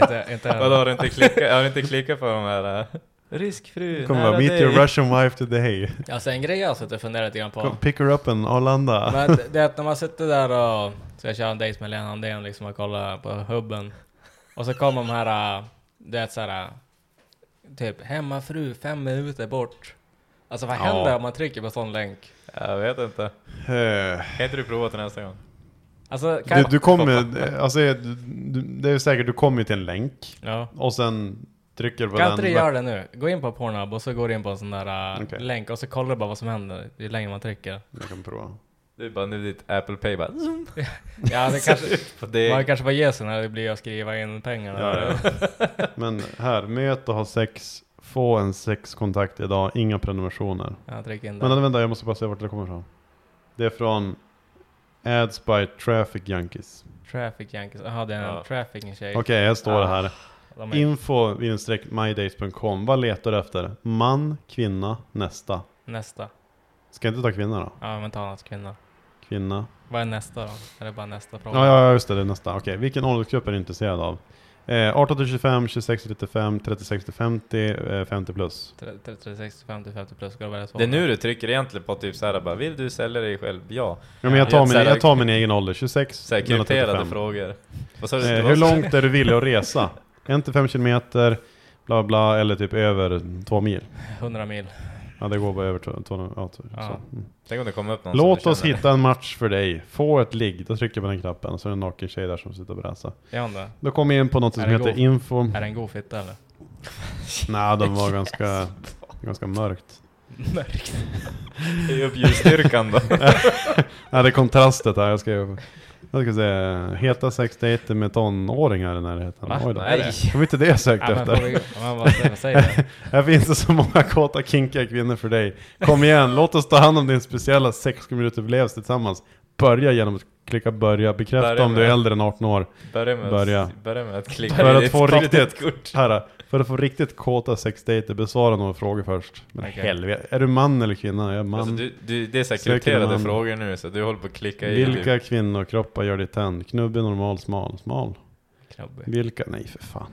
inte, inte
Vadå, har du inte klickat, har du inte klickat på de här? äh, Rysk fru,
Kommer bara,
nära
meet
dig."
your Russian wife today.
Alltså en grej jag har suttit och funderat lite grann på.
Come Pick her up in Arlanda.
Men det- det är att när man sitter där och ska köra en dejt med Lena Andén liksom och kolla på hubben. Och så kommer de här, äh, du vet såhär, typ hemmafru fem minuter bort. Alltså vad
Ja.
händer om man trycker på sån länk?
Jag vet inte.
Eh,
Kan inte du prova till nästa gång?
Alltså kan
Du, du kommer, alltså, du, du, det är ju säkert, du kommer ju till en länk
Ja.
och sen trycker du på
Kan
den.
inte du göra det nu? Gå in på Pornhub och så går du in på en sån där äh,
Okej.
länk och så kollar du bara vad som händer ju längre man trycker.
Jag kan prova.
Du bara nu ditt Apple Pay bara... zoom.
Ja, det kanske,
För det
man kanske bara ger sig när det blir att skriva in pengarna.
Ja, ja. Men här, möt och ha sex, få en sexkontakt idag, inga prenumerationer.
Ja, tryck in
Men
där.
vänta, jag måste bara se vart det kommer ifrån. Det är från Ads by Traffic Junkies.
Traffic Yankees, jaha det är en
Ja.
trafficking tjej.
Okej, här står det här.
De är-
Info instreck mydates.com. Vad letar du efter? Man, kvinna, nästa.
Nästa.
Ska jag inte ta kvinna då?
Ja, men ta något kvinna.
Kvinna.
Vad är nästa då? Är det bara nästa fråga?
Ja, ja, just det, det är nästa. Okej, vilken åldersgrupp är du intresserad av? Eh, 18 till 25, 26 till 35, 36 till 50, eh, 50 plus.
36, 50, 50 plus, ska det välja svara?
Det är nu du trycker egentligen på typ såhär bara, vill du sälja dig själv? Ja.
Ja, men jag,
Ja,
tar min,
så här-
jag tar min egen ålder, 26
Såhär
mellan
krypterade
35.
frågor. Vad sa du?
Eh, hur långt är du villig att resa? 1-5 kilometer, bla bla, eller typ över 2 mil.
100 mil.
Ja, det går bara över 2 ja, så.
Ja.
Mm.
Tänk om det kommer upp någon som
Låt
du
oss
känner.
hitta en match för dig. Få ett ligg. Då trycker jag på den knappen, så är det en naken tjej där som sitter och bräsar.
Är hon det?
Då kommer jag in på något som
Är det
heter
god?
info.
Är det en god fitta eller?
Nej, de var ganska, ganska mörkt.
Ge upp ljusstyrkan då.
Ja, det är kontrastet här. Jag ska, jag ska säga heta sexdejter med tonåringar i närheten.
Va?
Oj då.
Nej.
Det var inte det jag sökte
Ja, men får
efter.
vi, ja, men vad säger- vad säger du?
Här finns det så många kåta, kinkiga kvinnor för dig. Kom igen, låt oss ta hand om din speciella sexminuters tillsammans. Börja genom att klicka börja. Bekräfta
Börja
om du är
med-
äldre än 18 år.
Börja med,
Börja.
Att, börja med att klicka
För
i
att
ditt
få riktigt-
kreditkort.
Här, för att få riktigt kåta sexdejter, besvara några frågor först. Men
Okej.
helvete, är du man eller kvinna? Jag är man.
Alltså, du, du, det är såhär
Söker
krypterade
man.
frågor nu så du håller på att klicka i typ.
Vilka kvinnokroppar gör dig tänd? Knubbig, normal, smal? Smal?
Knubbig.
Vilka? Nej för fan.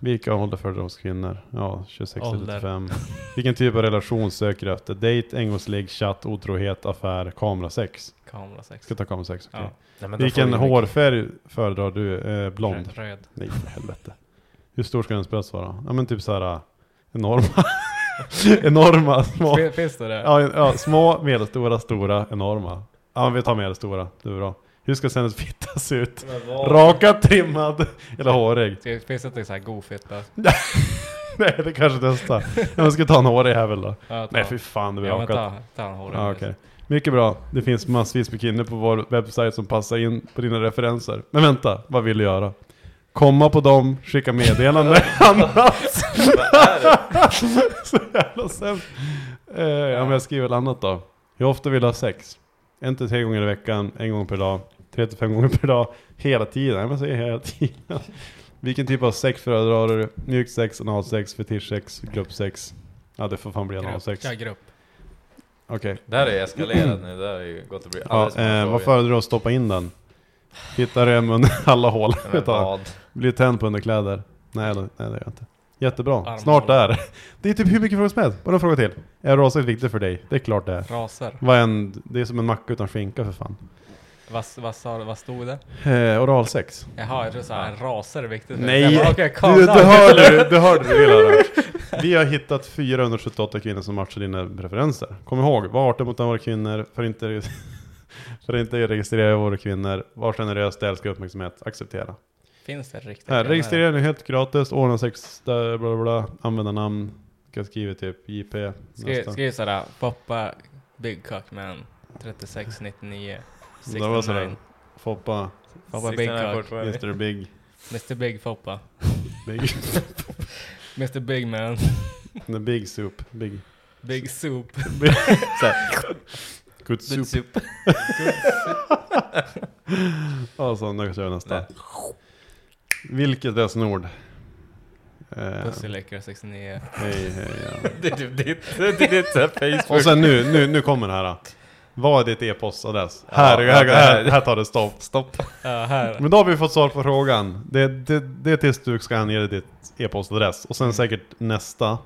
Vilka ålder föredrar hos kvinnor? Ja, 26 till
Ålder.
35. Vilken typ av relation söker du efter? Dejt, engångsligg, chatt, otrohet, affär, kamerasex?
Kamerasex.
Ska ta kamerasex, okej.
Ja.
Nej, men då
Vilken
får vi-
hårfärg föredrar du? Eh, blond?
Röd. röd.
Nej för helvete. Hur stor ska ens bröst vara? Ja men typ såhär enorma. enorma, små.
Fin- Finns det det?
Ja, ja, små, medelstora, stora, enorma. Ja, vi tar medelstora. Det är bra. Hur ska sen fitta se ut? Rakad, trimmad eller hårig?
Ska- Finns det inte så här god fitta?
Nej, det kanske nästa. Jag ska ta en hårig här väl då.
Ja, ta-
Nej, fy fan, det blir
Ja, men
rakat.
ta, ta en hårig.
Ja, Ah, okej. Mycket bra. Det finns massvis med kvinnor på vår webbsajt som passar in på dina referenser. Men vänta, vad vill du göra? Komma på dem, skicka meddelanden, annat. Så jävla sämst. Eh, ja, men jag skriver väl annat då. Hur ofta vill du ha sex? En till tre gånger i veckan, en gång per dag, tre till fem gånger per dag, hela tiden. Ja, men säger hela tiden. Vilken typ av sex föredrar du? Mjukt sex, analsex, fetischsex, gruppsex? Ja, det får fan bli
Grupp.
analsex.
Ja,
Okej.
grupp.
Det här är eskalerat nu, det här är ju gått att bli
Ja,
alldeles
eh,
för
vad
frågor.
föredrar du att stoppa in den? Hitta römmen alla hål.
Men vad?
Blir tänd på underkläder? Nej, det, nej, det gör jag inte. Jättebra.
Armhåla.
Snart där. Det är typ hur mycket frågor som helst. Bara en fråga till. Är raset viktigt för dig? Det är klart det är.
Raser.
Vad en, det är som en macka utan skinka för fan.
Vad, vad, sa, du- vad stod det?
Eh, oralsex.
Jaha, jag tror såhär, raser är viktigt.
Nej!
Jag bara, Okej, calm
du, du
down.
hörde det, du hörde det lilla rör. Vi har hittat 478 kvinnor som matchar dina preferenser. Kom ihåg, var artig mot andra kvinnor, för inte, för inte registrera våra kvinnor. Var generös, älska uppmärksamhet, acceptera.
Finns det riktigt?
Här, registrera nu helt gratis, ordna sex, där, bla bla bla, använda namn. Kan skriva typ JP.
Skriv,
nästa.
skriv sådär, Poppa Big Cock Man 3699
Det var sådär,
69.
Foppa,
Poppa Big Cock,
Mr Big.
Mr Big Poppa,
Big,
Mr Big Man,
the big soup. Big.
Big Soup.
Good soup. Alltså, nu kör vi nästa. Vilket är snord? Eh,
Pussylicker 69.
hej, hej, ja.
Det är typ ditt, det är typ ditt så här Facebook.
Och sen nu, nu, nu kommer det här. då. Vad är ditt e-postadress? här, här, här, här tar det stopp.
Stopp.
Ja, här.
Men då har vi fått svar på frågan. Det, det, det är tills du ska ange ditt e-postadress. Och sen
Mm.
säkert nästa.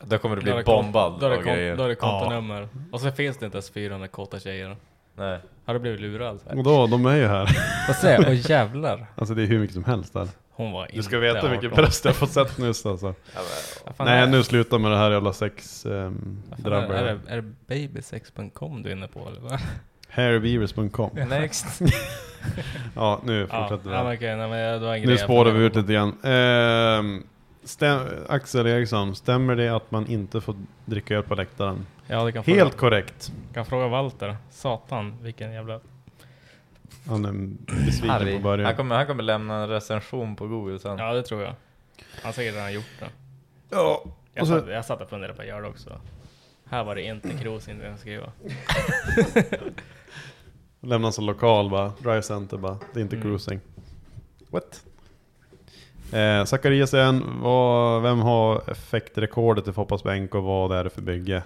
Då kommer du
Då är
bli
det kon-
bombad
Då är det,
av
kon- då är
grejer.
det kontonummer. Och så finns det inte ens 400 kåta tjejer.
Nej.
Har du blivit lurad?
Och då, de är ju här.
Vad säger jag? Åh jävlar.
Alltså det är hur mycket som helst där.
Hon var inte
Du ska veta hur mycket
18.
bröst jag har fått sett nyss alltså.
Vad fan är-
Nej, nu sluta med det här jävla sex... ehm,
vad fan är, är,
Drabbare.
det, är det babysex.com du är inne på eller? vad?
Hairbeavers.com
Next.
Ja, nu
Ja,
fortsätter vi.
ja, men okej, nej, men jag- det var en
Nu
grej.
spårar vi ut lite grann. Ehm, stäm- Axel Eriksson, stämmer det att man inte får dricka öl på läktaren?
Ja, du kan fråga,
Helt korrekt.
kan fråga Walter. Satan, vilken jävla...
Han är besviken
Harry.
på början.
Han kommer, han kommer lämna en recension på Google sen.
Ja, det tror jag. Han har säkert redan gjort det.
Ja,
Jag,
och så,
satt, jag satt och funderade på att göra det också. Här var det inte Kroos inte ens skriva.
lämnas en lokal bara, Drive Center bara, det är inte
Mm.
cruising. What? Eh, Zacharias igen, vad, vem har effektrekordet i Foppas bänk och vad är det för bygge?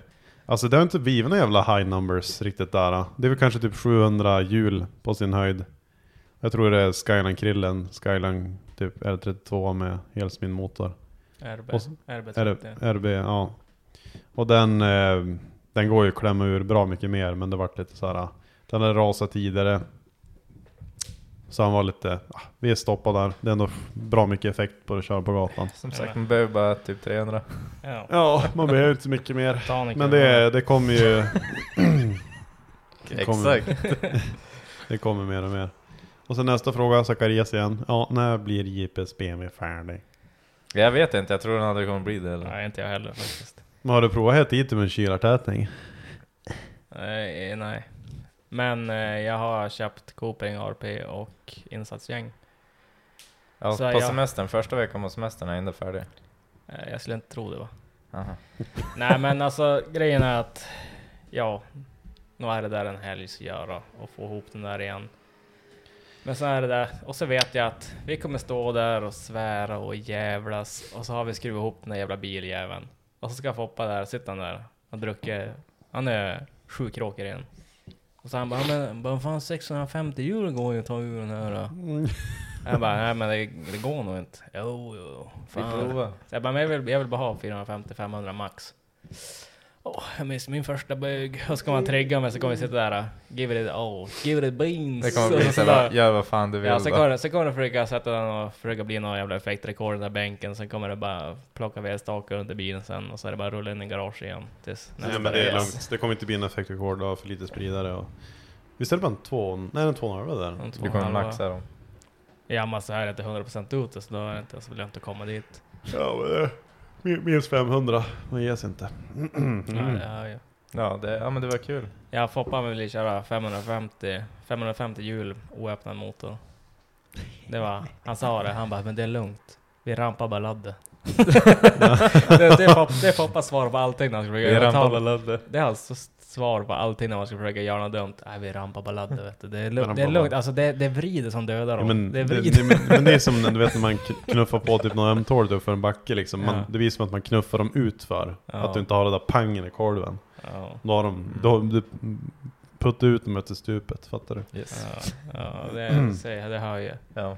Alltså det har inte blivit några jävla high numbers riktigt där. då. Det är väl kanske typ 700 hjul på sin höjd. Jag tror det är Skyline-krillen, Skyline typ R32 med helsmin motor.
RB,
Och så-
RB30.
RB, RB, ja. Och den, eh, den går ju att klämma ur bra mycket mer, men det vart lite så här. ah, Den hade rasat tidigare. Så han var lite, ah, vi är stoppade där. Det är ändå bra mycket effekt på att köra på gatan.
Som sagt, man behöver bara typ 300.
Ja.
Ja, man behöver inte så mycket mer.
Tonic.
Men det, det kommer ju, kommer.
Exakt.
det kommer mer och mer. Och sen nästa fråga, Zacharias igen. Ja, när blir JP's BMW färdig?
Jag vet inte, jag tror den aldrig kommer bli det. Eller?
Nej, inte jag heller faktiskt.
Men har du provat helt hit med en kylartätning?
Nej, eh, nej. Men eh, jag har köpt Coopering RP och insatsgäng.
Ja,
Så
på
jag-
semestern, första veckan på semestern är jag inte färdig.
Eh, jag skulle inte tro det va?
Aha.
Nej men alltså grejen är att ja, nu är det där en helg att göra och få ihop den där igen. Men så är det där och så vet jag att vi kommer stå där och svära och jävlas och så har vi skruvat ihop den där jävla biljäveln. Och så ska Foppa där, sitta han där och druckit, han är sju kråkor igen. Och så han bara, men vad fan 650 euro går ju att ta ur den här då.
Mm.
Jag bara, nej men det, det går nog inte. Jo, jo,
Vi
fan.
provar.
Så jag bara, men jag vill, jag vill bara ha 450-500 max. Åh, jag minns min första bög. Och så kommer han trigga mig, så kommer vi sitta där. äh, Give it all, give it beans.
Det kommer
Och
bli
så
såhär,
bara-
gör vad fan du vill.
Ja, sen
bara.
kommer, det- sen kommer det försöka sätta den och försöka bli någon jävla effektrekord i den där bänken. Sen kommer det bara plocka vedstakar under bilen sen och så är det bara rulla in i garaget igen. Tills
Nej
nästa
men det är
resa.
lugnt, det kommer inte bli en effektrekord av för lite spridare och... Visst är det bara en två, nej en två och en halva där?
Om två
Du kommer
halva-
maxa dem.
Ja men så här är det inte 100% ute så då är det inte så lönt att komma dit.
Ja men det... min- Minst 500, man ges inte.
Ja,
Mm.
ja, ja.
Ja, det, ja men det var kul.
Ja, Foppa vill köra 550, 550 hjul oöppnad motor. Det var, han sa det, han bara men det är lugnt. Vi rampar bara laddet. det, det, är Foppa, det är Foppas svar på allting när han ska försöka
Vi rampar
övertala.
alla ladder.
Det är alltså svar på allting när man ska försöka göra något dumt. Nej vi rampar bara laddet vet du. Det är
rampar
lugnt, det är
bara.
lugnt. Alltså det, det vrider som dödar
Ja,
dem.
men,
det
det,
är
det,
vrid.
men, men det är som när- du vet när man kn- knuffar på typ någon M12 då för en backe liksom. Man,
Ja.
Det blir som att man knuffar dem ut för
Ja. Mm.
Att du inte har det där pangen i kolven.
Ja,
Då har de, då har du puttat ut dem efter stupet, fattar du?
Yes.
ja,
Mm.
ja, det, det, det hör ju.
Ja.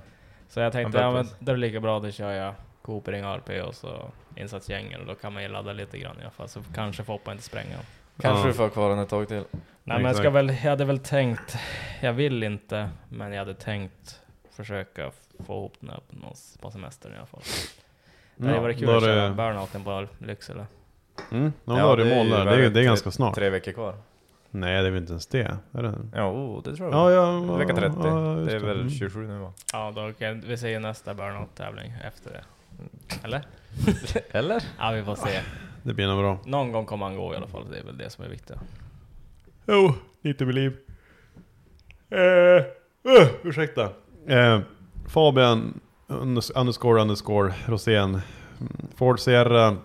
Så jag
Han
tänkte,
börjar
ja men
pressa.
det är lika bra, då kör jag Coopering RP och så insatsgängen och då kan man ju ladda lite grann i alla fall så kanske får hoppa inte spränga.
Kanske
Ja.
du får kvar den ett tag till.
Nej men jag, ska
Exakt.
väl, jag hade väl tänkt, jag vill inte, men jag hade tänkt försöka få ihop den här på, någon, på semestern i alla fall. Det hade
Ja,
varit kul
då är
att köra
det-
burnouten på Lycksele.
Mm, ja, då är det mål där. Det är, det är
ju
ganska
tre-
snart.
Tre veckor kvar.
Nej, det är väl inte ens det? Är det?
Ja, oh, det tror jag.
Ja, ja,
Vecka 30.
Mm. ja, just
det är
Mm.
väl 27 nu va?
Ja, då kan vi se nästa burnout-tävling efter det. Eller?
Eller?
Ja, vi får se.
Det blir nog bra.
Någon gång kommer han gå i alla fall, det är väl det som är viktigt.
Jo, lite beliv. Eh, uh, ursäkta. Eh, Fabian unders- underscore underscore Rosén. Mm, Ford Sierra.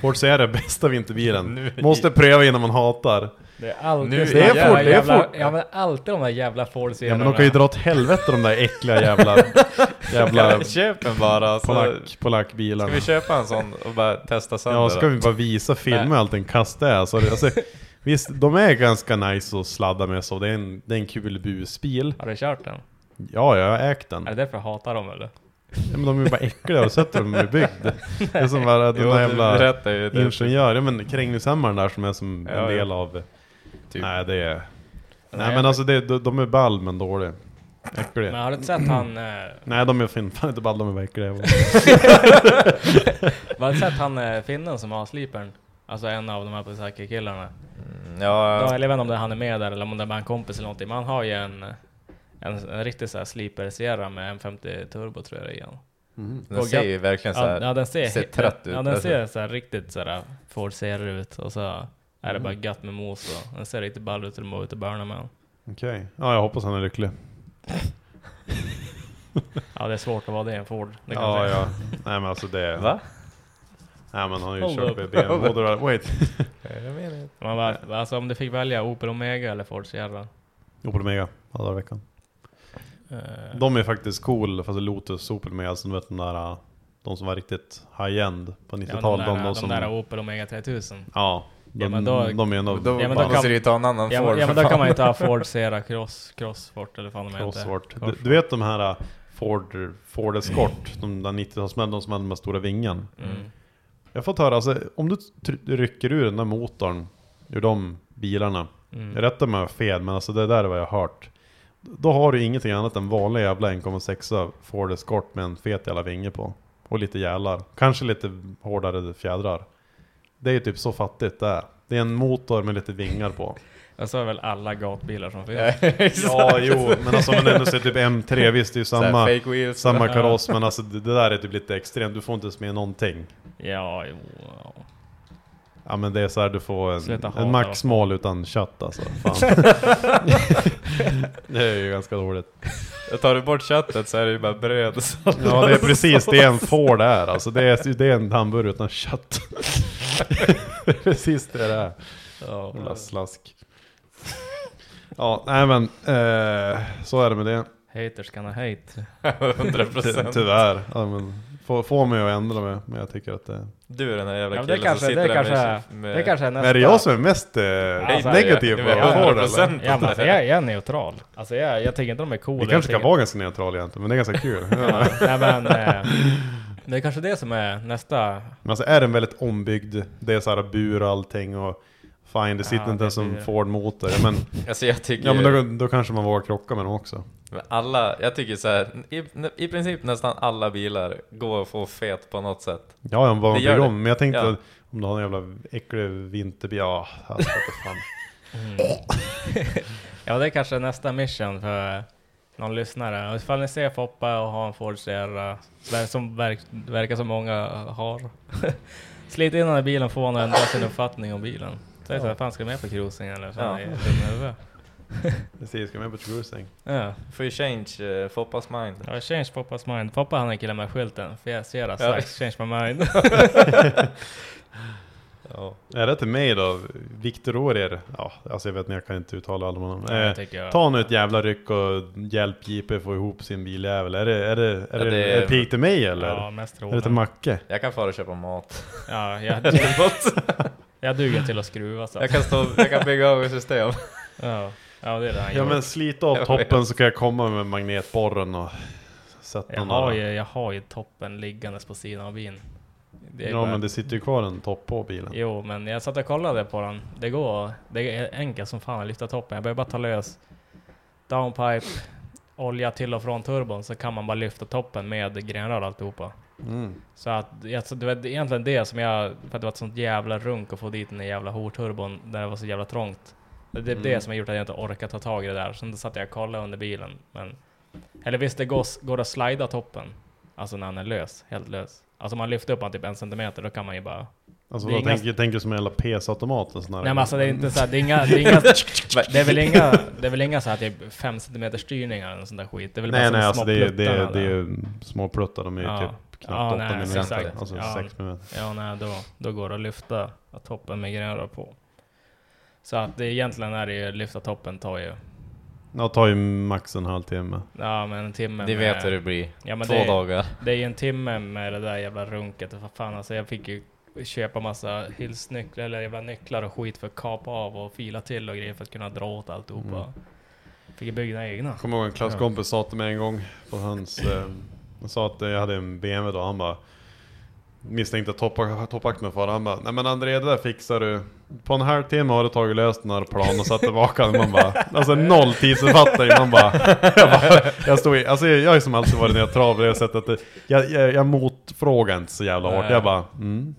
Ford Sierra är bästa vinterbilen. Måste pröva innan man hatar.
Det är alltid
Nu-
såna
det är
jävla-
fort, det är
jävla-
fort.
Ja men alltid de där jävla Ford
Ja, men de kan ju dra åt helvete de där äckliga jävla...
Alltså,
jävla
Köp en bara. Så
polack, polackbilarna.
ska vi köpa en sån och bara testa sönder
Ja, ska
den?
vi bara visa filmer allt en kast är. Så det, alltså, visst, de är ganska nice att sladda med så. Det är en, det är en kul busbil.
Har du kört den?
Ja, jag har ägt den.
Är
Alltså.
det därför jag hatar dem eller?
Ja, men de är ju bara äckliga, har du sett hur de är byggda? Det är som bara den
Jo,
där
du
jävla
berättar ju det.
ingenjören, ja, men Krängningshammaren där som är som
Ja,
en del
ja.
av...
Typ.
Nej det är... Nej
Nej,
men alltså det, de, de är ball men dåliga. Äckliga.
Men har du inte sett han... Eh,
Nej de är fin, fan inte ball, de är bara äckliga.
har du sett han eh, finnen som har slipern? Alltså en av de här Pisaki-killarna.
Ja,
Ja, eller jag vet inte om det är han är med där eller om det är bara en kompis eller någonting. Men han har ju en, en, en riktig så här sleeper Sierra med M50 turbo tror jag det är.
Mm-hmm.
den ser ju verkligen
Ja,
såhär.
ja, den ser,
ser
he-
trött
ja,
ut,
Ja, den
alltså.
ser så här riktigt så här Ford Sierra ut och så är det bara
Mm.
gött med mos och den ser riktigt ball ut och de var ute och burnade med den.
Okej. Ja jag hoppas han är lycklig.
Ja, det är svårt att vara det i en Ford. Det kan
Ja
jag säga.
ja. Nej men alltså det...
Va?
Nej men han har ju
Hold
kört
up.
BBM. Hold up. Wait.
Man bara, alltså om du fick välja Opel Omega eller Ford eh, Sierra.
Opel Mega. Alla dagar i veckan.
Eh,
De är faktiskt cool, fast Lotus, Opel Mega, alltså du vet de där... De som var riktigt high-end på
ja,
90-talet.
de,
de,
där, de
som...
där Opel Omega 3000.
Ja, de,
Ja, men då-
de är ändå
Då,
Ja, men då
ball.
kan-
måste du ju ta en annan
Ja, men-
Ford
ja
för
men då
fan.
kan man ju ta Ford Sierra Cross, Crossfort eller fan de heter.
Crossfort. Du,
Crossfort.
du vet de här äh, Ford, Ford Escort, de där 90-talsmännen, de som hade de här stora vingen.
Mm.
Jag har fått höra, alltså, om du tr- rycker ur den där motorn ur de bilarna,
Mm.
jag rättar mig om jag har fel, men alltså det där är vad jag har hört. Då har du ingenting annat än vanlig jävla 1,6 Ford Escort med en fet jävla vinge på. Och lite gälar. Kanske lite hårdare fjädrar. Det är ju typ så fattigt det är. Det är en motor med lite vingar på.
Och så är väl alla gatbilar som finns.
Ja, jo, men alltså men ändå så är typ M3, visst det är ju
Såhär
samma,
fake wheels.
samma kaross, men alltså det det där är typ lite extremt, du får inte ens med någonting.
Ja, jo.
Ja men det är så här du får en,
Sluta hata
en maxmål utan kött alltså. Fan. det är ju ganska dåligt.
Tar du bort köttet så är det ju bara bröd och sånt.
Ja det är precis, det är en får det är alltså. Det är, det är en hamburgare utan kött. precis det det är.
Ja.
Jävla slask. Ja, nej men eh, så är det med det.
Haters gonna hate.
100%.
Tyvärr. Ja, men, få, få mig att ändra mig, men jag tycker att det
Du är den här jävla
Ja, men
killen
det, kanske,
som
det,
sitter där
kanske,
med...
det kanske är nästa.
Men är det jag som är mest eh,
alltså,
negativ
jag-
på
jag är
Ford
100%
eller?
Ja, men alltså, jag, jag är neutral. Alltså, jag, jag tänker inte de är coola.
Vi kanske
jag
ska vara ganska neutral egentligen, men det är ganska kul. Ja.
tänker- Nej, men, eh, det är kanske det som är nästa.
Men alltså är den väldigt ombyggd, det är såhär bur och allting och fine, det sitter
Ja, det
inte ens
blir
en
det.
Ford-motor. Ja, Men,
Alltså jag tycker
ja men
Eh,
då, då kanske man vågar krocka med dem också.
Men alla, jag tycker så här, i, i princip nästan alla bilar går att få fet på något sätt.
Ja, ja, vad man
Det gör
bygger
det.
om. Men jag tänkte
Ja.
att om du har en jävla äcklig vinterbil, ja, alltså, vad fan.
mm. Ja, det är kanske nästa mission för någon lyssnare. Och Ifall ni ser Foppa och har en Ford Sierra, där som verk, verkar som många har. Slit in den här bilen får honom att ändra sin uppfattning om bilen. Säg såhär, fan ska du med på cruising eller? Fan,
Ja.
är du dum i huvudet?
Precis, ska med på cruising?
Ja.
Får ju change eh, Foppas mind.
Ja, change Poppas mind. Poppa han är killen med skylten. Fjäsera
Ja.
sucks, change my mind.
Ja.
Är det till mig då? Viktor Årer? Ja, alltså jag vet inte, jag kan inte uttala alla namn. Eh,
Jag tycker jag.
Ta nu ett jävla ryck och hjälp JP få ihop sin biljävel. Är det, är det, är
Ja,
det,
det
är
är-
det pigg till mig eller?
Ja, mest
är det till
roligt.
Macke?
Jag kan fara och köpa mat.
Ja, jag, jag duger till att skruva så.
Jag kan, stå, jag kan bygga av ett system.
Ja, ja det är det han
Ja
gör.
men slita av toppen så kan jag komma med magnetborren och sett
Jag
någon
har,
annan.
ju, jag har ju toppen liggandes på sidan av bilen. Det är
Ja
bara-
men det sitter ju kvar en topp på bilen.
Jo, men jag satt och kollade på den. Det går. Det är enkelt som fan att lyfta toppen. Jag behöver bara ta lös downpipe, olja till och från turbon, så kan man bara lyfta toppen med grenrör och alltihopa.
Mm.
Så att, alltså, det var egentligen det som jag, för att det var ett sånt jävla runk att få dit den där jävla horturbon där det var så jävla trångt. Det är det
Mm.
som har gjort att jag inte orkar ta tag i det där. Sen satt jag och kollade under bilen. Men, eller visst, det går, går att slida toppen. Alltså när han är lös, helt lös. Alltså om man lyfter upp han typ en centimeter, då kan man ju bara...
Alltså
Det är
vad
inga-
tänker, tänker du som en jävla PS-automat? och sån här-
Nej men alltså det är inte så här, det är inga... Det är, inga, det är väl inga, det är väl inga så här typ 5 centimeter styrningar eller sån där skit. Det är väl bara
Nej
som
nej
små
alltså det är, det,
pluttar
är,
där.
det är små pluttar, de är ju
Ja.
typ knappt
Ja,
8
nej,
millimeter.
exakt.
Alltså
Ja.
6 millimeter.
Ja, nej, då, då går det att lyfta toppen med grenrör på. Så att det egentligen är det ju, lyfta toppen tar ju,
Ja, tar ju max en halvtimme.
ja men en timme
Det
med,
vet hur det blir.
ja, men
Två
det,
dagar.
Det är ju en timme med det där jävla runket, och vad fan alltså jag fick ju köpa massa hylsnycklar eller jävla nycklar och skit för att kapa av och fila till och grejer för att kunna dra åt alltihopa.
Mm.
Fick ju bygga egna.
Kommer ihåg en klasskompis sa till mig en gång på hans... Eh, han sa att eh, jag hade en BMW då, han bara misstänkte att toppa- toppakten var för Han bara, nej men André det där fixar du. På en halvtimme har du tagit lös den här planen och satt tillbaka den. Man bara, alltså noll tidsuppfattning. Man bara, jag, bara, jag stod i, alltså jag, jag har ju som alltid varit när jag travar, jag sett att det, jag, jag, jag motfrågar inte så jävla hårt.
Nej.
Jag bara, mm.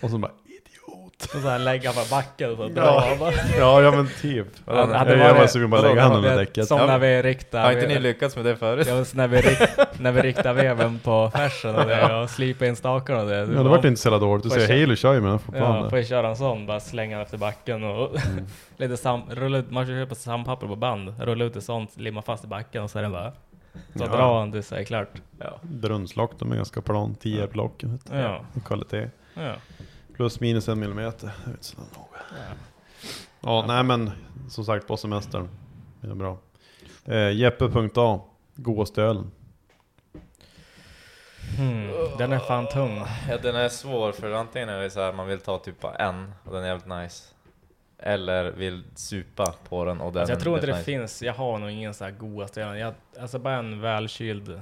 Och så bara, idiot.
Och sen lägga på backen och så
Ja.
dra. bara.
Ja, ja men typ.
Hade
Jag,
det
jag var
varit-
sugen på att
vadå,
lägga handen
hade-
under däcket.
Som när vi riktar.
Har inte ni lyckats med det förut?
Ja, men så när, vi rikt, när vi riktade veven på färsen och, det, och slipade in stakarna och det.
Ja det vart inte så jävla dåligt, du
Får jag
ser
köra-
Halo kör ju med den här
Ja,
planen.
får jag köra en sån, bara slänga den efter backen och
Mm.
lite sam, rulla ut, man köper sandpapper på band, rulla ut ett sånt, limma fast i backen och så är den bara, så
Ja.
drar han tills det är klart.
Brunnslock, de är ganska plan, 10 block. vet du.
Ja.
I Kvalitet.
Ja.
Plus minus en millimeter. Det är inte så noga. Ja, nej men som sagt på semestern. Det är bra. Eh, Jeppe.a, godaste ölen.
Hmm, den är fan tung.
Ja, den är svår för antingen är det så här man vill ta typ bara en och den är jävligt nice. Eller vill supa på den och den
Alltså, jag tror inte det
nice.
finns, jag har nog ingen så här godaste öl. Jag, alltså bara en välkyld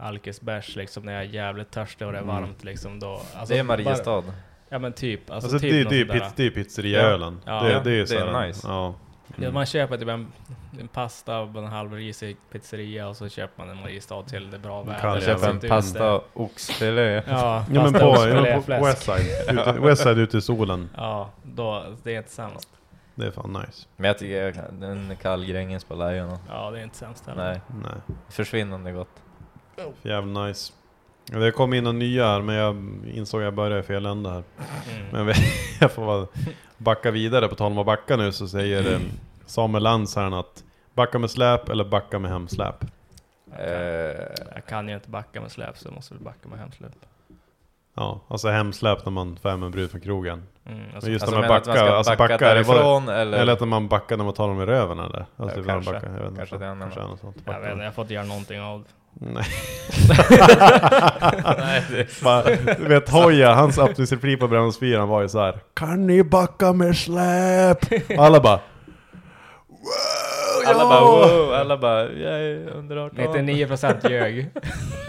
alkisbärs liksom när jag är jävligt törstig och det är
Mm.
varmt liksom då. Alltså,
Det är
bara-
Mariestad.
Ja men typ. Alltså,
Alltså,
typ
det, är-
något
det, är
sånt där.
pizz- det är pizzeriaölen.
Ja.
det,
Ja,
det är ju
det är
såhär.
nice.
Ja.
Ja, man köper typ en, en pasta och en halvrisig pizzeria och så köper man en Mariestad till det är bra väder.
kan
Det ser
köpa
Köpa en
inte ut
pasta
det.
och oxfilé.
Ja,
Ja, men
pasta
på,
och
ja, men på
filéfläsk.
Westside, ute, Westside ute i solen.
Ja, då, det är inte sämst.
Det är fan nice.
Men jag tycker jag kan- den kallgränges på lejonen.
Ja, det är inte sämst heller.
Nej,
Nej.
försvinnande gott.
För jävla nice. Det kom in en nya här men jag insåg att jag började i fel ände här.
Mm.
Men vi- jag får bara backa vidare. På tal om att backa nu så säger eh, Samuel Lantz här att backa med släp eller backa med hemsläp.
Eh,
Jag kan ju inte backa med släp så jag måste väl backa med hemsläp.
Ja, alltså hemsläp när man får hem en brud från krogen.
Mm, alltså,
Men just
alltså
de här
menar du att man
backa,
ska
alltså
backa
backa, är det bara,
därifrån eller?
eller att man backar när man tar dem i röven eller? Alltså
Ja,
ifall man
kanske.
backar, jag vet
Kanske
inte.
det är en
Kanske är något sånt.
jag vet
Backa.
inte, jag får inte göra någonting av det.
Nej.
Nej, det
Bara, du vet Hoja, hans öppningsreplik på Brännons fyran var ju så här. Kan ni backa med släp? Och alla bara "Wow,
alla
ja!"
bara wow, alla bara jag är under 18.
99% ljög.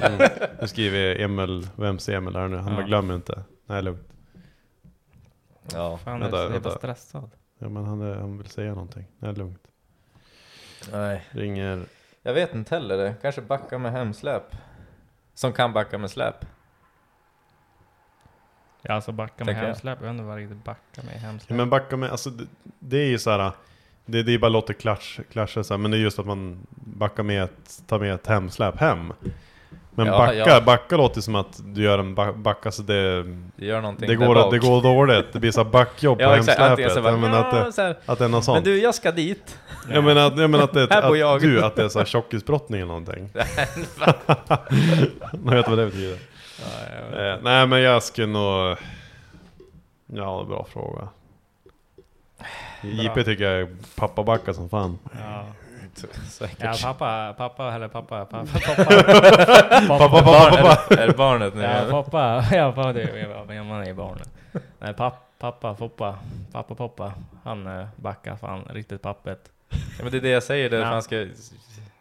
Mm. Nu skriver Emil, vem ser Emil här nu? Han bara
Ja.
glöm inte. Nej lugnt.
Ja.
Fan, jag
Vänta,
är så jävla
vänta.
stressad.
Ja, men han, är, han vill säga någonting. Nej lugnt.
Nej.
Ringer.
Jag vet inte heller det. Kanske backa med hemsläp. Som kan backa med släp.
Ja, alltså backa med
Tänker jag.
hemsläp. Jag vet inte vad riktigt backa med hemsläp.
Ja, men backa med, alltså det, det är ju så här. Det, det är bara låter clash, clasha så här, men det är just att man backar med ett, tar med ett hemsläp hem. Men
Ja,
backa,
ja.
backa låter som att du gör en ba- backa så det
Det gör någonting
Det
där
går,
bak.
det går dåligt, det blir så här backjobb på
Ja exakt, antingen
hemsläpet.
så bara,
Jag menar att
ja,
det,
så här,
att det är något
men
sånt.
du jag ska dit.
Jag menar att, jag menar att, det,
Här bor jag.
att du, att det är så här tjockisbrottning eller någonting. Man vet vad det betyder. eh, nej men jag skulle nog... Ja, bra fråga. JP tycker jag är pappabacka som fan.
Ja.
Säkert.
Ja, pappa, pappa, eller pappa, pappa, pappa.
Pappa, pappa, pappa!
Är, det- är det barnet nu?
Ja, pappa, ja, pappa, det är ja, men man är ju barn. Nej, pappa, pappa, poppa, pappa, poppa. Han eh, backar fan riktigt pappet.
Ja, men det är det jag säger, det är
Ja.
fan ska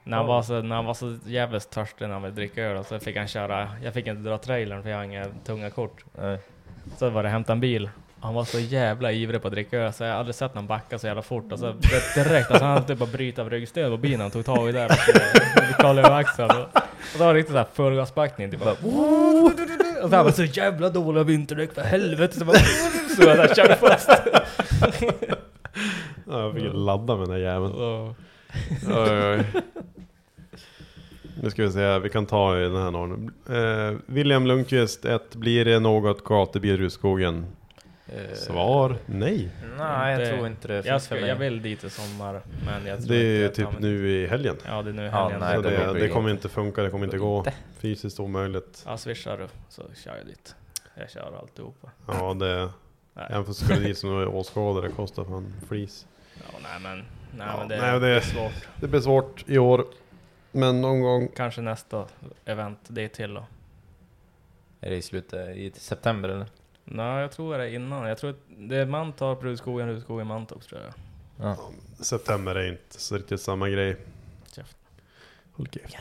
När han, var så, när han var så jävligt törstig när han ville dricka öl så fick han köra, jag fick inte dra trailern för jag har inga tunga kort.
Nej.
Så var det hämta en bil. Han var så jävla ivrig på att dricka öl så jag har aldrig sett någon backa så jävla fort. Alltså, det- direkt, alltså, han hade typ bara bryta av ryggstöd på bilen, han tog tag i där och så- kollade över axeln. Och, och så var det riktigt såhär fullgasbackning. Typ, bara, "Woo!" och så han bara så jävla dåliga vinterdäck för helvete. Så bara, så jag där, körde fast.
Ja, jag fick ju ladda med den där jäveln.
Så,
Oj, oj. Nu ska vi se, vi kan ta i den här någon. Eh, William Lundqvist 1. Blir det något gatubil i skogen?
Eh,
Svar nej.
Nej, jag
Det-
tror inte det.
jag,
finns för
ska,
mig.
jag vill dit i sommar men jag tror inte
Det är ju
jag tar
typ
mig-
nu i helgen.
Ja det är nu i
Ja,
helgen.
nej,
så
Så
det
det-
det,
blir
det
ju
kommer
inte.
inte funka, det kommer inte gå.
Inte.
Fysiskt omöjligt.
Ja, swishar du så kör jag dit. Jag kör alltihopa.
Ja, det...
Nej.
Även fast skulle dit som är åskådare kostar fan flis.
Ja, nej men, nej,
Ja,
men det,
nej, det-
det är svårt.
Det blir svårt i år. Men någon gång.
Kanske nästa event, det är till då.
Är det i slutet, i september eller?
Nej, jag tror det är innan. Jag tror att det är Mantorp, Rudskogen, Rudskogen, Mantorp tror jag.
September är inte så riktigt samma grej.
Käft.
Håll käft.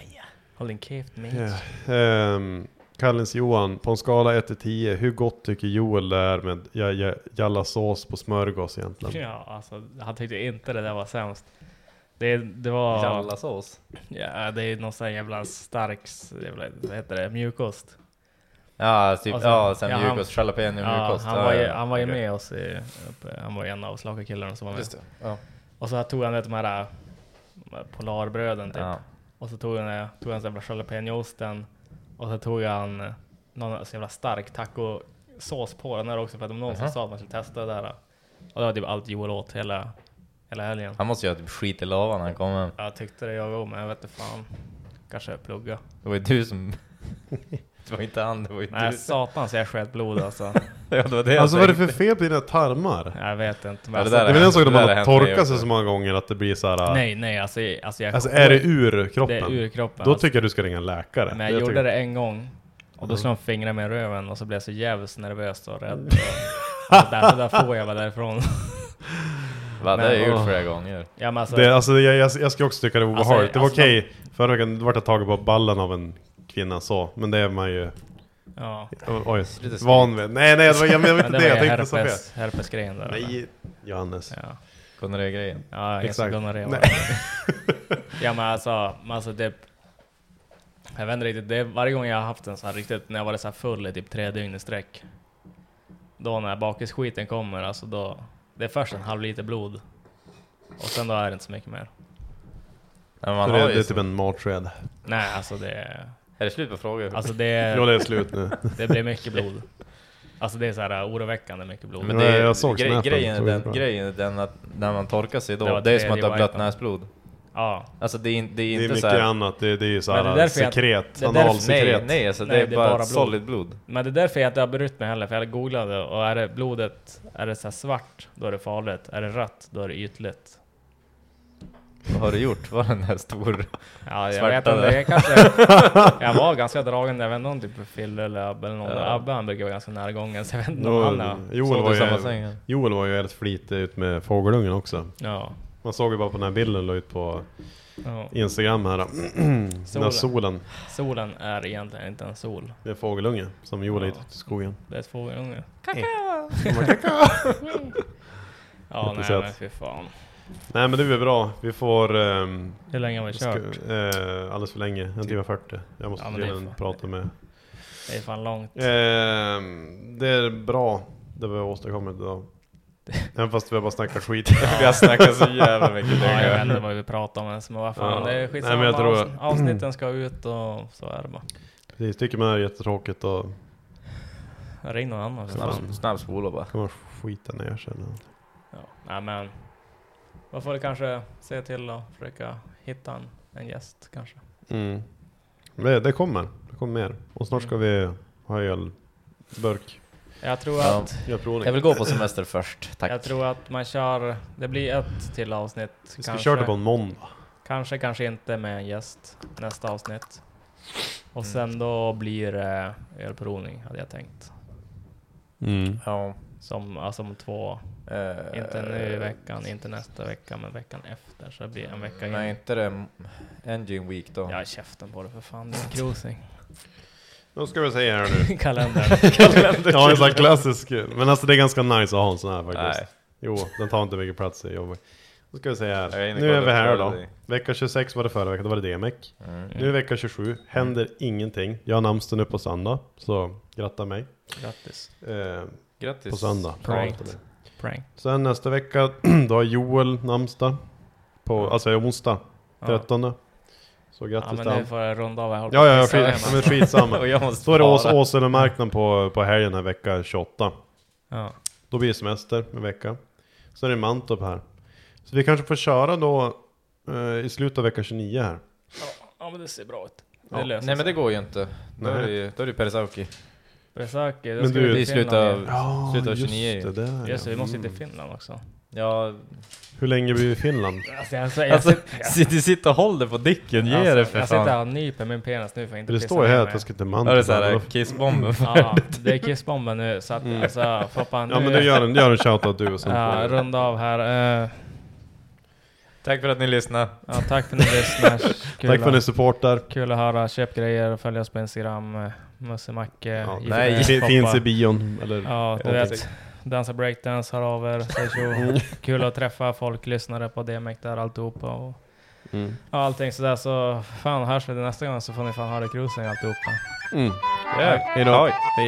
Håll din käft mate.
Ja. Ehm, Kallens Johan, på en skala 1 till 10, hur gott tycker Joel det är med ja- ja- jallasås på smörgås egentligen?
Ja, alltså han tyckte inte det där var sämst. Det, det var...
Jallasås?
Ja, det är någon sån jävla stark, s- jävla, vad heter det, mjukost.
Ja, typ,
Och sen-
ja, sen
ja, han-
mjukost, jalapeno
Ja,
mjukost.
han var ju,
ja,
han var ju
okej.
med oss i, uppe, han var ju en av slagarkillarna som var med.
Just det. Ja.
Och så tog han vet, de här de här Polarbröden typ.
Ja.
Och så tog han, tog han så jävla jalapenoosten. Och så tog han eh, någon så jävla stark tacosås på den där också. För att de någon som
Mhm.
sa att man skulle testa det där. Och det var typ allt Joel åt hela, hela helgen.
Han måste ju ha typ skit i lavan när han kom hem.
Jag tyckte det jag också, men jag vet inte fan. Kanske jag plugga.
Det var ju du som... det var inte han, det var ju
Nej
du.
satan så jag sket blod alltså.
Ja, det var det jag
Alltså vad är det
tänkte.
för fel på dina tarmar?
Jag vet inte. Men
Ja, det
alltså,
Det
där
är väl en sak att
Det där har
man
hänt mig
torkar
också.
sig så många gånger att det blir så här.
nej nej alltså, jag- alltså jag
Alltså är det ur
Det är
kroppen?
ur kroppen.
Då
alltså.
tycker jag du ska ringa en läkare.
Men jag gjorde det en gång. Och
Mm.
då slog han fingrarna med röven och så blev jag så jävligt nervös och rädd. Och, och därför där får jag vara därifrån.
Va, det har jag
Men-
gjort flera gånger.
Ja, men alltså,
det, alltså, jag, jag, jag ska också tycka det är
Alltså,
obehagligt. det var
alltså,
okej, förra veckan då vart jag tagen på ballen av en kvinna så, men det är man ju
ja.
oj,
Lite
van vid. Nej nej, det var, jag menar
Men
inte det, jag
ju
tänkte så fel.
herpes, herpesgrejen där.
Nej, Johannes.
Ja,
Gonorré-grejen.
ja exakt.
Exakt.
ja men alltså, men alltså det... Jag vet inte riktigt, det är varje gång jag har haft en sån här riktigt, när jag varit så här full i typ tre dygn i sträck. Då när bakisskiten kommer, alltså då... Det är först en halv liter blod. Och sen då är det inte så mycket mer.
Men
Så
man
det,
har
det
ju
är typ en matsked.
Nej alltså det... är-
Är det slut på frågor?
Alltså det...
Jo det är slut nu.
Det blir mycket blod. Alltså det är så här oroväckande mycket blod.
men
Nej,
det är,
jag såg
grej,
snappen,
grejen, är
såg det
den,
bra.
grejen är den att när man torkar sig
Det
då,
var
det är som att du har
tredje
blött näsblod.
ja.
Alltså det är, in- det
Det
är
är
inte
mycket
såhär...
annat, det, det är ju
Men det är
såhär
därför jag-
sekret,
det är därför-
Nej,
analsekret.
nej, alltså
Nej,
det är bara,
blod.
solid blod.
Men det är därför jag inte har brytt mig heller, för jag googlade och är det blodet, är det så här svart, då är det farligt. Är det rött, då är det ytligt.
Vad har du gjort? Var den här stor?
Ja, jag
Svarta
vet inte,
där.
jag kanske... Jag var ganska dragen där, jag vet inte om typ Fille eller Abbe eller någon.
Ja.
Abbe han brukar vara ganska närgången, så jag vet inte om han
Då,
har...
Joel,
Såg
var
du samma
ju,
säng?
Joel var ju helt flitig ut med fågelungen också.
Ja.
Man såg ju bara på den här bilden la ut på
ja.
Instagram här. Den här
Solen.
solen.
Solen är egentligen inte en sol,
Det är en fågelunge som Joel
Ja.
hittade ute i skogen.
det är ett fågelunge. Ja, nej
Jättesött.
men fy fan.
Nej men det blir bra. Vi får... ehm,
Hur länge har vi
ska,
kört?
eh, alldeles för länge. En timme 40. Jag måste
Ja, men det är fan-
tydligen prata med...
Det är fan långt.
Ehm, det är bra. Det vi har åstadkommit idag. Även fast vi har bara snackat skit.
Vi har snackat så jävla mycket
Ja, jag vet
länge.
inte vad vi pratar om ens, men vad fan,
Ja.
det är skitsamma.
Nej, men jag tror-
Avs- Avsnitten ska ut och så är det bara.
Precis, tycker man det är jättetråkigt och
Ring någon annan. för fan.
Snabb- Snabb spola bara.
kan man skita ner sig. eller något.
Ja. Nej, men man får kanske se till att försöka hitta en, en gäst kanske.
Mm. Det, det kommer. Det kommer mer. Och snart
Mm.
ska vi ha ölburk.
Jag tror,
Ja.
att,
Ölprovning.
Jag vill gå på semester först, tack.
jag tror att man kör, det blir ett till avsnitt.
Vi ska köra det på en måndag.
kanske, kanske inte med en gäst nästa avsnitt. Och
Mm.
sen då blir det ölprovning hade jag tänkt.
Ja,
Som, alltså om två,
Eh,
inte nu i veckan, inte nästa vecka, men veckan efter. Så det blir en vecka
Nej,
in.
inte det m- Engine Week då.
Ja, käften på det för fan. Det är en cruising.
Då ska vi säga här nu.
Kalendern.
Ja, en sån här klassisk. Men alltså det är ganska nice att ha en sån här faktiskt.
Nej.
Jo, den tar inte mycket plats i jobbet. Då ska vi säga
Jag är
här.
inne
Nu är
på
vi
det
här
förra
då.
dig.
Vecka 26 var det förra veckan, då var det DMEC.
Mm.
Nu är vecka 27, händer ingenting. Jag har namnsdag nu på söndag, så gratta mig.
Grattis.
Eh,
Grattis.
på söndag.
Prank.
Ja, det.
Prank.
Sen nästa vecka, då har Joel namnsdag. På, alltså onsdag,
Ja.
13. Så
Ja,
grattis
men
till
nu
han.
får jag runda av. Jag håller
Ja, ja,
på
ja,
att pissa
skit,
igen,
men
alltså.
skitsamma.
Och jag måste
Då är det Ås-
spara.
Åselemarknaden på, på helgen här vecka 28.
Ja.
Då blir det semester en vecka. Sen är det Mantorp här. Så vi kanske får köra då eh, i slutet av vecka 29 här.
ja, men det ser bra ut. Det
Ja.
löser
Nej men det
sig.
går ju inte. Då är
Nej.
det ju- då är det ju Perisauki.
Besöker, då
Men
ska
du-
vi
det
är
till
slut
Finland
av-
igen.
Ja,
Slutet av 29 ju.
det där
Just det,
ja.
vi måste ju till Finland också.
Ja,
Mm. Hur länge blir vi i Finland?
Alltså, jag, jag,
alltså
jag, jag,
sitt, sitt och håll dig på dicken, ge det för
Alltså, jag sitter här
fan.
och nyper min penis nu för att inte
Det
pissa
står ju
ner
här att
mig.
jag ska till
Ja,
Mantorp.
det är såhär
här.
kissbomben.
Ja, det är kissbomben nu så att alltså, Foppa nu...
Mm. Ja men du gör en, gör en shoutout du och sen
Ja,
får vi-
runda av här. Eh,
Tack för att ni lyssnade.
ja, tack för att ni lyssnar. Kul,
Tack för att ni
att,
supportar.
kul att höra. Köp grejer, följ oss på Instagram. eh, Mussemacke.
Ja,
Gillar
nej,
det,
fi-
Foppa.
finns i bion. Eller,
Ja, du
någonting.
vet. Dansa breakdance, hör av er, säg tjo. Kul att träffa folk, lyssnare på DMX där, alltihopa. Och,
Mm.
ja, allting sådär. Så fan, hörs vi nästa gång så får ni fan ha det cruising alltihopa.
Mm.
Ja,
Hejdå.
Hej.
Hej.